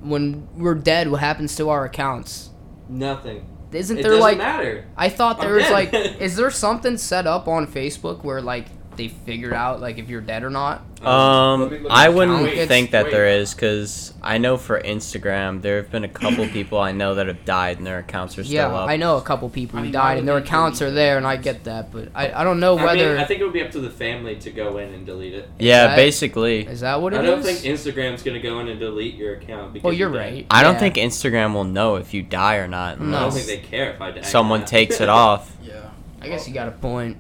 [SPEAKER 1] when we're dead? What happens to our accounts?
[SPEAKER 4] Nothing.
[SPEAKER 1] Isn't
[SPEAKER 4] it
[SPEAKER 1] there
[SPEAKER 4] doesn't
[SPEAKER 1] like
[SPEAKER 4] matter.
[SPEAKER 1] I thought there
[SPEAKER 4] I'm
[SPEAKER 1] was
[SPEAKER 4] dead.
[SPEAKER 1] like, is there something set up on Facebook where like they figured out like if you're dead or not?
[SPEAKER 5] Let me
[SPEAKER 2] Um,
[SPEAKER 5] look
[SPEAKER 2] I
[SPEAKER 5] at the
[SPEAKER 2] wouldn't
[SPEAKER 1] calendar.
[SPEAKER 2] think that
[SPEAKER 5] Wait.
[SPEAKER 2] there is because I know for Instagram there have been a couple people I know that have died and their accounts are still
[SPEAKER 1] yeah,
[SPEAKER 2] up.
[SPEAKER 1] I know a couple people
[SPEAKER 7] I
[SPEAKER 1] who
[SPEAKER 7] mean, why
[SPEAKER 1] died
[SPEAKER 7] would
[SPEAKER 1] and their
[SPEAKER 7] they delete
[SPEAKER 1] accounts are
[SPEAKER 7] it?
[SPEAKER 1] there, and I get that, but I, I don't know
[SPEAKER 4] I,
[SPEAKER 1] whether
[SPEAKER 4] mean, I think it would be up to the family to go in and delete it.
[SPEAKER 2] Yeah,
[SPEAKER 1] that-
[SPEAKER 2] basically.
[SPEAKER 1] is that what it
[SPEAKER 4] I
[SPEAKER 1] is.
[SPEAKER 4] don't think Instagram's gonna go in and delete your account. Because
[SPEAKER 1] well, you're
[SPEAKER 4] you died.
[SPEAKER 1] right.
[SPEAKER 2] I don't
[SPEAKER 1] yeah.
[SPEAKER 2] think Instagram will know if you die or not
[SPEAKER 4] I don't
[SPEAKER 1] No.
[SPEAKER 2] unless
[SPEAKER 4] think they care if I die. or
[SPEAKER 2] someone
[SPEAKER 4] not.
[SPEAKER 2] takes it off.
[SPEAKER 7] Yeah.
[SPEAKER 1] I guess you got a point.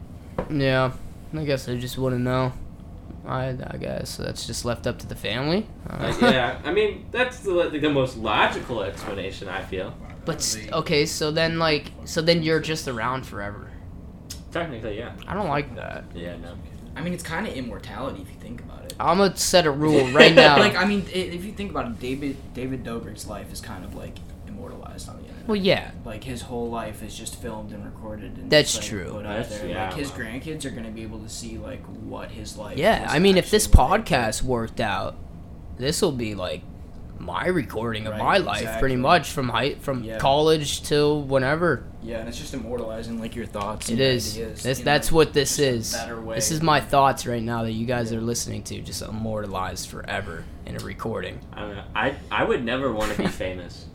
[SPEAKER 1] Yeah, I guess I just wouldn't know. I, I guess so that's just left up to the family. Uh,
[SPEAKER 4] Like, yeah, I mean that's the, like, the most logical explanation. I feel
[SPEAKER 1] but s- okay, so then like, so then you're just around forever.
[SPEAKER 4] technically, yeah.
[SPEAKER 1] I don't like that.
[SPEAKER 4] Yeah, no.
[SPEAKER 7] I mean, it's kind of immortality if you think about it.
[SPEAKER 1] I'm gonna set a rule right now.
[SPEAKER 7] Like, I mean, i if you think about it, David David Dobrik's life is kind of like immortalized on the internet.
[SPEAKER 1] well, yeah,
[SPEAKER 7] like his whole life is just filmed and recorded. And
[SPEAKER 1] That's
[SPEAKER 7] just, like,
[SPEAKER 1] true.
[SPEAKER 7] Put out
[SPEAKER 4] That's-
[SPEAKER 7] there.
[SPEAKER 4] yeah.
[SPEAKER 7] Like his grandkids are gonna be able to see like what his life.
[SPEAKER 1] yeah.
[SPEAKER 7] was
[SPEAKER 1] I mean, if this
[SPEAKER 7] actually like.
[SPEAKER 1] podcast worked out, this will be like my recording of
[SPEAKER 7] Right,
[SPEAKER 1] my life, pretty
[SPEAKER 7] exactly.
[SPEAKER 1] much from high, from
[SPEAKER 7] Yeah.
[SPEAKER 1] college till whenever.
[SPEAKER 7] Yeah, and it's just immortalizing like your thoughts.
[SPEAKER 1] It
[SPEAKER 7] and
[SPEAKER 1] is.
[SPEAKER 7] Ideas,
[SPEAKER 1] This,
[SPEAKER 7] you know,
[SPEAKER 1] that's
[SPEAKER 7] like,
[SPEAKER 1] what this
[SPEAKER 7] just a
[SPEAKER 1] is.
[SPEAKER 7] better way.
[SPEAKER 1] This is my thoughts right now that you guys are listening to, just immortalized forever. in a recording.
[SPEAKER 4] I don't know. I I would never want to be famous.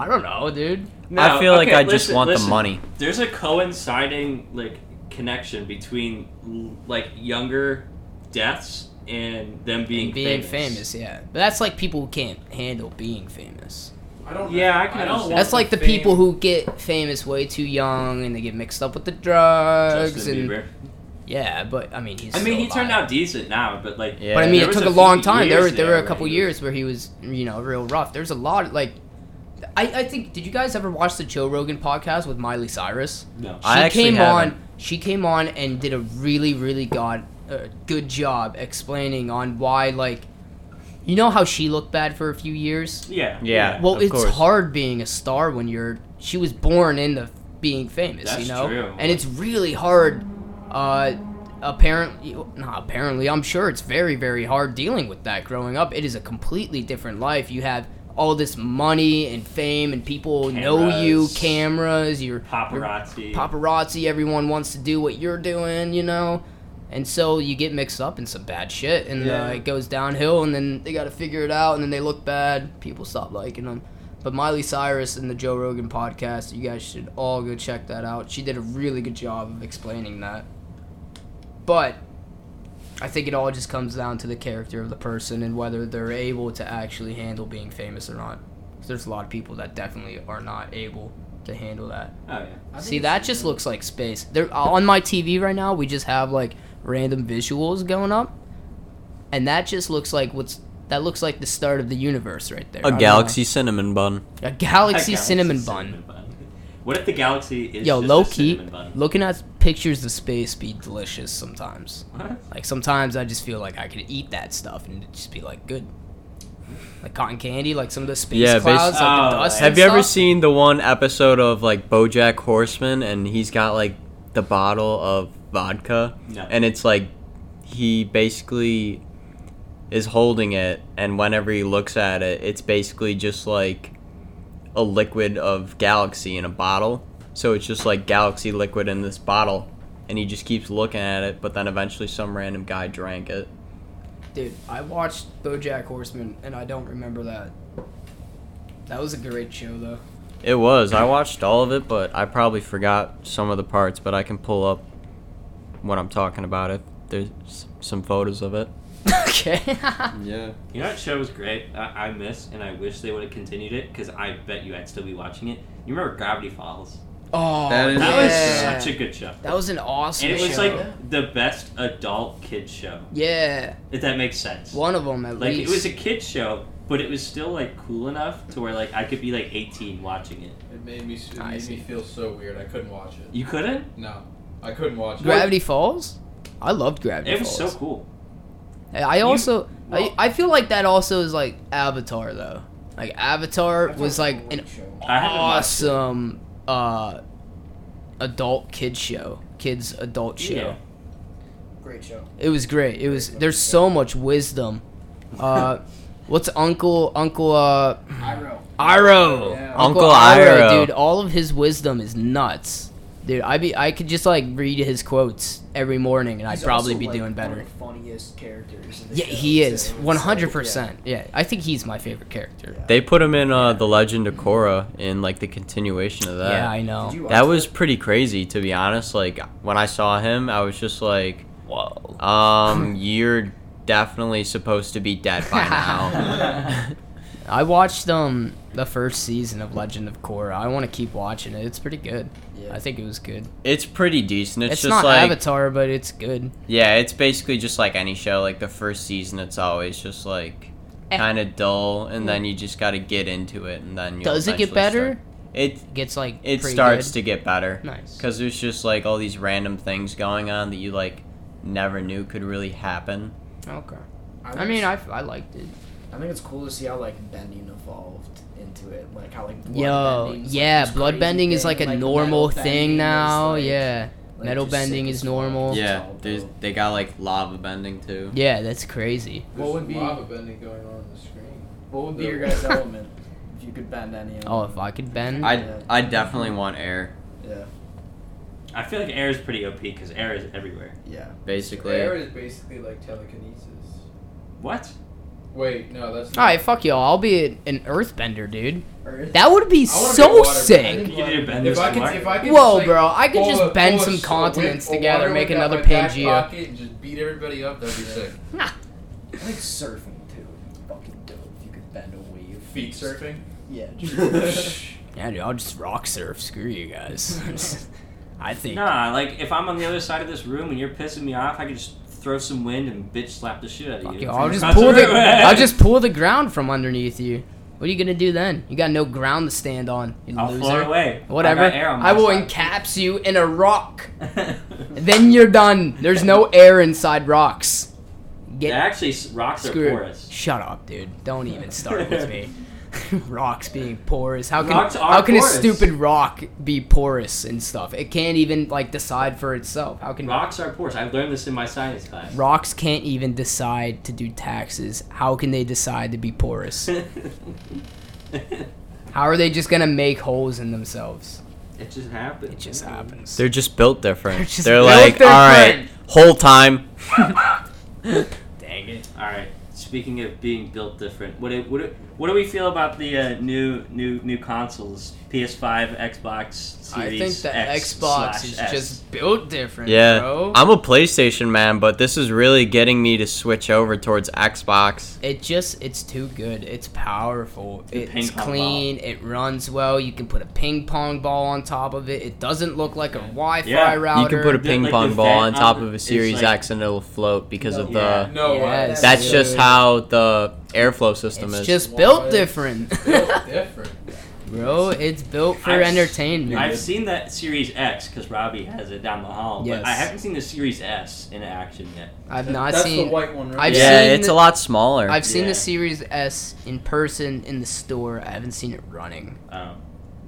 [SPEAKER 1] I don't know, dude.
[SPEAKER 4] No,
[SPEAKER 2] I feel like
[SPEAKER 4] okay,
[SPEAKER 2] I just
[SPEAKER 4] listen-
[SPEAKER 2] want
[SPEAKER 4] listen.
[SPEAKER 2] the money.
[SPEAKER 4] There's a coinciding like connection between l- like younger deaths and them being
[SPEAKER 1] Being
[SPEAKER 4] famous.
[SPEAKER 1] famous, yeah. But that's like people who can't handle being famous.
[SPEAKER 5] I don't.
[SPEAKER 4] Yeah, I can
[SPEAKER 5] don't
[SPEAKER 4] understand.
[SPEAKER 5] want
[SPEAKER 1] That's like the
[SPEAKER 5] fame.
[SPEAKER 1] people who get famous way too young and they get mixed up with the drugs
[SPEAKER 4] Justin
[SPEAKER 1] and
[SPEAKER 4] Bieber.
[SPEAKER 1] yeah. But I mean, he's.
[SPEAKER 4] I mean,
[SPEAKER 1] still
[SPEAKER 4] he turned
[SPEAKER 1] alive.
[SPEAKER 4] out decent now, but like,
[SPEAKER 2] Yeah.
[SPEAKER 1] But I mean,
[SPEAKER 4] There
[SPEAKER 1] it
[SPEAKER 4] was
[SPEAKER 1] took
[SPEAKER 4] a
[SPEAKER 1] a long
[SPEAKER 4] few
[SPEAKER 1] time. There, were
[SPEAKER 4] years
[SPEAKER 1] there were a
[SPEAKER 4] there
[SPEAKER 1] couple
[SPEAKER 4] where he
[SPEAKER 1] years where he was, you know, real rough. There's a lot of, like, I, I think. Did you guys ever watch the Joe Rogan podcast with Miley Cyrus?
[SPEAKER 4] no.
[SPEAKER 2] I actually
[SPEAKER 1] came
[SPEAKER 2] haven't.
[SPEAKER 1] on. She came on and did a really, really god, uh, good job explaining on why, like, you know how she looked bad for a few years.
[SPEAKER 4] Yeah.
[SPEAKER 2] Yeah.
[SPEAKER 1] Well,
[SPEAKER 2] of
[SPEAKER 1] it's
[SPEAKER 2] course.
[SPEAKER 1] hard being a star when you're. She was born into being famous,
[SPEAKER 4] That's
[SPEAKER 1] you know,
[SPEAKER 4] true.
[SPEAKER 1] and it's really hard. Uh, apparently, not apparently. I'm sure it's very, very hard dealing with that growing up. It is a completely different life. You have all this money and fame, and people know you.
[SPEAKER 4] Cameras.
[SPEAKER 1] Cameras, you're
[SPEAKER 4] Paparazzi.
[SPEAKER 1] paparazzi. Everyone wants to do what you're doing, you know. And so you get mixed up in some bad shit, and uh,
[SPEAKER 4] Yeah.
[SPEAKER 1] it goes downhill, and then they got to figure it out, and then they look bad. People stop liking them. But Miley Cyrus and the Joe Rogan podcast, you guys should all go check that out. She did a really good job of explaining that. But I think it all just comes down to the character of the person and whether they're able to actually handle being famous or not. 'Cause there's a lot of people that definitely are not able to handle that.
[SPEAKER 4] oh
[SPEAKER 5] I
[SPEAKER 4] yeah.
[SPEAKER 5] think
[SPEAKER 1] See,
[SPEAKER 5] it's-
[SPEAKER 1] that just looks like space. There on my TV right now, we just have like random visuals going up, and that just looks like what's that looks like the start of the universe right there. I
[SPEAKER 2] A
[SPEAKER 1] don't know.
[SPEAKER 2] galaxy cinnamon bun.
[SPEAKER 1] a galaxy
[SPEAKER 4] Galaxy
[SPEAKER 1] cinnamon bun.
[SPEAKER 4] What if the galaxy is
[SPEAKER 1] Yo,
[SPEAKER 4] just
[SPEAKER 1] low
[SPEAKER 4] a
[SPEAKER 1] key,
[SPEAKER 4] cinnamon bun?
[SPEAKER 1] looking at pictures of space be delicious sometimes.
[SPEAKER 4] What?
[SPEAKER 1] Like sometimes I just feel like I could eat that stuff and it'd just be like good. Like cotton candy, like some of the space
[SPEAKER 2] Yeah, basi-
[SPEAKER 1] clouds, like the
[SPEAKER 4] Oh,
[SPEAKER 1] dust.
[SPEAKER 4] Some
[SPEAKER 2] Have
[SPEAKER 1] and
[SPEAKER 2] you ever
[SPEAKER 1] stuff.
[SPEAKER 2] seen the one episode of like BoJack Horseman and he's got like the bottle of vodka
[SPEAKER 4] No.
[SPEAKER 2] and it's like he basically is holding it and whenever he looks at it it's basically just like a liquid of galaxy in a bottle. So it's just like galaxy liquid in this bottle and he just keeps looking at it but then eventually some random guy drank it.
[SPEAKER 1] Dude, I watched BoJack Horseman and I don't remember that. That was a great show though.
[SPEAKER 2] It was. I watched all of it, but I probably forgot some of the parts. But I can pull up what I'm talking about if there's s- some photos of it.
[SPEAKER 1] okay.
[SPEAKER 6] Yeah.
[SPEAKER 4] You know what show was great? I, I miss and I wish they would have continued it because I bet you I'd still be watching it. You remember Gravity Falls?
[SPEAKER 1] oh,
[SPEAKER 6] That is-
[SPEAKER 4] That
[SPEAKER 1] yeah.
[SPEAKER 4] was such a good show.
[SPEAKER 1] That was an awesome
[SPEAKER 4] And it was
[SPEAKER 1] show.
[SPEAKER 4] like the best adult kid show.
[SPEAKER 1] yeah,
[SPEAKER 4] If that makes sense.
[SPEAKER 1] one of them at
[SPEAKER 4] Like
[SPEAKER 1] least.
[SPEAKER 4] it was a kid show, but it was still like cool enough to where like I could be like 18 watching it.
[SPEAKER 5] It made me. It
[SPEAKER 1] I
[SPEAKER 5] made
[SPEAKER 1] see.
[SPEAKER 5] me feel so weird. I couldn't watch it.
[SPEAKER 4] You couldn't?
[SPEAKER 5] No, I couldn't watch it.
[SPEAKER 1] Gravity Falls. I loved Gravity
[SPEAKER 4] It was so
[SPEAKER 1] Falls.
[SPEAKER 4] cool.
[SPEAKER 1] I also,
[SPEAKER 4] well-
[SPEAKER 1] I, I feel like that also is like Avatar though. Like Avatar
[SPEAKER 8] That's
[SPEAKER 1] was
[SPEAKER 8] a
[SPEAKER 1] like
[SPEAKER 8] great
[SPEAKER 1] an
[SPEAKER 8] show.
[SPEAKER 4] I haven't watched it.
[SPEAKER 1] awesome uh, adult kid show, kids adult show.
[SPEAKER 4] Yeah.
[SPEAKER 8] Great show.
[SPEAKER 1] It was great. It was there's so much wisdom. Uh, what's Uncle Uncle uh,
[SPEAKER 8] Iroh.
[SPEAKER 1] Iro?
[SPEAKER 8] Yeah.
[SPEAKER 2] Uncle Iroh.
[SPEAKER 1] dude. All of his wisdom is nuts, dude. I be I could just like read his quotes every morning, and I'd
[SPEAKER 8] He's
[SPEAKER 1] probably
[SPEAKER 8] also,
[SPEAKER 1] be
[SPEAKER 8] like,
[SPEAKER 1] doing
[SPEAKER 8] One
[SPEAKER 1] better.
[SPEAKER 8] of the funniest characters. In the
[SPEAKER 1] Yeah,
[SPEAKER 8] show,
[SPEAKER 1] he is
[SPEAKER 8] too. It's
[SPEAKER 1] one hundred
[SPEAKER 8] like,
[SPEAKER 1] percent. Yeah, I think he's my favorite character.
[SPEAKER 8] Yeah.
[SPEAKER 2] They put him in uh, the Legend of Korra in like the continuation of
[SPEAKER 1] Yeah,
[SPEAKER 2] that.
[SPEAKER 1] I
[SPEAKER 8] yeah.
[SPEAKER 1] know.
[SPEAKER 8] Did you watch
[SPEAKER 2] that was pretty crazy to be honest. Like when I saw him, I was just like,
[SPEAKER 1] Whoa.
[SPEAKER 2] um, you're definitely supposed to be dead by now.
[SPEAKER 1] I watched um the first season of Legend of Korra. I want to keep watching it. It's pretty good.
[SPEAKER 8] Yeah.
[SPEAKER 1] I think it was good.
[SPEAKER 2] it's pretty decent. It's,
[SPEAKER 1] It's,
[SPEAKER 2] just
[SPEAKER 1] not
[SPEAKER 2] like
[SPEAKER 1] Avatar, but it's good.
[SPEAKER 2] Yeah, it's basically just like any show. Like the first season, it's always just like
[SPEAKER 1] Eh.
[SPEAKER 2] kind of dull, and then you just got to get into it, and then you
[SPEAKER 1] Does it get better?
[SPEAKER 2] It
[SPEAKER 1] Gets like
[SPEAKER 2] it
[SPEAKER 1] pretty
[SPEAKER 2] starts
[SPEAKER 1] good.
[SPEAKER 2] to get better
[SPEAKER 1] nice.
[SPEAKER 2] because there's just like all these random things going on that you like never knew could really happen.
[SPEAKER 1] Okay.
[SPEAKER 8] I,
[SPEAKER 1] I mean, I, I liked it.
[SPEAKER 8] I think it's cool to see how like bending evolved into it, like how like
[SPEAKER 1] Yo,
[SPEAKER 8] bloodbending's, like,
[SPEAKER 1] yeah,
[SPEAKER 8] this crazy
[SPEAKER 1] bloodbending is
[SPEAKER 8] thing,
[SPEAKER 1] like a
[SPEAKER 8] like,
[SPEAKER 1] normal
[SPEAKER 8] metal
[SPEAKER 1] thing
[SPEAKER 8] bending
[SPEAKER 1] now.
[SPEAKER 8] is, like-
[SPEAKER 1] yeah,
[SPEAKER 8] like,
[SPEAKER 1] metal
[SPEAKER 8] just sick
[SPEAKER 1] bending
[SPEAKER 8] as
[SPEAKER 1] is
[SPEAKER 8] fuck.
[SPEAKER 1] normal.
[SPEAKER 8] It's
[SPEAKER 2] Yeah,
[SPEAKER 8] all
[SPEAKER 2] there's
[SPEAKER 8] dope.
[SPEAKER 2] they got like lava bending too.
[SPEAKER 1] yeah, that's crazy.
[SPEAKER 5] What would be lava
[SPEAKER 8] lava
[SPEAKER 5] bending going on on the screen?
[SPEAKER 8] What would be your guys' element if you could bend any?
[SPEAKER 1] Oh,
[SPEAKER 8] element?
[SPEAKER 1] if I could bend,
[SPEAKER 2] I
[SPEAKER 8] Yeah.
[SPEAKER 2] I definitely want air.
[SPEAKER 8] yeah,
[SPEAKER 4] I feel like air is pretty OP because air is everywhere.
[SPEAKER 8] yeah.
[SPEAKER 2] Basically,
[SPEAKER 5] Air is basically like telekinesis.
[SPEAKER 4] What?
[SPEAKER 5] Wait, no, that's
[SPEAKER 1] All right, fuck y'all. I'll be an- an earthbender, dude.
[SPEAKER 8] Earth.
[SPEAKER 1] That would be
[SPEAKER 5] I wanna
[SPEAKER 1] so
[SPEAKER 5] be a water- I
[SPEAKER 1] sick.
[SPEAKER 5] think
[SPEAKER 4] You could
[SPEAKER 5] water-
[SPEAKER 4] do a bend
[SPEAKER 5] if
[SPEAKER 4] this
[SPEAKER 5] I could,
[SPEAKER 4] tomorrow.
[SPEAKER 5] if I could
[SPEAKER 1] Whoa,
[SPEAKER 5] just, like,
[SPEAKER 1] bro, I could
[SPEAKER 5] pull
[SPEAKER 1] just
[SPEAKER 5] a-
[SPEAKER 1] bend
[SPEAKER 5] pull a
[SPEAKER 1] some
[SPEAKER 5] s- a
[SPEAKER 1] continents
[SPEAKER 5] whip- a
[SPEAKER 1] together,
[SPEAKER 5] water
[SPEAKER 1] make
[SPEAKER 5] whip out
[SPEAKER 1] another
[SPEAKER 5] my back
[SPEAKER 1] Pangea.
[SPEAKER 5] pocket and Just beat everybody up. That'd be sick.
[SPEAKER 8] I like surfing too. It'd be Fucking dope. if You could bend a wave.
[SPEAKER 5] Feet surfing.
[SPEAKER 8] Yeah. just-
[SPEAKER 1] Yeah, dude, I'll just rock surf. Screw you guys. I think.
[SPEAKER 4] Nah, like if I'm on the other side of this room and you're pissing me off, I could just throw some wind and bitch slap the shit out of
[SPEAKER 1] Fuck
[SPEAKER 4] you.
[SPEAKER 1] you. I'll just
[SPEAKER 4] Across
[SPEAKER 1] pull the
[SPEAKER 4] room.
[SPEAKER 1] I'll just pull the ground from underneath you. What are you gonna do then? You got no ground to stand on, you
[SPEAKER 4] I'll
[SPEAKER 1] loser.
[SPEAKER 4] float away.
[SPEAKER 1] Whatever.
[SPEAKER 4] I, got air on my
[SPEAKER 1] I will encaps you in a rock. Then you're done. There's no air inside rocks.
[SPEAKER 4] They
[SPEAKER 1] Get
[SPEAKER 4] actually s- rocks are
[SPEAKER 1] screwed.
[SPEAKER 4] porous.
[SPEAKER 1] Shut up, dude. Don't even start with me. Rocks being porous. How can
[SPEAKER 4] Rocks are
[SPEAKER 1] how can
[SPEAKER 4] porous.
[SPEAKER 1] a stupid rock be porous and stuff? It can't even like decide for itself. How can
[SPEAKER 4] Rocks are porous. I learned this in my science class.
[SPEAKER 1] rocks can't even decide to do taxes? How can they decide to be porous?
[SPEAKER 4] it
[SPEAKER 1] How are they just gonna make holes in themselves?
[SPEAKER 4] just happened.
[SPEAKER 1] It just happens.
[SPEAKER 2] They're just built different.
[SPEAKER 1] They're
[SPEAKER 2] They're,
[SPEAKER 1] just built
[SPEAKER 2] like,
[SPEAKER 1] different."
[SPEAKER 2] all right, whole time.
[SPEAKER 1] Dang it.
[SPEAKER 4] All right. Speaking of being built different, what do, what do, what do we feel about the uh, new new new consoles? PS5, Xbox
[SPEAKER 1] I
[SPEAKER 4] Series
[SPEAKER 1] think the
[SPEAKER 4] X
[SPEAKER 1] Xbox
[SPEAKER 4] slash
[SPEAKER 1] is
[SPEAKER 4] S.
[SPEAKER 1] just built different,
[SPEAKER 2] Yeah,
[SPEAKER 1] bro.
[SPEAKER 2] I'm a PlayStation man, but this is really getting me to switch over towards Xbox.
[SPEAKER 1] it just it's too good. It's powerful.
[SPEAKER 4] The ping
[SPEAKER 1] It's
[SPEAKER 4] pong
[SPEAKER 1] clean. It runs well. You can put a ping pong ball on top of it. It doesn't look like a Wi-Fi
[SPEAKER 4] Yeah. You
[SPEAKER 1] router.
[SPEAKER 2] You can put a
[SPEAKER 4] Like
[SPEAKER 2] ping
[SPEAKER 4] the
[SPEAKER 2] pong
[SPEAKER 4] vent
[SPEAKER 2] ball on top
[SPEAKER 4] on-
[SPEAKER 2] of a
[SPEAKER 4] it's
[SPEAKER 2] Series
[SPEAKER 4] like-
[SPEAKER 2] X and it'll float because of the.
[SPEAKER 4] Yeah.
[SPEAKER 5] No, way.
[SPEAKER 1] Yes.
[SPEAKER 2] That's
[SPEAKER 1] Yeah.
[SPEAKER 2] just how the airflow system
[SPEAKER 1] It's
[SPEAKER 2] is.
[SPEAKER 1] just
[SPEAKER 5] Why?
[SPEAKER 1] built different,
[SPEAKER 5] Built different.
[SPEAKER 1] bro. It's built for
[SPEAKER 4] I've s-
[SPEAKER 1] entertainment.
[SPEAKER 4] I've seen that Series X because Robbie has it down the hall,
[SPEAKER 1] Yes.
[SPEAKER 4] but I haven't seen the Series S in action yet.
[SPEAKER 1] I've not
[SPEAKER 5] That's
[SPEAKER 1] seen.
[SPEAKER 5] the white one, right?
[SPEAKER 1] I've
[SPEAKER 2] yeah,
[SPEAKER 1] seen
[SPEAKER 2] it's
[SPEAKER 1] the-
[SPEAKER 2] a lot smaller.
[SPEAKER 1] I've seen
[SPEAKER 4] Yeah.
[SPEAKER 1] the Series S in person in the store. I haven't seen it running.
[SPEAKER 4] Um,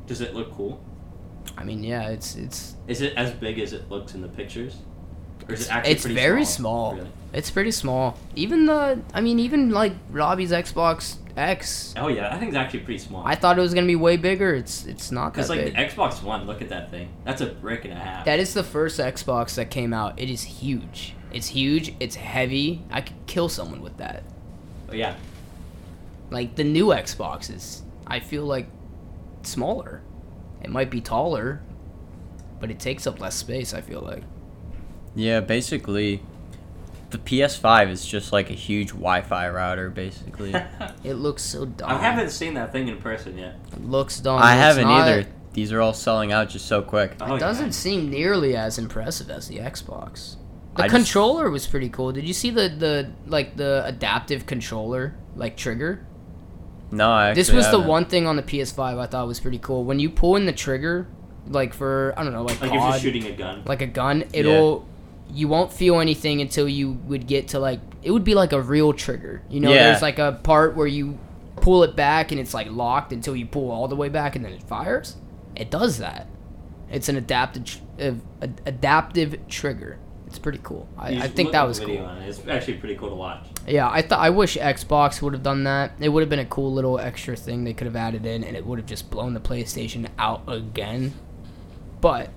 [SPEAKER 4] does it look cool?
[SPEAKER 1] I mean, yeah, it's it's
[SPEAKER 4] Is it as big as it looks in the pictures? Or is it actually
[SPEAKER 1] it's
[SPEAKER 4] pretty
[SPEAKER 1] very small.
[SPEAKER 4] Really?
[SPEAKER 1] It's pretty small. Even the, I mean, even like Robbie's Xbox X,
[SPEAKER 4] Oh yeah, I think it's actually pretty small.
[SPEAKER 1] I thought it was gonna be way bigger. It's it's not that
[SPEAKER 4] Because like
[SPEAKER 1] big.
[SPEAKER 4] the Xbox One, look at that thing. That's a brick and a half.
[SPEAKER 1] that is the first Xbox that came out. It is huge. It's huge. It's heavy. I could kill someone with that.
[SPEAKER 4] But yeah,
[SPEAKER 1] Like the new Xboxes, I feel like smaller. It might be taller, but it takes up less space. I feel like.
[SPEAKER 2] yeah, basically, the PS5 is just like a huge Wi-Fi router. Basically,
[SPEAKER 1] It looks so dumb.
[SPEAKER 4] I haven't seen that thing in person yet.
[SPEAKER 1] It looks dumb.
[SPEAKER 2] I
[SPEAKER 1] It's
[SPEAKER 2] haven't
[SPEAKER 1] not-
[SPEAKER 2] either. These are all selling out just so quick.
[SPEAKER 4] Oh,
[SPEAKER 1] It doesn't
[SPEAKER 4] yeah.
[SPEAKER 1] seem nearly as impressive as the Xbox. The
[SPEAKER 2] I just-
[SPEAKER 1] controller was pretty cool. Did you see the the like the adaptive controller like trigger?
[SPEAKER 2] No, I
[SPEAKER 1] This
[SPEAKER 2] actually
[SPEAKER 1] was the
[SPEAKER 2] haven't.
[SPEAKER 1] one thing on the PS5 I thought was pretty cool. When you pull in the trigger, like for I don't know, like,
[SPEAKER 4] Like if
[SPEAKER 1] COD,
[SPEAKER 4] you're shooting a gun.
[SPEAKER 1] like a gun, it'll you won't feel anything until you would get to like it would be like a real trigger. You know,
[SPEAKER 2] Yeah.
[SPEAKER 1] there's like a part where you pull it back and it's like locked until you pull all the way back and then it fires. It does that. It's an adaptive tr- uh, ad- adaptive trigger. It's pretty cool. I,
[SPEAKER 4] You
[SPEAKER 1] I
[SPEAKER 4] should
[SPEAKER 1] think
[SPEAKER 4] look
[SPEAKER 1] that
[SPEAKER 4] up a
[SPEAKER 1] was
[SPEAKER 4] video
[SPEAKER 1] cool.
[SPEAKER 4] on it. It's actually pretty cool to watch.
[SPEAKER 1] Yeah, I thought I wish Xbox would have done that. It would have been a cool little extra thing they could have added in, and it would have just blown the PlayStation out again. But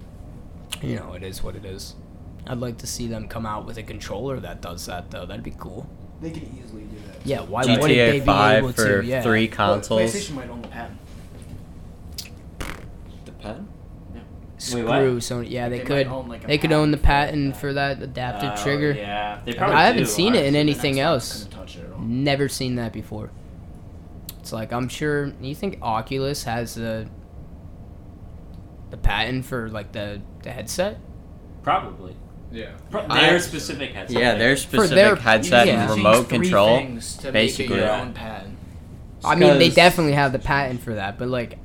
[SPEAKER 1] you know, it is what it is. I'd like to see them come out with a controller that does that though. That'd be cool.
[SPEAKER 8] They could easily do that.
[SPEAKER 1] Yeah, why wouldn't they
[SPEAKER 2] GTA
[SPEAKER 1] be able
[SPEAKER 2] 5
[SPEAKER 1] to?
[SPEAKER 2] for
[SPEAKER 1] Yeah.
[SPEAKER 2] three
[SPEAKER 8] Well,
[SPEAKER 2] consoles.
[SPEAKER 8] PlayStation might own the patent.
[SPEAKER 2] Depend.
[SPEAKER 1] Screw
[SPEAKER 4] what?
[SPEAKER 1] Sony. Yeah, they,
[SPEAKER 8] They might
[SPEAKER 1] could.
[SPEAKER 8] own, like, a
[SPEAKER 1] they could own the
[SPEAKER 8] patent
[SPEAKER 1] patent
[SPEAKER 8] for
[SPEAKER 1] for that adaptive
[SPEAKER 4] Oh,
[SPEAKER 1] trigger.
[SPEAKER 4] Yeah, they probably
[SPEAKER 1] I haven't
[SPEAKER 4] do,
[SPEAKER 1] seen it in
[SPEAKER 4] honestly.
[SPEAKER 1] anything
[SPEAKER 8] The Xbox
[SPEAKER 1] else.
[SPEAKER 8] couldn't touch it at all.
[SPEAKER 1] Never seen that before. It's like I'm sure you think Oculus has the the patent for like the, the headset?
[SPEAKER 4] Probably.
[SPEAKER 5] Yeah.
[SPEAKER 4] Pro-
[SPEAKER 2] I-
[SPEAKER 4] their specific headset.
[SPEAKER 2] Yeah, their specific
[SPEAKER 1] their-
[SPEAKER 2] headset
[SPEAKER 1] yeah.
[SPEAKER 2] and
[SPEAKER 1] Using
[SPEAKER 2] remote control.
[SPEAKER 8] basically
[SPEAKER 2] basically.
[SPEAKER 8] your own patent.
[SPEAKER 1] I mean they
[SPEAKER 2] Because-
[SPEAKER 1] definitely have the patent for that, but like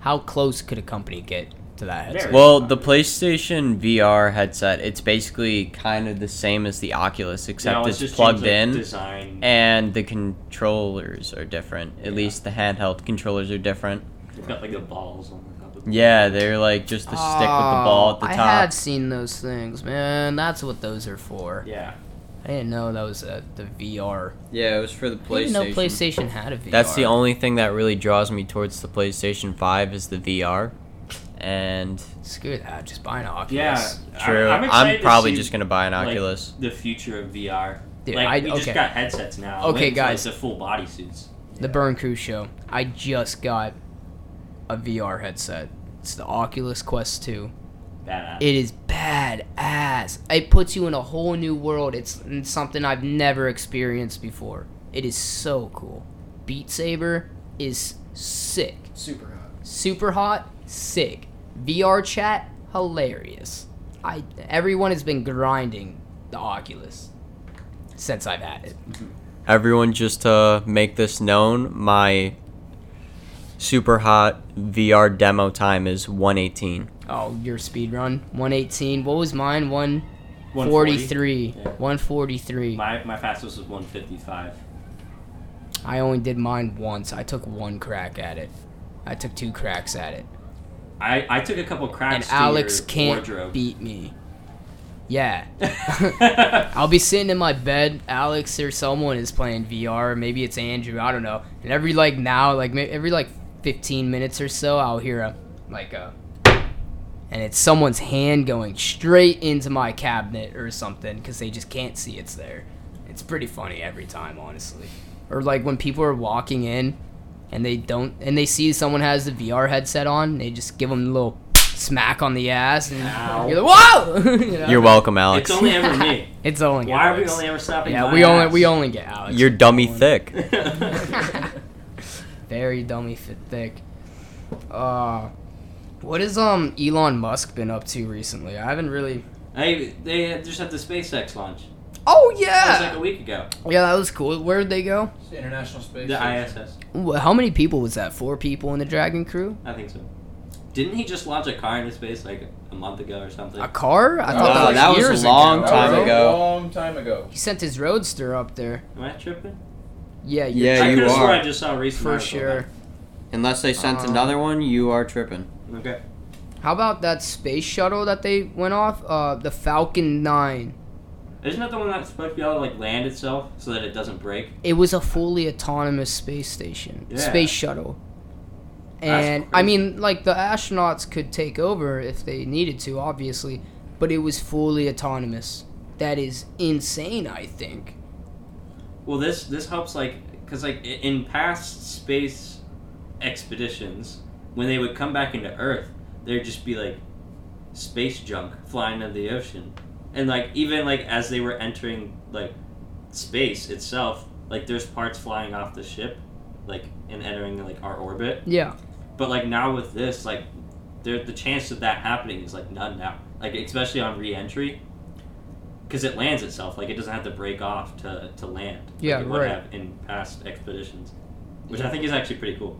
[SPEAKER 1] how close could a company get to that headset?
[SPEAKER 4] Very.
[SPEAKER 2] Well, the PlayStation VR headset, it's basically kind of the same as the Oculus,
[SPEAKER 4] You know,
[SPEAKER 2] except it's
[SPEAKER 4] just
[SPEAKER 2] plugged
[SPEAKER 4] changed,
[SPEAKER 2] in
[SPEAKER 4] like, Design.
[SPEAKER 2] and the controllers are different. At least the handheld controllers are different.
[SPEAKER 4] They've got like the balls on the top of
[SPEAKER 2] Yeah, they're like just the stick with the ball at the
[SPEAKER 1] Oh,
[SPEAKER 2] top.
[SPEAKER 1] I had seen those things, man. That's what those are for.
[SPEAKER 4] Yeah.
[SPEAKER 1] I didn't know that was uh, the VR.
[SPEAKER 2] Yeah, it was for the
[SPEAKER 1] I didn't know PlayStation had a VR.
[SPEAKER 2] That's the only thing that really draws me towards the PlayStation 5 is the VR. And
[SPEAKER 1] Screw that. Just buy an Oculus.
[SPEAKER 4] Yeah. I-
[SPEAKER 2] true,
[SPEAKER 4] I'm,
[SPEAKER 2] I'm,
[SPEAKER 4] excited to
[SPEAKER 2] probably
[SPEAKER 4] see
[SPEAKER 2] just going to buy an
[SPEAKER 4] like,
[SPEAKER 2] Oculus.
[SPEAKER 4] the future of VR.
[SPEAKER 1] Dude,
[SPEAKER 4] like
[SPEAKER 1] I,
[SPEAKER 4] we
[SPEAKER 1] okay.
[SPEAKER 4] just got headsets now.
[SPEAKER 1] Okay,
[SPEAKER 4] Lynn's,
[SPEAKER 1] guys.
[SPEAKER 4] Like, the full body suits.
[SPEAKER 1] The Burn Crew show. I just got a VR headset. It's the Oculus Quest 2.
[SPEAKER 4] Badass.
[SPEAKER 1] It is badass. It puts you in a whole new world. It's it's something I've never experienced before. It is so cool. Beat Saber is sick.
[SPEAKER 8] Super hot.
[SPEAKER 1] Super hot, sick. VR chat, hilarious. I everyone has been grinding the Oculus since I've had it.
[SPEAKER 2] everyone just to make this known my super hot vr demo time is 118
[SPEAKER 1] Oh, your speed run 118. What was mine?
[SPEAKER 4] 140.
[SPEAKER 1] 143.
[SPEAKER 4] Yeah.
[SPEAKER 1] 143.
[SPEAKER 4] My my fastest was 155.
[SPEAKER 1] I only did mine once. I took one crack at it. I took two cracks at it.
[SPEAKER 4] I, I took a couple cracks.
[SPEAKER 1] And
[SPEAKER 4] to
[SPEAKER 1] Alex
[SPEAKER 4] your
[SPEAKER 1] can't
[SPEAKER 4] wardrobe.
[SPEAKER 1] beat me. Yeah. I'll be sitting in my bed. Alex or someone is playing VR. Maybe it's Andrew. I don't know. And every like now, like ma- every like 15 minutes or so, I'll hear a like a, and it's someone's hand going straight into my cabinet or something because they just can't see it's there. It's pretty funny every time, honestly. Or like when people are walking in, and they don't, and they see someone has the VR headset on, they just give them a little smack on the ass, and
[SPEAKER 4] Ow.
[SPEAKER 1] you're like, whoa! You know?
[SPEAKER 2] you're welcome
[SPEAKER 4] It's
[SPEAKER 2] alex
[SPEAKER 4] only ever me.
[SPEAKER 1] It's only.
[SPEAKER 4] Why are we
[SPEAKER 1] Alex.
[SPEAKER 4] only ever stopping?
[SPEAKER 1] Yeah,
[SPEAKER 4] my
[SPEAKER 1] we only
[SPEAKER 4] ass?
[SPEAKER 1] we only get Alex.
[SPEAKER 2] you're dummy thick
[SPEAKER 1] very dummy fit thick. Uh, what has um Elon Musk been up to recently? I haven't really.
[SPEAKER 4] I, they just had the SpaceX launch.
[SPEAKER 1] Oh
[SPEAKER 4] That was like
[SPEAKER 1] yeah,
[SPEAKER 4] a week ago.
[SPEAKER 1] yeah, that was cool. Where did they go?
[SPEAKER 5] It's the International Space
[SPEAKER 4] The
[SPEAKER 5] Station.
[SPEAKER 4] ISS.
[SPEAKER 1] Wh- How many people was that? Four people in the Dragon crew?
[SPEAKER 4] I think so. Didn't he just launch a car into space like a month ago or something?
[SPEAKER 1] A car? I thought
[SPEAKER 5] Wow,
[SPEAKER 1] that was
[SPEAKER 2] that was
[SPEAKER 1] years
[SPEAKER 2] long
[SPEAKER 1] ago.
[SPEAKER 5] That
[SPEAKER 2] time
[SPEAKER 5] was a
[SPEAKER 2] ago.
[SPEAKER 5] Long time ago.
[SPEAKER 1] He sent his Roadster up there.
[SPEAKER 4] Am I tripping?
[SPEAKER 1] Yeah, you're
[SPEAKER 2] Yeah,
[SPEAKER 4] I
[SPEAKER 1] right,
[SPEAKER 2] you
[SPEAKER 4] could have
[SPEAKER 2] are.
[SPEAKER 4] sworn I just saw a recent
[SPEAKER 1] for
[SPEAKER 4] article
[SPEAKER 1] sure.
[SPEAKER 4] about
[SPEAKER 2] unless they sent
[SPEAKER 4] Uh,
[SPEAKER 1] Uh-huh.
[SPEAKER 2] another one you are tripping
[SPEAKER 4] it. Okay.
[SPEAKER 1] How about that space shuttle that they went off? Uh, the Falcon Nine.
[SPEAKER 4] Isn't that the one that's supposed to be able to like land itself so that it doesn't break?
[SPEAKER 1] it was a fully autonomous space station,
[SPEAKER 4] Yeah.
[SPEAKER 1] space shuttle.
[SPEAKER 4] That's
[SPEAKER 1] And I
[SPEAKER 4] crazy.
[SPEAKER 1] mean, like the astronauts could take over if they needed to, obviously, but it was fully autonomous. That is insane. I think.
[SPEAKER 4] Well, this this helps like because like i- in past space expeditions, when they would come back into Earth, there'd just be like space junk flying into the ocean, and like even like as they were entering like space itself, like there's parts flying off the ship, like and entering like our orbit.
[SPEAKER 1] Yeah.
[SPEAKER 4] But like now with this, like there the chance of that happening is like none now. Like especially on re-entry, because it lands itself. Like it doesn't have to break off to to land. like
[SPEAKER 1] Yeah,
[SPEAKER 4] it would
[SPEAKER 1] right.
[SPEAKER 4] Have in past expeditions, which I think is actually pretty cool.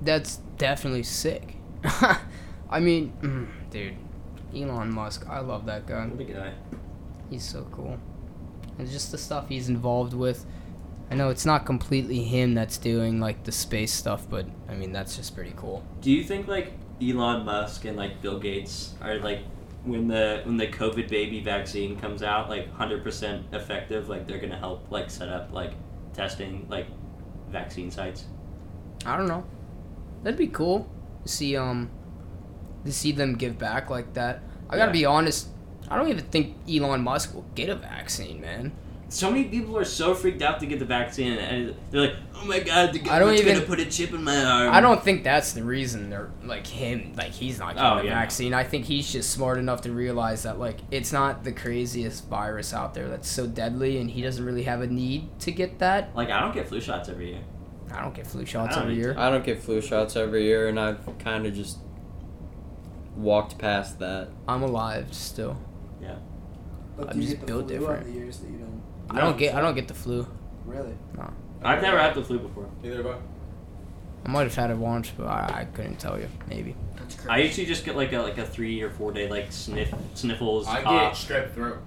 [SPEAKER 1] That's definitely sick. I mean, mm, dude, Elon Musk, I love that guy.
[SPEAKER 4] What a guy.
[SPEAKER 1] He's so cool. And just the stuff he's involved with. I know it's not completely him that's doing like the space stuff, but I mean that's just pretty cool.
[SPEAKER 4] Do you think like Elon Musk and like Bill Gates are like when the when the COVID baby vaccine comes out, like hundred percent effective? Like they're gonna help like set up like testing like vaccine sites.
[SPEAKER 1] I don't know. That'd be cool to see um to see them give back like that. I gotta
[SPEAKER 4] Yeah.
[SPEAKER 1] be honest, I don't even think Elon Musk will get a vaccine, man.
[SPEAKER 4] So many people are so freaked out to get the vaccine, and they're like, "Oh my god, the
[SPEAKER 1] I don't
[SPEAKER 4] government's
[SPEAKER 1] even-
[SPEAKER 4] gonna put a chip in my arm."
[SPEAKER 1] I don't think that's the reason they're like him, like he's not getting
[SPEAKER 4] Oh,
[SPEAKER 1] a
[SPEAKER 4] yeah.
[SPEAKER 1] vaccine. I think he's just smart enough to realize that like it's not the craziest virus out there that's so deadly and he doesn't really have a need to get that.
[SPEAKER 4] like. I don't get flu shots every year.
[SPEAKER 1] I don't get flu shots
[SPEAKER 4] I don't
[SPEAKER 1] every
[SPEAKER 4] need
[SPEAKER 1] year.
[SPEAKER 2] i don't get flu shots every year and i've kind of just walked past that
[SPEAKER 1] I'm alive still.
[SPEAKER 8] But
[SPEAKER 1] I'm
[SPEAKER 8] do you
[SPEAKER 1] just
[SPEAKER 8] get the
[SPEAKER 1] built
[SPEAKER 8] flu
[SPEAKER 1] different.
[SPEAKER 8] on the years that you don't
[SPEAKER 1] I don't get I don't get the flu.
[SPEAKER 8] really.
[SPEAKER 4] I've never had the flu before.
[SPEAKER 5] Neither have I.
[SPEAKER 1] I might have had it once, but I, I couldn't tell you. Maybe.
[SPEAKER 8] That's
[SPEAKER 4] I usually just get like a like a three or four day like sniff sniffles.
[SPEAKER 5] I get
[SPEAKER 4] cough.
[SPEAKER 5] strep throat.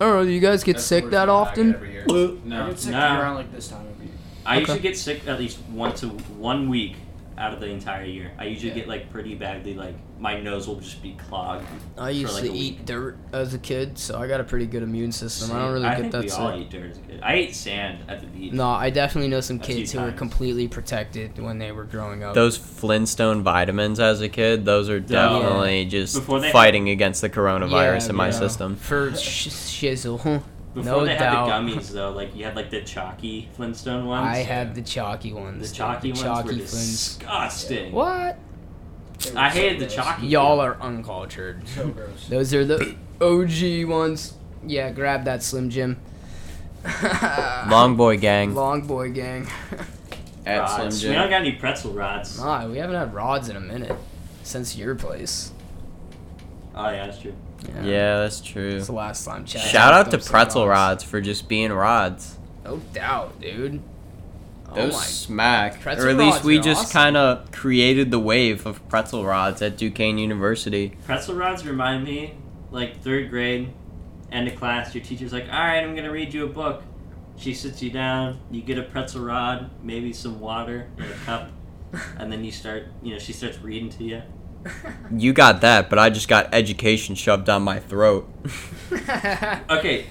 [SPEAKER 1] I don't know. Do you guys get
[SPEAKER 5] That's the
[SPEAKER 1] sick
[SPEAKER 5] worst
[SPEAKER 1] that
[SPEAKER 5] thing I get
[SPEAKER 1] often?
[SPEAKER 5] every year.
[SPEAKER 8] I
[SPEAKER 5] No.
[SPEAKER 8] get sick
[SPEAKER 4] Nah.
[SPEAKER 8] around like this time of year.
[SPEAKER 4] I
[SPEAKER 1] Okay.
[SPEAKER 4] usually get sick at least once a one week out of the entire year. I usually
[SPEAKER 5] Yeah.
[SPEAKER 4] get like pretty badly like my nose will just be clogged.
[SPEAKER 1] I used
[SPEAKER 4] like,
[SPEAKER 1] to
[SPEAKER 4] a
[SPEAKER 1] eat
[SPEAKER 4] week.
[SPEAKER 1] dirt as a kid, so I got a pretty good immune system. I don't really
[SPEAKER 4] I
[SPEAKER 1] get
[SPEAKER 4] think
[SPEAKER 1] that
[SPEAKER 4] we
[SPEAKER 1] sick.
[SPEAKER 4] all eat dirt as a kid. I ate sand at the beach.
[SPEAKER 1] No, I definitely know some
[SPEAKER 4] A few
[SPEAKER 1] kids who were
[SPEAKER 4] times.
[SPEAKER 1] completely protected when they were growing up.
[SPEAKER 2] those Flintstone vitamins as a kid, those are
[SPEAKER 4] Yeah.
[SPEAKER 2] definitely just
[SPEAKER 4] Before they-
[SPEAKER 2] fighting against the coronavirus
[SPEAKER 1] Yeah,
[SPEAKER 2] in my
[SPEAKER 1] yeah.
[SPEAKER 2] system.
[SPEAKER 1] for sh- shizzle.
[SPEAKER 4] Before
[SPEAKER 1] No
[SPEAKER 4] they
[SPEAKER 1] doubt.
[SPEAKER 4] had the gummies though, like you had like the chalky Flintstone ones.
[SPEAKER 1] I had the chalky ones.
[SPEAKER 4] the chalky, ones were
[SPEAKER 1] chalky Flintstones.
[SPEAKER 4] disgusting.
[SPEAKER 1] What?
[SPEAKER 8] They were
[SPEAKER 4] I
[SPEAKER 8] so
[SPEAKER 4] hated the
[SPEAKER 8] gross.
[SPEAKER 4] chalky.
[SPEAKER 1] Y'all are uncultured.
[SPEAKER 8] So gross.
[SPEAKER 1] Those are the OG ones. Yeah, grab that Slim Jim.
[SPEAKER 2] Long boy gang.
[SPEAKER 1] Ah. Long boy gang.
[SPEAKER 6] At Slim
[SPEAKER 4] rods. We
[SPEAKER 6] Jim.
[SPEAKER 4] don't got any pretzel rods. Oh
[SPEAKER 1] Ah, we haven't had rods in a minute since your place.
[SPEAKER 4] Oh, yeah, that's true.
[SPEAKER 2] Yeah, that's true.
[SPEAKER 1] It's the last time. Chad
[SPEAKER 2] Shout out
[SPEAKER 1] hooked
[SPEAKER 2] to
[SPEAKER 1] up some
[SPEAKER 2] Pretzel Rods for just being rods.
[SPEAKER 1] No doubt, dude. Oh
[SPEAKER 2] Those
[SPEAKER 1] my.
[SPEAKER 2] smack.
[SPEAKER 1] Pretzel
[SPEAKER 2] or at least
[SPEAKER 1] rods
[SPEAKER 2] we
[SPEAKER 1] are
[SPEAKER 2] just
[SPEAKER 1] awesome.
[SPEAKER 2] kind of created the wave of pretzel rods at Duquesne University.
[SPEAKER 4] Pretzel rods remind me, like third grade, end of class, your teacher's like, all right, I'm gonna read you a book. She sits you down, you get a pretzel rod, maybe some water in a cup, and then you start, you know, she starts reading to you.
[SPEAKER 2] You got that, but I just got education shoved down my throat.
[SPEAKER 4] Okay,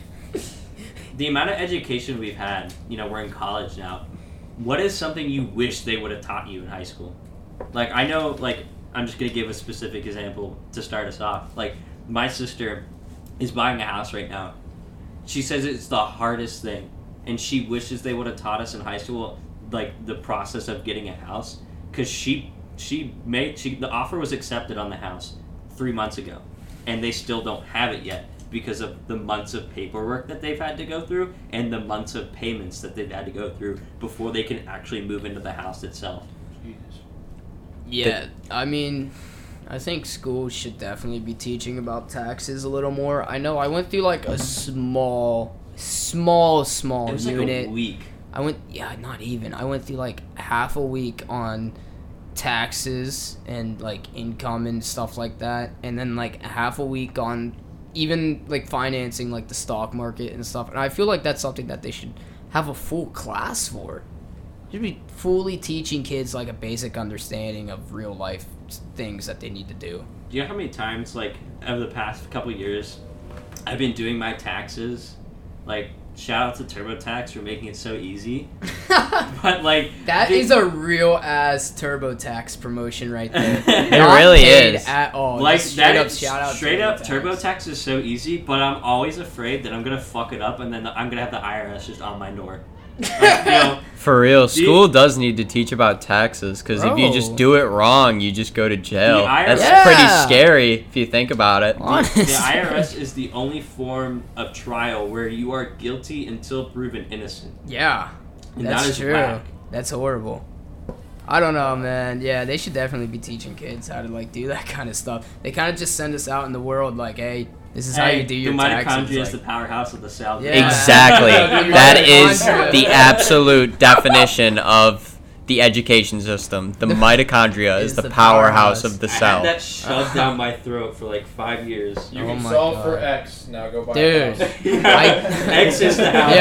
[SPEAKER 4] the amount of education we've had, you know, we're in college now. What is something you wish they would have taught you in high school? Like, I know, like, I'm just gonna give a specific example to start us off. Like, my sister is buying a house right now. She says it's the hardest thing, and she wishes they would have taught us in high school, like, the process of getting a house. Because she, she made, she, the offer was accepted on the house three months ago, and they still don't have it yet because of the months of paperwork that they've had to go through and the months of payments that they've had to go through before they can actually move into the house itself.
[SPEAKER 5] Jesus.
[SPEAKER 1] Yeah, I mean, I think school should definitely be teaching about taxes a little more. I know I went through like a small, small, small
[SPEAKER 4] It was like
[SPEAKER 1] unit.
[SPEAKER 4] a week.
[SPEAKER 1] I went, yeah, not even. I went through like half a week on taxes and like income and stuff like that, and then like half a week on even like financing, like the stock market and stuff. And I feel like that's something that they should have a full class for. Should be fully teaching kids like a basic understanding of real life s- things that they need to do.
[SPEAKER 4] Do you know how many times, like, over the past couple years, I've been doing my taxes? Like, shout out to TurboTax for making it so easy. but, like,
[SPEAKER 1] That
[SPEAKER 4] dude,
[SPEAKER 1] is a real ass TurboTax promotion right there.
[SPEAKER 4] It
[SPEAKER 1] Not
[SPEAKER 2] really
[SPEAKER 1] paid
[SPEAKER 2] is.
[SPEAKER 1] At all.
[SPEAKER 4] like
[SPEAKER 1] Just
[SPEAKER 4] that
[SPEAKER 1] straight up
[SPEAKER 4] is-
[SPEAKER 1] shout out
[SPEAKER 4] Oh, straight up
[SPEAKER 1] TurboTax.
[SPEAKER 4] TurboTax is so easy, but I'm always afraid that I'm gonna fuck it up and then I'm gonna have the IRS just on my door. Like, you know,
[SPEAKER 2] For real,
[SPEAKER 4] Do you-
[SPEAKER 2] school does need to teach about taxes because if you
[SPEAKER 1] Bro.
[SPEAKER 2] just do it wrong, you just go to jail.
[SPEAKER 4] The IRS
[SPEAKER 2] That's
[SPEAKER 1] Yeah.
[SPEAKER 2] pretty scary if you think about it.
[SPEAKER 4] The IRS is the only form of trial where you are guilty until proven innocent.
[SPEAKER 1] Yeah,
[SPEAKER 4] And
[SPEAKER 1] that's
[SPEAKER 4] that is
[SPEAKER 1] true.
[SPEAKER 4] whack.
[SPEAKER 1] That's horrible. I don't know, man. Yeah, they should definitely be teaching kids how to like do that kind of stuff. They kind of just send us out in the world like, hey, this is how
[SPEAKER 4] Hey,
[SPEAKER 1] you do your
[SPEAKER 4] the mitochondria is
[SPEAKER 1] taxes.
[SPEAKER 4] the
[SPEAKER 1] Like,
[SPEAKER 4] powerhouse of the cell.
[SPEAKER 1] Yeah.
[SPEAKER 2] Exactly.
[SPEAKER 1] Yeah.
[SPEAKER 2] that is
[SPEAKER 1] Mitochondria.
[SPEAKER 2] the absolute definition of the education system. The mitochondria is, the, powerhouse, of the
[SPEAKER 4] I had
[SPEAKER 2] cell.
[SPEAKER 4] that shoved down my throat for like five years.
[SPEAKER 5] You
[SPEAKER 1] Oh
[SPEAKER 5] can
[SPEAKER 1] my
[SPEAKER 5] solve for
[SPEAKER 1] God.
[SPEAKER 5] X. Now go buy
[SPEAKER 1] Dude.
[SPEAKER 5] A house.
[SPEAKER 4] X is the house.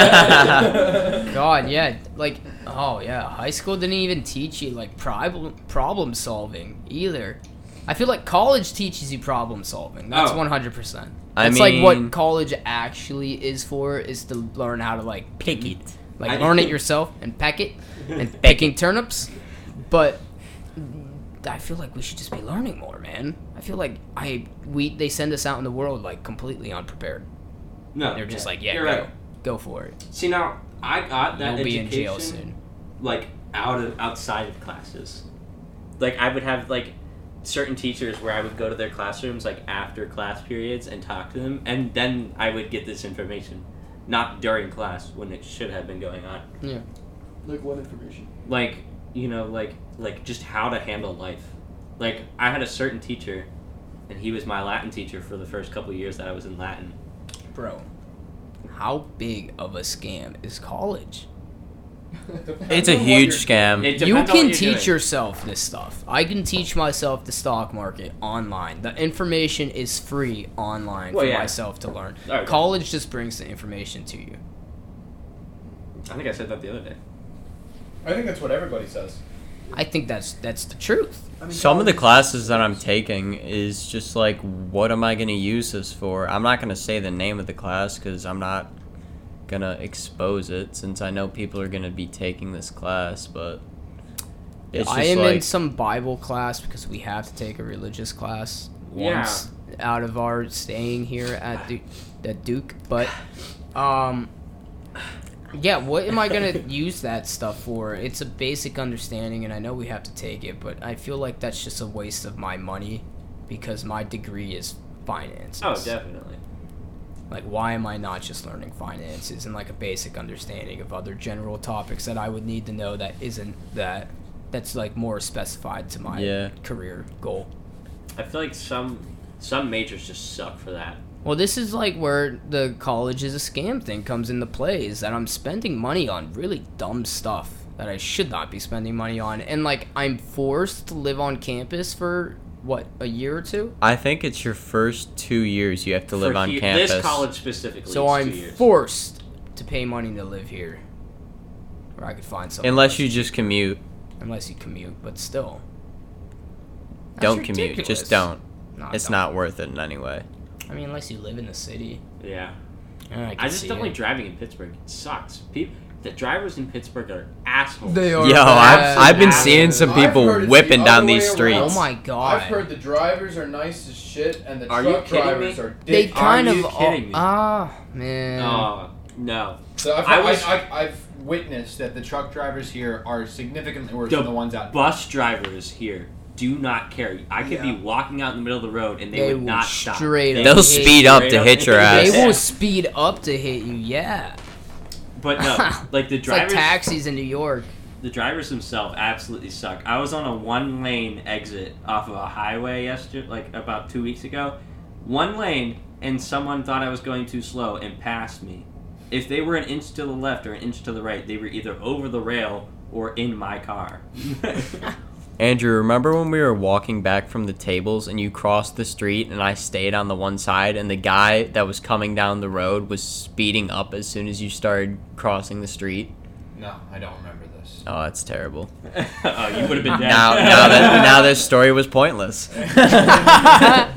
[SPEAKER 2] Yeah.
[SPEAKER 1] God, yeah, like, oh yeah, high school didn't even teach you like problem problem solving either. I feel like college teaches you problem solving. That's
[SPEAKER 4] Oh.
[SPEAKER 1] one hundred percent.
[SPEAKER 2] I
[SPEAKER 1] That's like what
[SPEAKER 2] mean-
[SPEAKER 1] college actually is for is to learn how to like pick it, like
[SPEAKER 4] I-
[SPEAKER 1] learn it yourself and peck it, and picking turnips. But I feel like we should just be learning more, man. I feel like I we they send us out in the world like completely unprepared.
[SPEAKER 4] no,
[SPEAKER 1] They're just like, yeah,
[SPEAKER 4] you're
[SPEAKER 1] go,
[SPEAKER 4] right.
[SPEAKER 1] go for it.
[SPEAKER 4] See now, I got that
[SPEAKER 1] You'll be
[SPEAKER 4] education
[SPEAKER 1] in jail soon.
[SPEAKER 4] like out of outside of classes. Like I would have like certain teachers where I would go to their classrooms like after class periods and talk to them, and then I would get this information, not during class when it should have been going on.
[SPEAKER 1] Yeah.
[SPEAKER 4] Like what information? Like you know, like like just how to handle life. Like I had a certain teacher, and he was my Latin teacher for the first couple of years that I was in Latin.
[SPEAKER 1] Bro, how big of a scam is college?
[SPEAKER 2] it's a huge scam.
[SPEAKER 4] It
[SPEAKER 1] Um, you
[SPEAKER 4] depends
[SPEAKER 1] can
[SPEAKER 4] on what you're
[SPEAKER 1] teach
[SPEAKER 4] doing.
[SPEAKER 1] yourself this stuff. I can teach myself the stock market online. The information is free online
[SPEAKER 4] Well,
[SPEAKER 1] for
[SPEAKER 4] yeah.
[SPEAKER 1] myself to learn.
[SPEAKER 4] Okay.
[SPEAKER 1] College just brings the information to you.
[SPEAKER 4] I think I said that the other day.
[SPEAKER 5] I think that's what everybody says.
[SPEAKER 1] I think that's that's the truth.
[SPEAKER 8] I mean,
[SPEAKER 2] Some of the
[SPEAKER 8] college-
[SPEAKER 2] classes that I'm taking is just like, what am I going to use this for? I'm not going to say the name of the class because I'm not going to expose it since I know people are going to be taking this class, but it's just
[SPEAKER 1] I am
[SPEAKER 2] like,
[SPEAKER 1] in some Bible class because we have to take a religious class
[SPEAKER 4] Yeah.
[SPEAKER 1] once out of our staying here at Duke, at Duke. But Um, yeah, what am I gonna use that stuff for? It's a basic understanding, and I know we have to take it, but I feel like that's just a waste of my money because my degree is finance.
[SPEAKER 4] Oh, definitely.
[SPEAKER 1] Like, why am I not just learning finances and like a basic understanding of other general topics that I would need to know that isn't that? That's like more specified to my
[SPEAKER 2] Yeah.
[SPEAKER 1] career goal.
[SPEAKER 4] I feel like some some majors just suck for that.
[SPEAKER 1] Well, this is like where the college is a scam thing comes into play is that I'm spending money on really dumb stuff that I should not be spending money on. And like, I'm forced to live on campus for what, a year or two?
[SPEAKER 2] I think it's your first two years you have to live
[SPEAKER 4] For
[SPEAKER 2] on
[SPEAKER 4] he-
[SPEAKER 2] campus.
[SPEAKER 4] This college specifically.
[SPEAKER 1] So
[SPEAKER 4] it's
[SPEAKER 1] I'm
[SPEAKER 4] two years.
[SPEAKER 1] forced to pay money to live here. Or I could find something.
[SPEAKER 2] Unless
[SPEAKER 1] else.
[SPEAKER 2] you just commute.
[SPEAKER 1] Unless you commute, but still. That's
[SPEAKER 2] don't commute.
[SPEAKER 1] ridiculous.
[SPEAKER 2] Just don't.
[SPEAKER 1] No,
[SPEAKER 2] It's
[SPEAKER 1] don't.
[SPEAKER 2] not worth it in any way.
[SPEAKER 1] I mean, unless you live in the city.
[SPEAKER 4] Yeah.
[SPEAKER 1] And I, can
[SPEAKER 4] I just
[SPEAKER 1] see
[SPEAKER 4] don't
[SPEAKER 1] it.
[SPEAKER 4] like driving in Pittsburgh. It sucks. People, the drivers in Pittsburgh are assholes.
[SPEAKER 1] They are.
[SPEAKER 2] Yo, I've,
[SPEAKER 1] bad.
[SPEAKER 2] I've been
[SPEAKER 4] Absolutely.
[SPEAKER 2] seeing some
[SPEAKER 5] I've
[SPEAKER 2] people
[SPEAKER 5] heard it's the
[SPEAKER 2] whipping
[SPEAKER 5] other
[SPEAKER 2] down
[SPEAKER 5] way
[SPEAKER 2] these
[SPEAKER 5] around.
[SPEAKER 2] streets.
[SPEAKER 1] Oh my god.
[SPEAKER 5] I've heard the drivers are nice as shit, and the
[SPEAKER 4] Are you
[SPEAKER 5] truck
[SPEAKER 4] kidding
[SPEAKER 5] drivers
[SPEAKER 4] me?
[SPEAKER 5] are
[SPEAKER 1] They
[SPEAKER 5] dick.
[SPEAKER 1] kind
[SPEAKER 4] Are
[SPEAKER 1] of
[SPEAKER 4] you kidding me?
[SPEAKER 1] ah man.
[SPEAKER 4] Oh no.
[SPEAKER 5] So I've,
[SPEAKER 4] I
[SPEAKER 5] I
[SPEAKER 4] was-
[SPEAKER 5] I, I, have witnessed that the truck drivers here are significantly worse
[SPEAKER 4] The
[SPEAKER 5] than the ones out.
[SPEAKER 4] Bus drivers here do not care. I could be walking out in the middle of the road and they,
[SPEAKER 1] They
[SPEAKER 4] would
[SPEAKER 1] will
[SPEAKER 4] not stop.
[SPEAKER 1] straight
[SPEAKER 4] They
[SPEAKER 1] up
[SPEAKER 2] They'll
[SPEAKER 4] would
[SPEAKER 1] Straight
[SPEAKER 2] speed up to
[SPEAKER 4] up.
[SPEAKER 2] hit your
[SPEAKER 4] They
[SPEAKER 1] They
[SPEAKER 2] ass.
[SPEAKER 1] will
[SPEAKER 4] Yeah.
[SPEAKER 1] speed up to hit you, yeah.
[SPEAKER 4] But no, like the
[SPEAKER 1] It's like
[SPEAKER 4] drivers,
[SPEAKER 1] taxis in New York.
[SPEAKER 4] the drivers themselves absolutely suck. I was on a one lane exit off of a highway yesterday, like about two weeks ago, one lane, and someone thought I was going too slow and passed me. If they were an inch to the left or an inch to the right, they were either over the rail or in my car. Oh,
[SPEAKER 2] Andrew, remember when we were walking back from the tables and you crossed the street and I stayed on the one side and the guy that was coming down the road was speeding up as soon as you started crossing the street?
[SPEAKER 5] No, I don't remember this.
[SPEAKER 2] Oh, that's terrible.
[SPEAKER 4] oh, you would have been dead.
[SPEAKER 2] Now, now that now this story was pointless.
[SPEAKER 1] Yeah,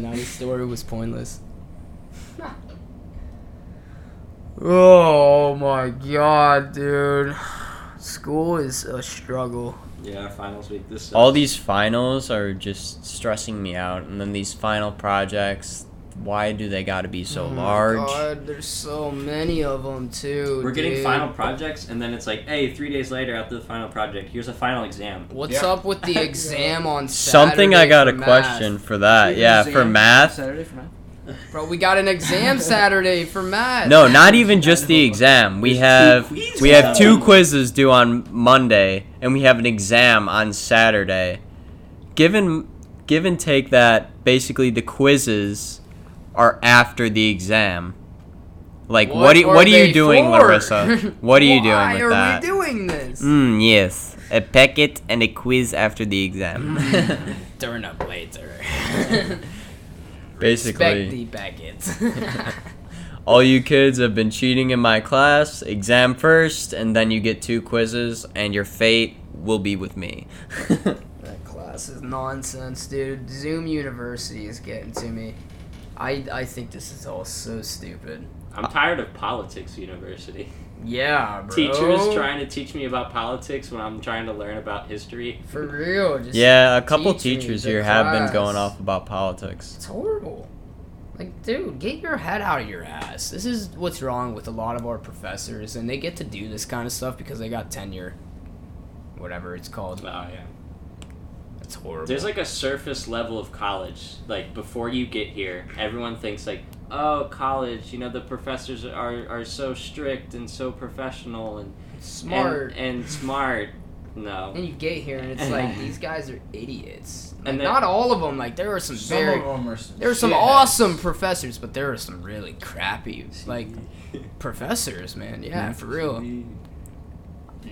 [SPEAKER 1] now this story was pointless. oh my god, dude. School is a struggle.
[SPEAKER 4] yeah, finals week. This
[SPEAKER 2] All
[SPEAKER 4] sucks.
[SPEAKER 2] these finals are just stressing me out, and then these final projects. Why do they got to be so large?
[SPEAKER 1] Oh God, there's so many of them too.
[SPEAKER 4] We're getting
[SPEAKER 1] dude.
[SPEAKER 4] final projects, and then it's like, hey, three days later after the final project, here's a final exam.
[SPEAKER 1] What's
[SPEAKER 5] Yeah.
[SPEAKER 1] up with the exam on
[SPEAKER 2] Something
[SPEAKER 1] Saturday
[SPEAKER 2] I got a
[SPEAKER 1] for math?
[SPEAKER 2] question for that.
[SPEAKER 1] Uh,
[SPEAKER 7] Exam
[SPEAKER 2] Yeah, for math.
[SPEAKER 7] Saturday for math.
[SPEAKER 1] Bro, we got an exam Saturday for math.
[SPEAKER 2] No, not even just the exam. We have
[SPEAKER 4] quizzes.
[SPEAKER 2] we have two quizzes due on Monday, and we have an exam on Saturday. Given give and take that basically the quizzes are after the exam. Like what
[SPEAKER 1] What
[SPEAKER 2] do,
[SPEAKER 1] are
[SPEAKER 2] what are
[SPEAKER 1] they
[SPEAKER 2] you doing,
[SPEAKER 1] for?
[SPEAKER 2] Larissa? What are you doing
[SPEAKER 1] Why
[SPEAKER 2] with
[SPEAKER 1] are
[SPEAKER 2] that?
[SPEAKER 1] we doing this?
[SPEAKER 2] Mm, yes, a packet and a quiz after the exam.
[SPEAKER 1] Turn up later. Back
[SPEAKER 2] basically,
[SPEAKER 1] the packets.
[SPEAKER 2] all you kids have been cheating in my class. Exam first, and then you get two quizzes, and your fate will be with me.
[SPEAKER 1] that class is nonsense, dude. Zoom University is getting to me. I, I think this is all so stupid.
[SPEAKER 4] I'm tired of politics university.
[SPEAKER 1] Yeah, bro.
[SPEAKER 4] Teachers trying to teach me about politics when I'm trying to learn about history.
[SPEAKER 1] For real. Just,
[SPEAKER 2] Yeah, a couple
[SPEAKER 1] teaching
[SPEAKER 2] teachers
[SPEAKER 1] the
[SPEAKER 2] here have been
[SPEAKER 1] class.
[SPEAKER 2] going off about politics.
[SPEAKER 1] It's horrible. Like, dude, get your head out of your ass. This is what's wrong with a lot of our professors, and they get to do this kind of stuff because they got tenure. Whatever it's
[SPEAKER 4] Oh
[SPEAKER 1] called.
[SPEAKER 4] yeah.
[SPEAKER 1] It's horrible.
[SPEAKER 4] There's like a surface level of college. Like before you get here, everyone thinks like, oh, college. You know, the professors are are so strict and so professional and
[SPEAKER 1] Smart.
[SPEAKER 4] and, and smart. No.
[SPEAKER 1] And you get here, and it's like these guys are idiots. Like,
[SPEAKER 4] And they're-
[SPEAKER 1] not all of them. Like there are some,
[SPEAKER 5] Some
[SPEAKER 1] very
[SPEAKER 5] of them are. some
[SPEAKER 1] there are some
[SPEAKER 5] shitheads.
[SPEAKER 1] awesome professors, but there are some really crappy like professors, man. Yeah, for real.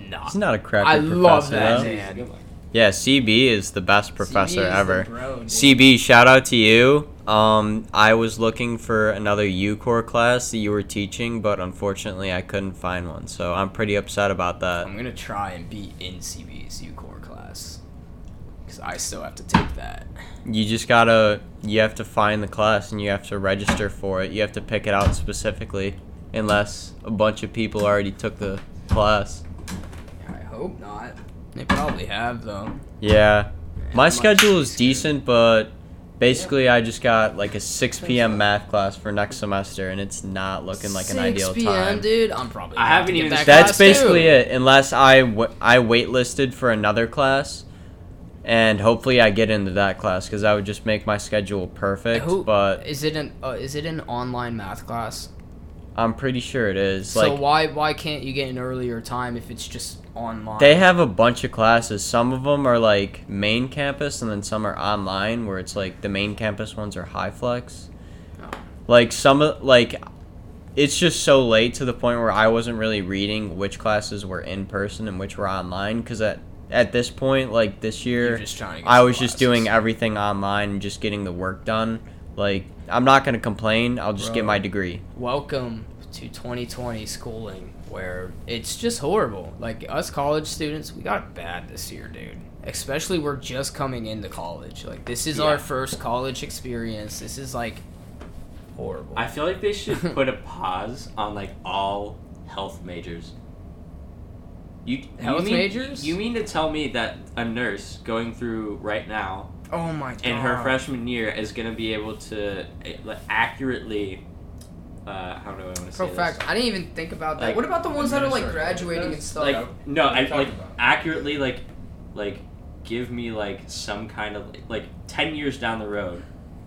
[SPEAKER 1] Nah.
[SPEAKER 2] He's not a crappy
[SPEAKER 1] I
[SPEAKER 2] professor.
[SPEAKER 1] love that
[SPEAKER 2] though.
[SPEAKER 1] man.
[SPEAKER 2] Yeah, CB is the best
[SPEAKER 1] CB
[SPEAKER 2] professor
[SPEAKER 1] is the
[SPEAKER 2] ever.
[SPEAKER 1] bro, dude.
[SPEAKER 2] CB, shout out to you. Um, I was looking for another UCore class that you were teaching, but unfortunately I couldn't find one. So I'm pretty upset about that.
[SPEAKER 1] I'm gonna try and be in CB's UCore class because I still have to take that.
[SPEAKER 2] You just gotta, you have to find the class and you have to register for it. You have to pick it out specifically, unless a bunch of people already took the class.
[SPEAKER 1] I hope not. They probably have though.
[SPEAKER 2] Yeah.
[SPEAKER 1] Yeah,
[SPEAKER 2] My
[SPEAKER 1] much
[SPEAKER 2] schedule is
[SPEAKER 1] easier.
[SPEAKER 2] decent, but Basically, I just got like a 6 p.m. math class for next semester, and it's not looking like an
[SPEAKER 1] 6
[SPEAKER 2] ideal
[SPEAKER 1] PM,
[SPEAKER 2] time.
[SPEAKER 1] dude. I'm probably.
[SPEAKER 4] I
[SPEAKER 1] gonna have
[SPEAKER 4] haven't
[SPEAKER 1] to get
[SPEAKER 4] even-
[SPEAKER 1] That
[SPEAKER 2] That's
[SPEAKER 1] class,
[SPEAKER 2] basically
[SPEAKER 1] too.
[SPEAKER 2] it, unless I wa- I waitlisted for another class, and hopefully I get into that class because that would just make my schedule perfect.
[SPEAKER 1] Who-
[SPEAKER 2] But
[SPEAKER 1] is it an uh, is it an online math class?
[SPEAKER 2] I'm pretty sure it is.
[SPEAKER 1] so
[SPEAKER 2] like
[SPEAKER 1] why why can't you get an earlier time if it's just online?
[SPEAKER 2] they have a bunch of classes. Some of them are like main campus, and then some are online, where it's like the main campus ones are high flex.
[SPEAKER 1] Oh.
[SPEAKER 2] Like some of like, it's just so late to the point where I wasn't really reading which classes were in person and which were online because at at this point, like this year,
[SPEAKER 7] You're just trying to get
[SPEAKER 2] I
[SPEAKER 7] some
[SPEAKER 2] was just
[SPEAKER 7] classes.
[SPEAKER 2] doing everything online and just getting the work done. Like, I'm not gonna complain. I'll just get
[SPEAKER 1] Bro.
[SPEAKER 2] my degree.
[SPEAKER 1] Welcome to 2020 schooling, where it's just horrible. Like us college students, we got it bad this year, dude. Especially we're just coming into college. Like this is our first college experience. This is like horrible.
[SPEAKER 4] I feel like they should put a pause on like all health majors. You
[SPEAKER 1] Health
[SPEAKER 4] you mean,
[SPEAKER 1] majors?
[SPEAKER 4] You mean to tell me that a nurse going through right now
[SPEAKER 1] oh my god.
[SPEAKER 4] in her freshman year is going to be able to eh, like, accurately? Uh, how do I want to say
[SPEAKER 1] Pro
[SPEAKER 4] this?
[SPEAKER 1] fact, I didn't even think about that.
[SPEAKER 4] Like,
[SPEAKER 1] what about the ones that are like
[SPEAKER 5] administrative
[SPEAKER 1] graduating and
[SPEAKER 5] those,
[SPEAKER 1] stuff?
[SPEAKER 4] Like no,
[SPEAKER 5] What are
[SPEAKER 4] I
[SPEAKER 5] you talking
[SPEAKER 4] like
[SPEAKER 5] about?
[SPEAKER 4] accurately like like give me like some kind of like ten years down the road,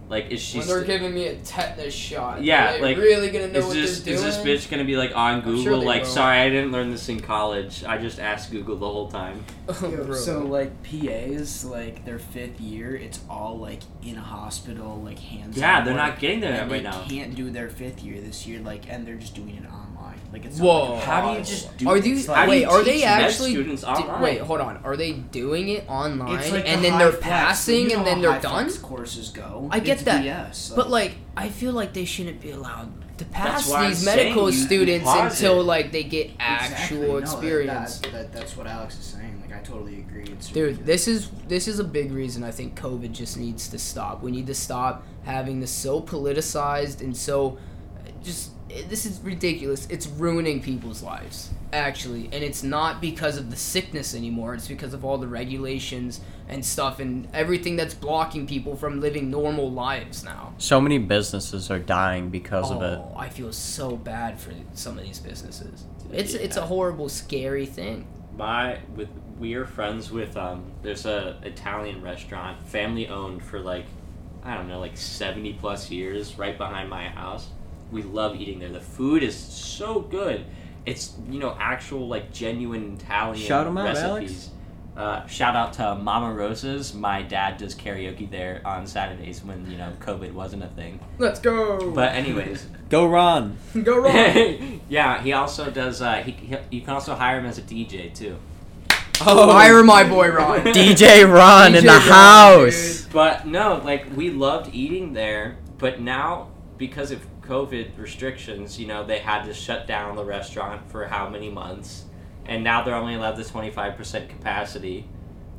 [SPEAKER 4] like is she
[SPEAKER 1] when they're
[SPEAKER 4] st-
[SPEAKER 1] giving me a tetanus shot.
[SPEAKER 4] Yeah,
[SPEAKER 1] are they
[SPEAKER 4] like,
[SPEAKER 1] really gonna know
[SPEAKER 4] Is
[SPEAKER 1] what
[SPEAKER 4] this
[SPEAKER 1] they're
[SPEAKER 4] is
[SPEAKER 1] doing.
[SPEAKER 4] this bitch gonna be like on
[SPEAKER 1] sure
[SPEAKER 4] Google?
[SPEAKER 1] they
[SPEAKER 4] like,
[SPEAKER 1] will.
[SPEAKER 4] sorry, I didn't learn this in college. I just asked Google the whole time.
[SPEAKER 1] Oh,
[SPEAKER 7] Yo,
[SPEAKER 1] bro.
[SPEAKER 7] so like PAs, like their fifth year, it's all like in a hospital, like hands.
[SPEAKER 4] Yeah, they're not getting there
[SPEAKER 7] and
[SPEAKER 4] right
[SPEAKER 7] they
[SPEAKER 4] now.
[SPEAKER 7] can't do their fifth year this year, like, and they're just doing it online. Like, it's
[SPEAKER 1] Whoa.
[SPEAKER 7] Not, like, a
[SPEAKER 4] How do you
[SPEAKER 7] pause.
[SPEAKER 4] just do?
[SPEAKER 1] are
[SPEAKER 4] this?
[SPEAKER 1] these
[SPEAKER 4] How do
[SPEAKER 1] wait?
[SPEAKER 4] you
[SPEAKER 1] Are
[SPEAKER 4] teach
[SPEAKER 1] they
[SPEAKER 4] med
[SPEAKER 1] actually?
[SPEAKER 4] students
[SPEAKER 1] di-
[SPEAKER 4] online?
[SPEAKER 1] wait, hold on. Are they doing it online
[SPEAKER 7] It's like
[SPEAKER 1] and
[SPEAKER 7] the
[SPEAKER 1] then they're
[SPEAKER 7] high flex,
[SPEAKER 1] passing
[SPEAKER 7] but you
[SPEAKER 1] and
[SPEAKER 7] know
[SPEAKER 1] then they're
[SPEAKER 7] high
[SPEAKER 1] done?
[SPEAKER 7] flex Courses go.
[SPEAKER 1] I get
[SPEAKER 7] it's
[SPEAKER 1] that,
[SPEAKER 7] BS,
[SPEAKER 1] But like, I feel like they shouldn't be allowed to pass
[SPEAKER 4] why I'm
[SPEAKER 1] these
[SPEAKER 4] saying
[SPEAKER 1] medical
[SPEAKER 4] you- you
[SPEAKER 1] students
[SPEAKER 4] pause
[SPEAKER 1] until
[SPEAKER 4] it.
[SPEAKER 1] like they get
[SPEAKER 7] Exactly,
[SPEAKER 1] actual
[SPEAKER 7] no, that-
[SPEAKER 1] experience.
[SPEAKER 7] That, that, that's what Alex is saying. Like, I totally agree. It's
[SPEAKER 1] Dude, this is this is a big reason I think COVID just needs to stop. We need to stop having this so politicized and so just this is ridiculous. It's ruining people's lives actually, and it's not because of the sickness anymore. It's because of all the regulations and stuff and everything that's blocking people from living normal lives now.
[SPEAKER 2] So many businesses are dying because of it.
[SPEAKER 1] Oh, I feel so bad for some of these businesses. It's it's a horrible, scary thing.
[SPEAKER 4] my with we are friends with um there's a Italian restaurant family owned for like I don't know like 70 plus years right behind my house. We love eating there. The food is so good. It's you know actual like genuine Italian
[SPEAKER 2] Shout 'em out,
[SPEAKER 4] recipes. Uh, shout out to Mama Rosa's. My dad does karaoke there on Saturdays when you know COVID wasn't a thing.
[SPEAKER 1] Let's go.
[SPEAKER 4] But anyways,
[SPEAKER 2] Go Ron.
[SPEAKER 1] go
[SPEAKER 4] yeah, he also does. Uh, he, he you can also hire him as a DJ too.
[SPEAKER 1] Oh, hire my boy Ron.
[SPEAKER 2] DJ Ron
[SPEAKER 1] DJ
[SPEAKER 2] in the
[SPEAKER 1] Ron,
[SPEAKER 2] house.
[SPEAKER 4] But no, like we loved eating there, but now because of COVID restrictions, you know, they had to shut down the restaurant for how many months, and now they're only allowed the twenty five percent capacity,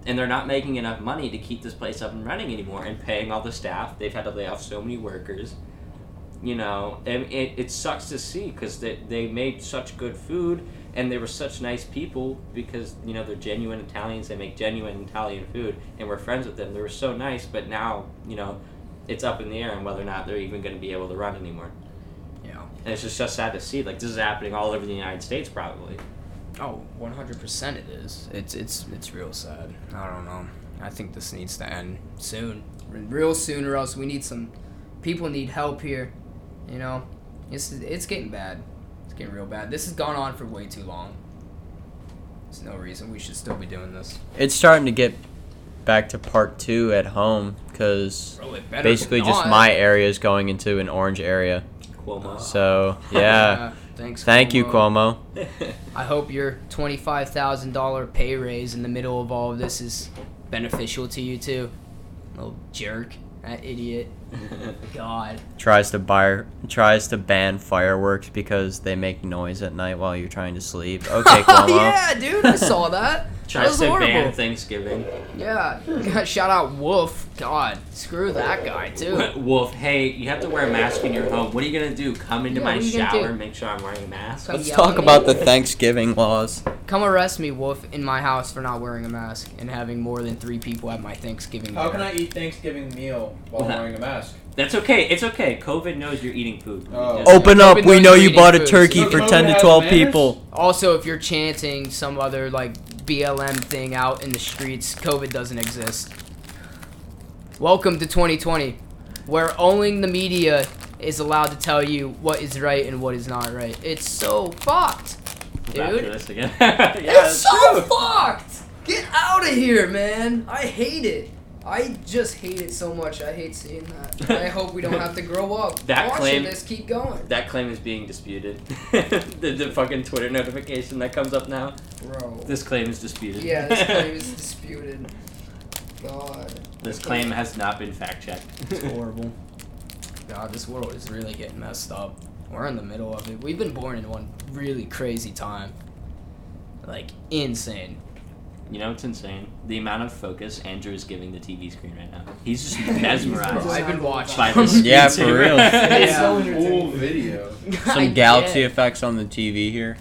[SPEAKER 4] and they're not making enough money to keep this place up and running anymore, and paying all the staff. They've had to lay off so many workers. You know, and it, it sucks to see because they, they made such good food and they were such nice people because you know they're genuine Italians. They make genuine Italian food, and we're friends with them. They were so nice, but now you know it's up in the air and whether or not they're even going to be able to run anymore.
[SPEAKER 1] Yeah.
[SPEAKER 4] And it's just so sad to see. Like this is happening all over the United States, probably.
[SPEAKER 1] Oh, 100% it is. It's it's it's real sad. I don't know. I think this needs to end soon. Real soon or else we need some people need help here, you know. It's it's getting bad. It's getting real bad. This has gone on for way too long. There's no reason we should still be doing this.
[SPEAKER 2] It's starting to get back to part two at home because
[SPEAKER 1] Bro, it better be
[SPEAKER 2] basically just
[SPEAKER 1] not.
[SPEAKER 2] my area is going into an orange area.
[SPEAKER 4] Cuomo.
[SPEAKER 2] So yeah.
[SPEAKER 1] thanks.
[SPEAKER 2] Thank you, Cuomo.
[SPEAKER 1] I hope your twenty-five thousand dollar pay raise in the middle of all of this is beneficial to you too. Little jerk, that idiot. God.
[SPEAKER 2] Tries to buy, tries to ban fireworks because they make noise at night while you're trying to sleep. Okay,
[SPEAKER 1] Oh,
[SPEAKER 2] Cuomo.
[SPEAKER 1] yeah, dude, I saw that. that
[SPEAKER 4] Tries
[SPEAKER 1] was
[SPEAKER 4] to ban
[SPEAKER 1] horrible.
[SPEAKER 4] Thanksgiving.
[SPEAKER 1] Yeah. Shout out Wolf. God, screw that guy too.
[SPEAKER 4] Wolf, hey, you have to wear a mask in your home. What are you gonna do? Come into
[SPEAKER 1] Yeah,
[SPEAKER 4] my
[SPEAKER 1] what are you gonna
[SPEAKER 4] shower
[SPEAKER 1] do?
[SPEAKER 4] and make sure I'm wearing a mask?
[SPEAKER 1] Come
[SPEAKER 2] Let's
[SPEAKER 1] yell
[SPEAKER 2] talk
[SPEAKER 1] at me.
[SPEAKER 2] about the Thanksgiving laws.
[SPEAKER 1] Come arrest me, Wolf, in my house for not wearing a mask and having more than three people at my Thanksgiving dinner.
[SPEAKER 5] How can I eat Thanksgiving meal while
[SPEAKER 4] Nah.
[SPEAKER 5] wearing a mask?
[SPEAKER 4] That's okay. It's okay. COVID knows you're eating food.
[SPEAKER 5] Oh.
[SPEAKER 4] Just-
[SPEAKER 2] Open up.
[SPEAKER 1] Open
[SPEAKER 2] We
[SPEAKER 1] those
[SPEAKER 2] know you
[SPEAKER 1] greeting
[SPEAKER 2] bought a
[SPEAKER 1] foods.
[SPEAKER 2] turkey
[SPEAKER 5] Look,
[SPEAKER 2] for
[SPEAKER 5] COVID
[SPEAKER 2] 10 to
[SPEAKER 5] has
[SPEAKER 2] 12
[SPEAKER 5] manners?
[SPEAKER 2] people.
[SPEAKER 1] Also, if you're chanting some other like BLM thing out in the streets, COVID doesn't exist. Welcome to 2020, where only the media is allowed to tell you what is right and what is not right. It's so fucked,
[SPEAKER 4] Back to
[SPEAKER 1] dude.
[SPEAKER 4] this again. yeah,
[SPEAKER 1] It's
[SPEAKER 4] that's
[SPEAKER 1] so
[SPEAKER 4] true.
[SPEAKER 1] fucked. Get out of here, man. I hate it. I just hate it so much. I hate seeing that. I hope we don't have to grow up.
[SPEAKER 4] That
[SPEAKER 1] watching
[SPEAKER 4] claim-
[SPEAKER 1] this keep going,
[SPEAKER 4] That claim is being disputed. the, the fucking Twitter notification that comes up now.
[SPEAKER 1] bro.
[SPEAKER 4] This claim is disputed.
[SPEAKER 1] Yeah, this claim is disputed. God.
[SPEAKER 4] This claim has not been fact checked.
[SPEAKER 1] horrible. God, this world is really getting messed up. We're in the middle of it. We've been born in one really crazy time. Like, insane.
[SPEAKER 4] You know it's insane? The amount of focus Andrew is giving the TV screen right now. He's just mesmerized
[SPEAKER 1] I've been
[SPEAKER 4] by
[SPEAKER 1] watching.
[SPEAKER 4] this.
[SPEAKER 2] Yeah,
[SPEAKER 4] screen
[SPEAKER 2] for
[SPEAKER 4] saver.
[SPEAKER 2] real.
[SPEAKER 1] Yeah.
[SPEAKER 5] Full video.
[SPEAKER 1] I
[SPEAKER 2] Some galaxy
[SPEAKER 1] get
[SPEAKER 2] effects on the TV here.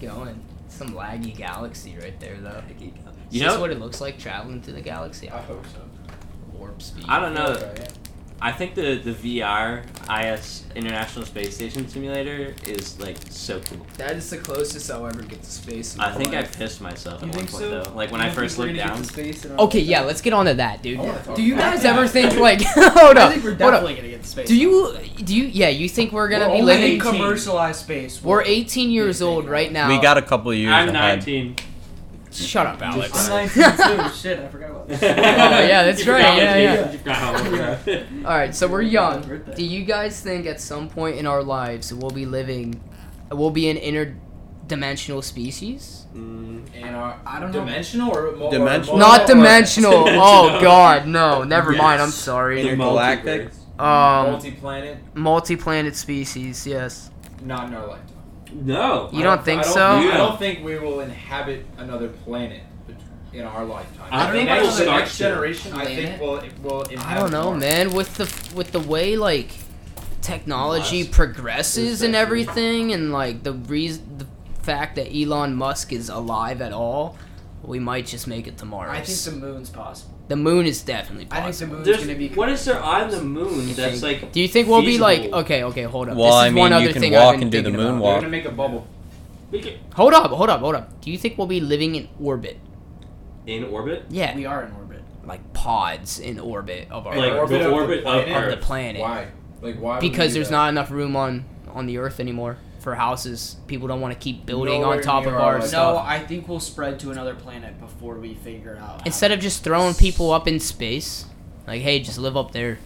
[SPEAKER 1] Going. Some laggy galaxy right there, though. Is
[SPEAKER 4] You
[SPEAKER 1] this
[SPEAKER 4] know-
[SPEAKER 1] what it looks like traveling through the galaxy?
[SPEAKER 5] I hope so.
[SPEAKER 1] Warp speed.
[SPEAKER 4] I don't know.
[SPEAKER 5] Okay,
[SPEAKER 4] I think the, the VR IS International Space Station simulator is like so cool.
[SPEAKER 1] That is the closest I'll ever get to space. in
[SPEAKER 4] I
[SPEAKER 1] my
[SPEAKER 4] think I
[SPEAKER 1] life.
[SPEAKER 4] pissed myself
[SPEAKER 5] You
[SPEAKER 4] at one
[SPEAKER 5] think
[SPEAKER 4] point
[SPEAKER 5] so?
[SPEAKER 4] though. Like when
[SPEAKER 5] You
[SPEAKER 4] I
[SPEAKER 5] don't
[SPEAKER 4] first
[SPEAKER 5] think we're
[SPEAKER 4] looked
[SPEAKER 5] gonna get
[SPEAKER 4] down.
[SPEAKER 5] to space and all
[SPEAKER 1] Okay,
[SPEAKER 5] that?
[SPEAKER 1] yeah, let's get onto that,
[SPEAKER 7] Oh,
[SPEAKER 1] dude.
[SPEAKER 5] I wanna talk
[SPEAKER 1] Do you
[SPEAKER 5] about
[SPEAKER 1] guys
[SPEAKER 5] that.
[SPEAKER 1] ever think like, hold up,
[SPEAKER 7] I think we're
[SPEAKER 1] hold up.
[SPEAKER 7] definitely gonna get to space.
[SPEAKER 1] Do you do you yeah, you think we're gonna be living
[SPEAKER 7] commercialized space?
[SPEAKER 1] We're 18 years old right now.
[SPEAKER 2] We got a couple of years
[SPEAKER 4] I'm
[SPEAKER 2] ahead.
[SPEAKER 4] 19.
[SPEAKER 1] Shut up, Alex.
[SPEAKER 5] I'm
[SPEAKER 7] Shit, I forgot about
[SPEAKER 4] oh
[SPEAKER 7] that.
[SPEAKER 1] yeah, that's right, yeah, yeah.
[SPEAKER 4] You forgot how old you are.
[SPEAKER 1] All right, so we're young.
[SPEAKER 7] Birthday.
[SPEAKER 1] Do you guys think at some point in our lives we'll be living we'll be an interdimensional species?
[SPEAKER 4] Mm,
[SPEAKER 5] And are, I don't
[SPEAKER 7] know.
[SPEAKER 5] dimensional know. Or, or
[SPEAKER 2] Dimensional?
[SPEAKER 5] or-
[SPEAKER 1] Not
[SPEAKER 5] or-
[SPEAKER 1] dimensional. Oh
[SPEAKER 4] Dimensional.
[SPEAKER 1] god, no. Never mind. I'm
[SPEAKER 2] Yes.
[SPEAKER 1] sorry.
[SPEAKER 2] Inter- Intergalactic?
[SPEAKER 4] multiverse.
[SPEAKER 1] Um
[SPEAKER 5] multi-planet,
[SPEAKER 1] multi-planet species, yes.
[SPEAKER 5] not in our lifetime.
[SPEAKER 4] No.
[SPEAKER 1] You
[SPEAKER 5] I
[SPEAKER 1] don't
[SPEAKER 5] I
[SPEAKER 1] think
[SPEAKER 5] don't,
[SPEAKER 1] so?
[SPEAKER 5] I don't think we will inhabit another planet bet- in our lifetime.
[SPEAKER 4] I
[SPEAKER 5] The
[SPEAKER 4] think
[SPEAKER 5] next,
[SPEAKER 4] we'll
[SPEAKER 5] the
[SPEAKER 4] start
[SPEAKER 5] next
[SPEAKER 4] to.
[SPEAKER 5] generation. I
[SPEAKER 1] Planet?
[SPEAKER 5] think will will. Inhabit
[SPEAKER 1] I don't know,
[SPEAKER 5] more.
[SPEAKER 1] man. With the with the way like technology
[SPEAKER 5] Musk
[SPEAKER 1] progresses
[SPEAKER 5] is
[SPEAKER 1] and
[SPEAKER 5] definitely-
[SPEAKER 1] everything, and like the reason, the fact that Elon Musk is alive at all, we might just make it to Mars.
[SPEAKER 7] I think the moon's possible.
[SPEAKER 1] the moon is definitely
[SPEAKER 7] I think the
[SPEAKER 1] possible.
[SPEAKER 7] moon's
[SPEAKER 4] There's,
[SPEAKER 7] gonna be.
[SPEAKER 4] what is there on the moon that's like
[SPEAKER 1] Do you think we'll be like
[SPEAKER 4] feasible?
[SPEAKER 1] okay, okay, hold up.
[SPEAKER 2] Well,
[SPEAKER 1] this is
[SPEAKER 2] I
[SPEAKER 1] one
[SPEAKER 2] mean,
[SPEAKER 1] other
[SPEAKER 2] you can
[SPEAKER 1] thing
[SPEAKER 2] walk
[SPEAKER 1] I've been
[SPEAKER 2] and do the
[SPEAKER 1] thinking about.
[SPEAKER 5] They're
[SPEAKER 2] moonwalk.
[SPEAKER 5] gonna make a bubble.
[SPEAKER 4] we could-
[SPEAKER 1] Hold up, hold up, hold up. Do you think we'll be living in orbit?
[SPEAKER 4] in orbit?
[SPEAKER 1] Yeah,
[SPEAKER 7] We are in orbit.
[SPEAKER 1] like pods in orbit of our
[SPEAKER 4] Like,
[SPEAKER 5] orbit
[SPEAKER 4] the
[SPEAKER 5] of the
[SPEAKER 4] orbit of
[SPEAKER 5] planet?
[SPEAKER 1] of the
[SPEAKER 4] Earth.
[SPEAKER 1] planet.
[SPEAKER 5] Why? Like why? would we
[SPEAKER 1] because
[SPEAKER 5] do
[SPEAKER 1] there's
[SPEAKER 5] that?
[SPEAKER 1] not enough room on on the earth anymore for houses. People don't want to keep building on
[SPEAKER 5] Nowhere
[SPEAKER 1] top of
[SPEAKER 5] near
[SPEAKER 1] our
[SPEAKER 5] our
[SPEAKER 1] stuff.
[SPEAKER 7] No, I think we'll spread to another planet before we figure out.
[SPEAKER 1] Instead of just throwing people up in space, like hey, just live up there.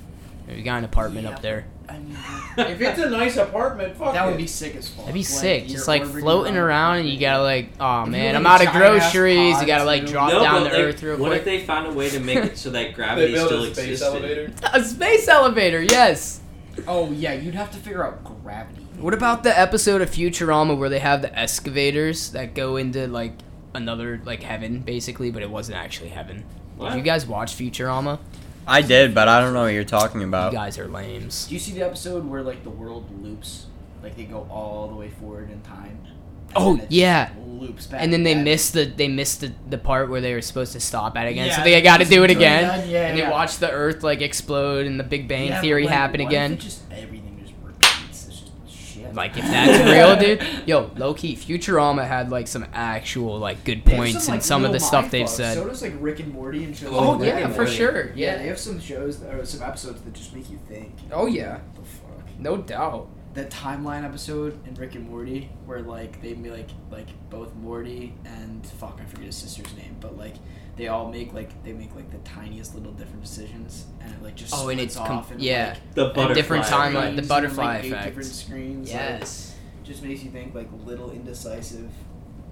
[SPEAKER 1] You got an apartment
[SPEAKER 7] Yeah.
[SPEAKER 1] up there.
[SPEAKER 7] I mean,
[SPEAKER 5] If it's a nice apartment, fuck
[SPEAKER 7] that
[SPEAKER 5] it.
[SPEAKER 7] would be sick as fuck.
[SPEAKER 1] That'd be sick.
[SPEAKER 7] you're
[SPEAKER 1] Just like
[SPEAKER 7] orbiting
[SPEAKER 1] floating around, and you gotta like, oh
[SPEAKER 7] If you
[SPEAKER 1] man,
[SPEAKER 7] live
[SPEAKER 1] I'm
[SPEAKER 7] in a
[SPEAKER 1] out of
[SPEAKER 7] giant-ass
[SPEAKER 1] groceries. You
[SPEAKER 7] pod,
[SPEAKER 1] gotta like
[SPEAKER 7] too.
[SPEAKER 1] drop
[SPEAKER 4] no,
[SPEAKER 1] down
[SPEAKER 4] but
[SPEAKER 1] to
[SPEAKER 4] like,
[SPEAKER 1] earth real
[SPEAKER 4] what
[SPEAKER 1] quick.
[SPEAKER 4] if they found a way to make it so that
[SPEAKER 5] They
[SPEAKER 4] gravity
[SPEAKER 5] build
[SPEAKER 4] still
[SPEAKER 5] a space
[SPEAKER 4] existed?
[SPEAKER 5] elevator.
[SPEAKER 1] a space elevator, yes.
[SPEAKER 7] Oh yeah, you'd have to figure out gravity.
[SPEAKER 1] What about the episode of Futurama where they have the excavators that go into like another like heaven, basically, but it wasn't actually heaven.
[SPEAKER 4] What?
[SPEAKER 1] Did you guys watch Futurama?
[SPEAKER 2] I did, but I don't know what you're talking
[SPEAKER 1] You
[SPEAKER 2] about.
[SPEAKER 1] guys are lames.
[SPEAKER 7] Do you see the episode where like the world loops, like they go all the way forward in time? and
[SPEAKER 1] Oh,
[SPEAKER 7] then it just
[SPEAKER 1] yeah.
[SPEAKER 7] Loops back.
[SPEAKER 1] And then they
[SPEAKER 7] back.
[SPEAKER 1] missed the they missed the, the part where they were supposed to stop at again, so
[SPEAKER 7] Yeah,
[SPEAKER 1] they
[SPEAKER 7] they
[SPEAKER 1] got to
[SPEAKER 7] just
[SPEAKER 1] do it
[SPEAKER 7] do it
[SPEAKER 1] again.
[SPEAKER 7] again, yeah,
[SPEAKER 1] and they
[SPEAKER 7] yeah.
[SPEAKER 1] watch the Earth like explode and the Big Bang
[SPEAKER 7] Yeah,
[SPEAKER 1] Theory
[SPEAKER 7] but, like,
[SPEAKER 1] happen
[SPEAKER 7] what if
[SPEAKER 1] again.
[SPEAKER 7] it just everything just repeats. It's just shit.
[SPEAKER 1] Like if that's real, dude. Yo, low key, Futurama had like some actual like good
[SPEAKER 7] They have
[SPEAKER 1] points
[SPEAKER 7] some,
[SPEAKER 1] in
[SPEAKER 7] like,
[SPEAKER 1] some of the
[SPEAKER 7] little
[SPEAKER 1] stuff
[SPEAKER 7] mind
[SPEAKER 1] they've
[SPEAKER 7] fucks.
[SPEAKER 1] said.
[SPEAKER 7] So does like Rick and Morty and shows.
[SPEAKER 4] Oh,
[SPEAKER 7] like
[SPEAKER 4] Rick
[SPEAKER 1] yeah,
[SPEAKER 7] that.
[SPEAKER 4] and
[SPEAKER 1] for
[SPEAKER 4] Morty.
[SPEAKER 1] sure.
[SPEAKER 7] Yeah,
[SPEAKER 1] Yeah.
[SPEAKER 7] they have some shows that, or some episodes that just make you think.
[SPEAKER 1] Oh yeah,
[SPEAKER 7] What the fuck?
[SPEAKER 1] no doubt.
[SPEAKER 7] That timeline episode in Rick and Morty where like they be like like both Morty and fuck I forget his sister's name, but like they all make like they make like the tiniest little different decisions and it like just
[SPEAKER 1] Oh, and
[SPEAKER 7] splits
[SPEAKER 1] it's com-
[SPEAKER 7] off and
[SPEAKER 1] yeah.
[SPEAKER 7] like,
[SPEAKER 4] The
[SPEAKER 1] A
[SPEAKER 4] butterfly.
[SPEAKER 1] different timeline,
[SPEAKER 7] screens
[SPEAKER 1] the
[SPEAKER 7] and,
[SPEAKER 1] butterfly
[SPEAKER 7] like, eight
[SPEAKER 1] effect.
[SPEAKER 7] different screens. like,
[SPEAKER 1] Yes.
[SPEAKER 7] just makes you think like little indecisive. like,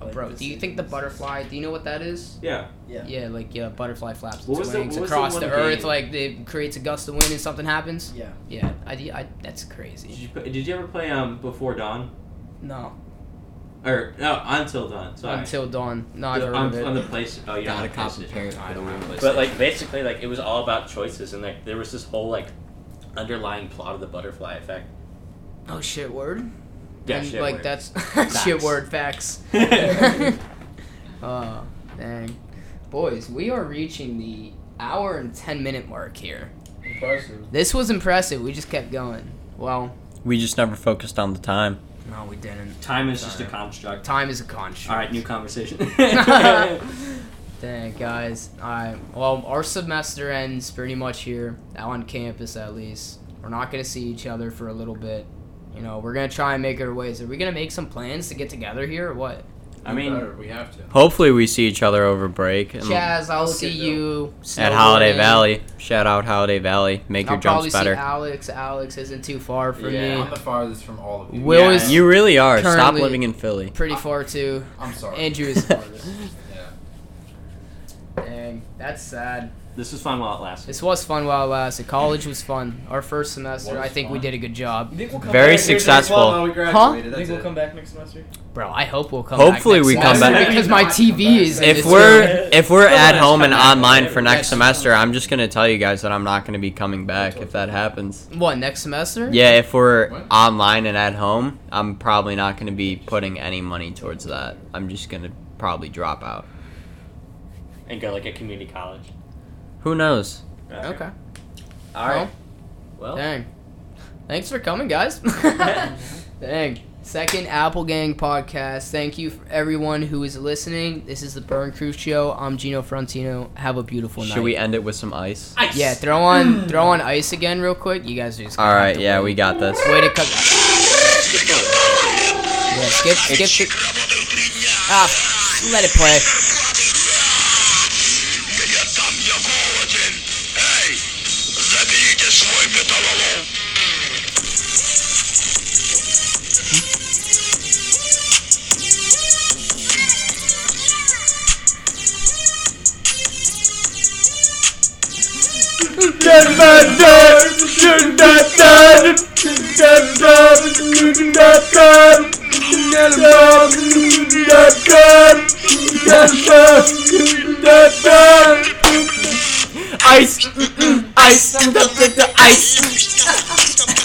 [SPEAKER 1] Oh, Bro, do you think the
[SPEAKER 7] decisions.
[SPEAKER 1] butterfly? Do you know what that is?
[SPEAKER 4] Yeah.
[SPEAKER 7] Yeah.
[SPEAKER 1] Yeah, like yeah, butterfly flaps its
[SPEAKER 4] What was the-
[SPEAKER 1] wings
[SPEAKER 4] what was the
[SPEAKER 1] across
[SPEAKER 4] one
[SPEAKER 1] the, earth,
[SPEAKER 4] game?
[SPEAKER 1] like it creates a gust of wind and something happens.
[SPEAKER 7] Yeah.
[SPEAKER 1] Yeah, I, I that's
[SPEAKER 4] Did
[SPEAKER 1] crazy.
[SPEAKER 4] you, did you ever play um Before Dawn?
[SPEAKER 1] No,
[SPEAKER 4] Or no, Until Dawn. Sorry.
[SPEAKER 1] until dawn. No, I've
[SPEAKER 4] the,
[SPEAKER 1] heard
[SPEAKER 4] on,
[SPEAKER 1] of it.
[SPEAKER 4] on the place. Oh, yeah.
[SPEAKER 2] Got
[SPEAKER 4] on
[SPEAKER 2] a
[SPEAKER 4] the
[SPEAKER 2] cop and
[SPEAKER 4] PlayStation.
[SPEAKER 2] parent for the win.
[SPEAKER 4] But like basically, like it was all about choices, and like there was this whole like underlying plot of the butterfly effect.
[SPEAKER 1] oh shit, word.
[SPEAKER 4] Yeah,
[SPEAKER 1] And,
[SPEAKER 4] shit
[SPEAKER 1] like
[SPEAKER 4] word.
[SPEAKER 1] that's shit word facts. Oh, dang. Boys, we are reaching the hour and 10 minute mark here.
[SPEAKER 5] Impressive.
[SPEAKER 1] This was impressive. We just kept going. Well,
[SPEAKER 2] We just never focused on the time.
[SPEAKER 1] no, we didn't.
[SPEAKER 4] Time is just a
[SPEAKER 1] Sorry.
[SPEAKER 4] construct.
[SPEAKER 1] Time is a construct.
[SPEAKER 4] All right, new conversation.
[SPEAKER 1] Dang, guys. Alright, well, our semester ends pretty much here, on campus at least. We're not going to see each other for a little bit. You know, we're going to try and make our ways. Are we going to make some plans to get together here or what?
[SPEAKER 4] I mean,
[SPEAKER 5] we have to.
[SPEAKER 2] Hopefully, we see each other over break and
[SPEAKER 1] Chaz, I'll
[SPEAKER 5] Look
[SPEAKER 1] see
[SPEAKER 5] at
[SPEAKER 1] you
[SPEAKER 2] at Holiday
[SPEAKER 1] snowboarding.
[SPEAKER 2] Valley. Shout out Holiday Valley. Make
[SPEAKER 1] I'll
[SPEAKER 2] your
[SPEAKER 1] probably
[SPEAKER 2] jumps
[SPEAKER 1] see
[SPEAKER 2] better.
[SPEAKER 1] Alex. Alex isn't too far from
[SPEAKER 5] Yeah, I'm
[SPEAKER 1] me.
[SPEAKER 5] the farthest from all of you.
[SPEAKER 1] Will
[SPEAKER 4] Yeah.
[SPEAKER 1] is
[SPEAKER 2] You really are. Stop
[SPEAKER 1] Currently-
[SPEAKER 2] living in Philly.
[SPEAKER 1] pretty far too.
[SPEAKER 5] I'm sorry.
[SPEAKER 1] Andrew is farthest.
[SPEAKER 5] Yeah.
[SPEAKER 1] Dang, that's sad.
[SPEAKER 4] this was fun while it lasted.
[SPEAKER 1] This was fun while it lasted. College was fun. Our first semester,
[SPEAKER 5] Was
[SPEAKER 1] I think we
[SPEAKER 5] fun.
[SPEAKER 1] did a good job.
[SPEAKER 7] You think we'll come
[SPEAKER 2] Very
[SPEAKER 7] back here next-
[SPEAKER 2] successful.
[SPEAKER 5] Well, no, we graduated,
[SPEAKER 7] You think
[SPEAKER 5] that's
[SPEAKER 7] we'll
[SPEAKER 5] it.
[SPEAKER 7] come back next semester?
[SPEAKER 1] Bro, I hope we'll come.
[SPEAKER 2] Hopefully
[SPEAKER 1] back
[SPEAKER 2] we
[SPEAKER 1] next
[SPEAKER 2] come
[SPEAKER 1] semester
[SPEAKER 2] back.
[SPEAKER 1] because my
[SPEAKER 5] Not come
[SPEAKER 1] TV
[SPEAKER 5] back.
[SPEAKER 1] is. in
[SPEAKER 2] If
[SPEAKER 1] this room.
[SPEAKER 2] we're if we're at home and
[SPEAKER 4] come back.
[SPEAKER 2] online for next
[SPEAKER 1] Yes.
[SPEAKER 2] semester, I'm just gonna tell you guys that I'm not gonna be coming back if that happens.
[SPEAKER 1] what next semester?
[SPEAKER 2] Yeah, if we're
[SPEAKER 5] What?
[SPEAKER 2] online and at home, I'm probably not gonna be putting any money towards that. I'm just gonna probably drop out.
[SPEAKER 4] And go like a community college.
[SPEAKER 2] Who knows?
[SPEAKER 1] Okay.
[SPEAKER 4] All right.
[SPEAKER 5] Oh.
[SPEAKER 4] Well,
[SPEAKER 1] Dang. Thanks for coming, guys. Dang. Second Apple Gang podcast. Thank you for everyone who is listening. This is the Burn Crew Show. I'm Gino Frontino. Have a beautiful night.
[SPEAKER 2] Should we end it with some ice?
[SPEAKER 1] Yeah, throw
[SPEAKER 5] Hmm.
[SPEAKER 1] on throw on ice again real quick. You guys are just
[SPEAKER 2] All right, yeah, we got this.
[SPEAKER 1] way to cut. Yeah, skip skip the. Ah, let it play.
[SPEAKER 2] Ice, ice, ice.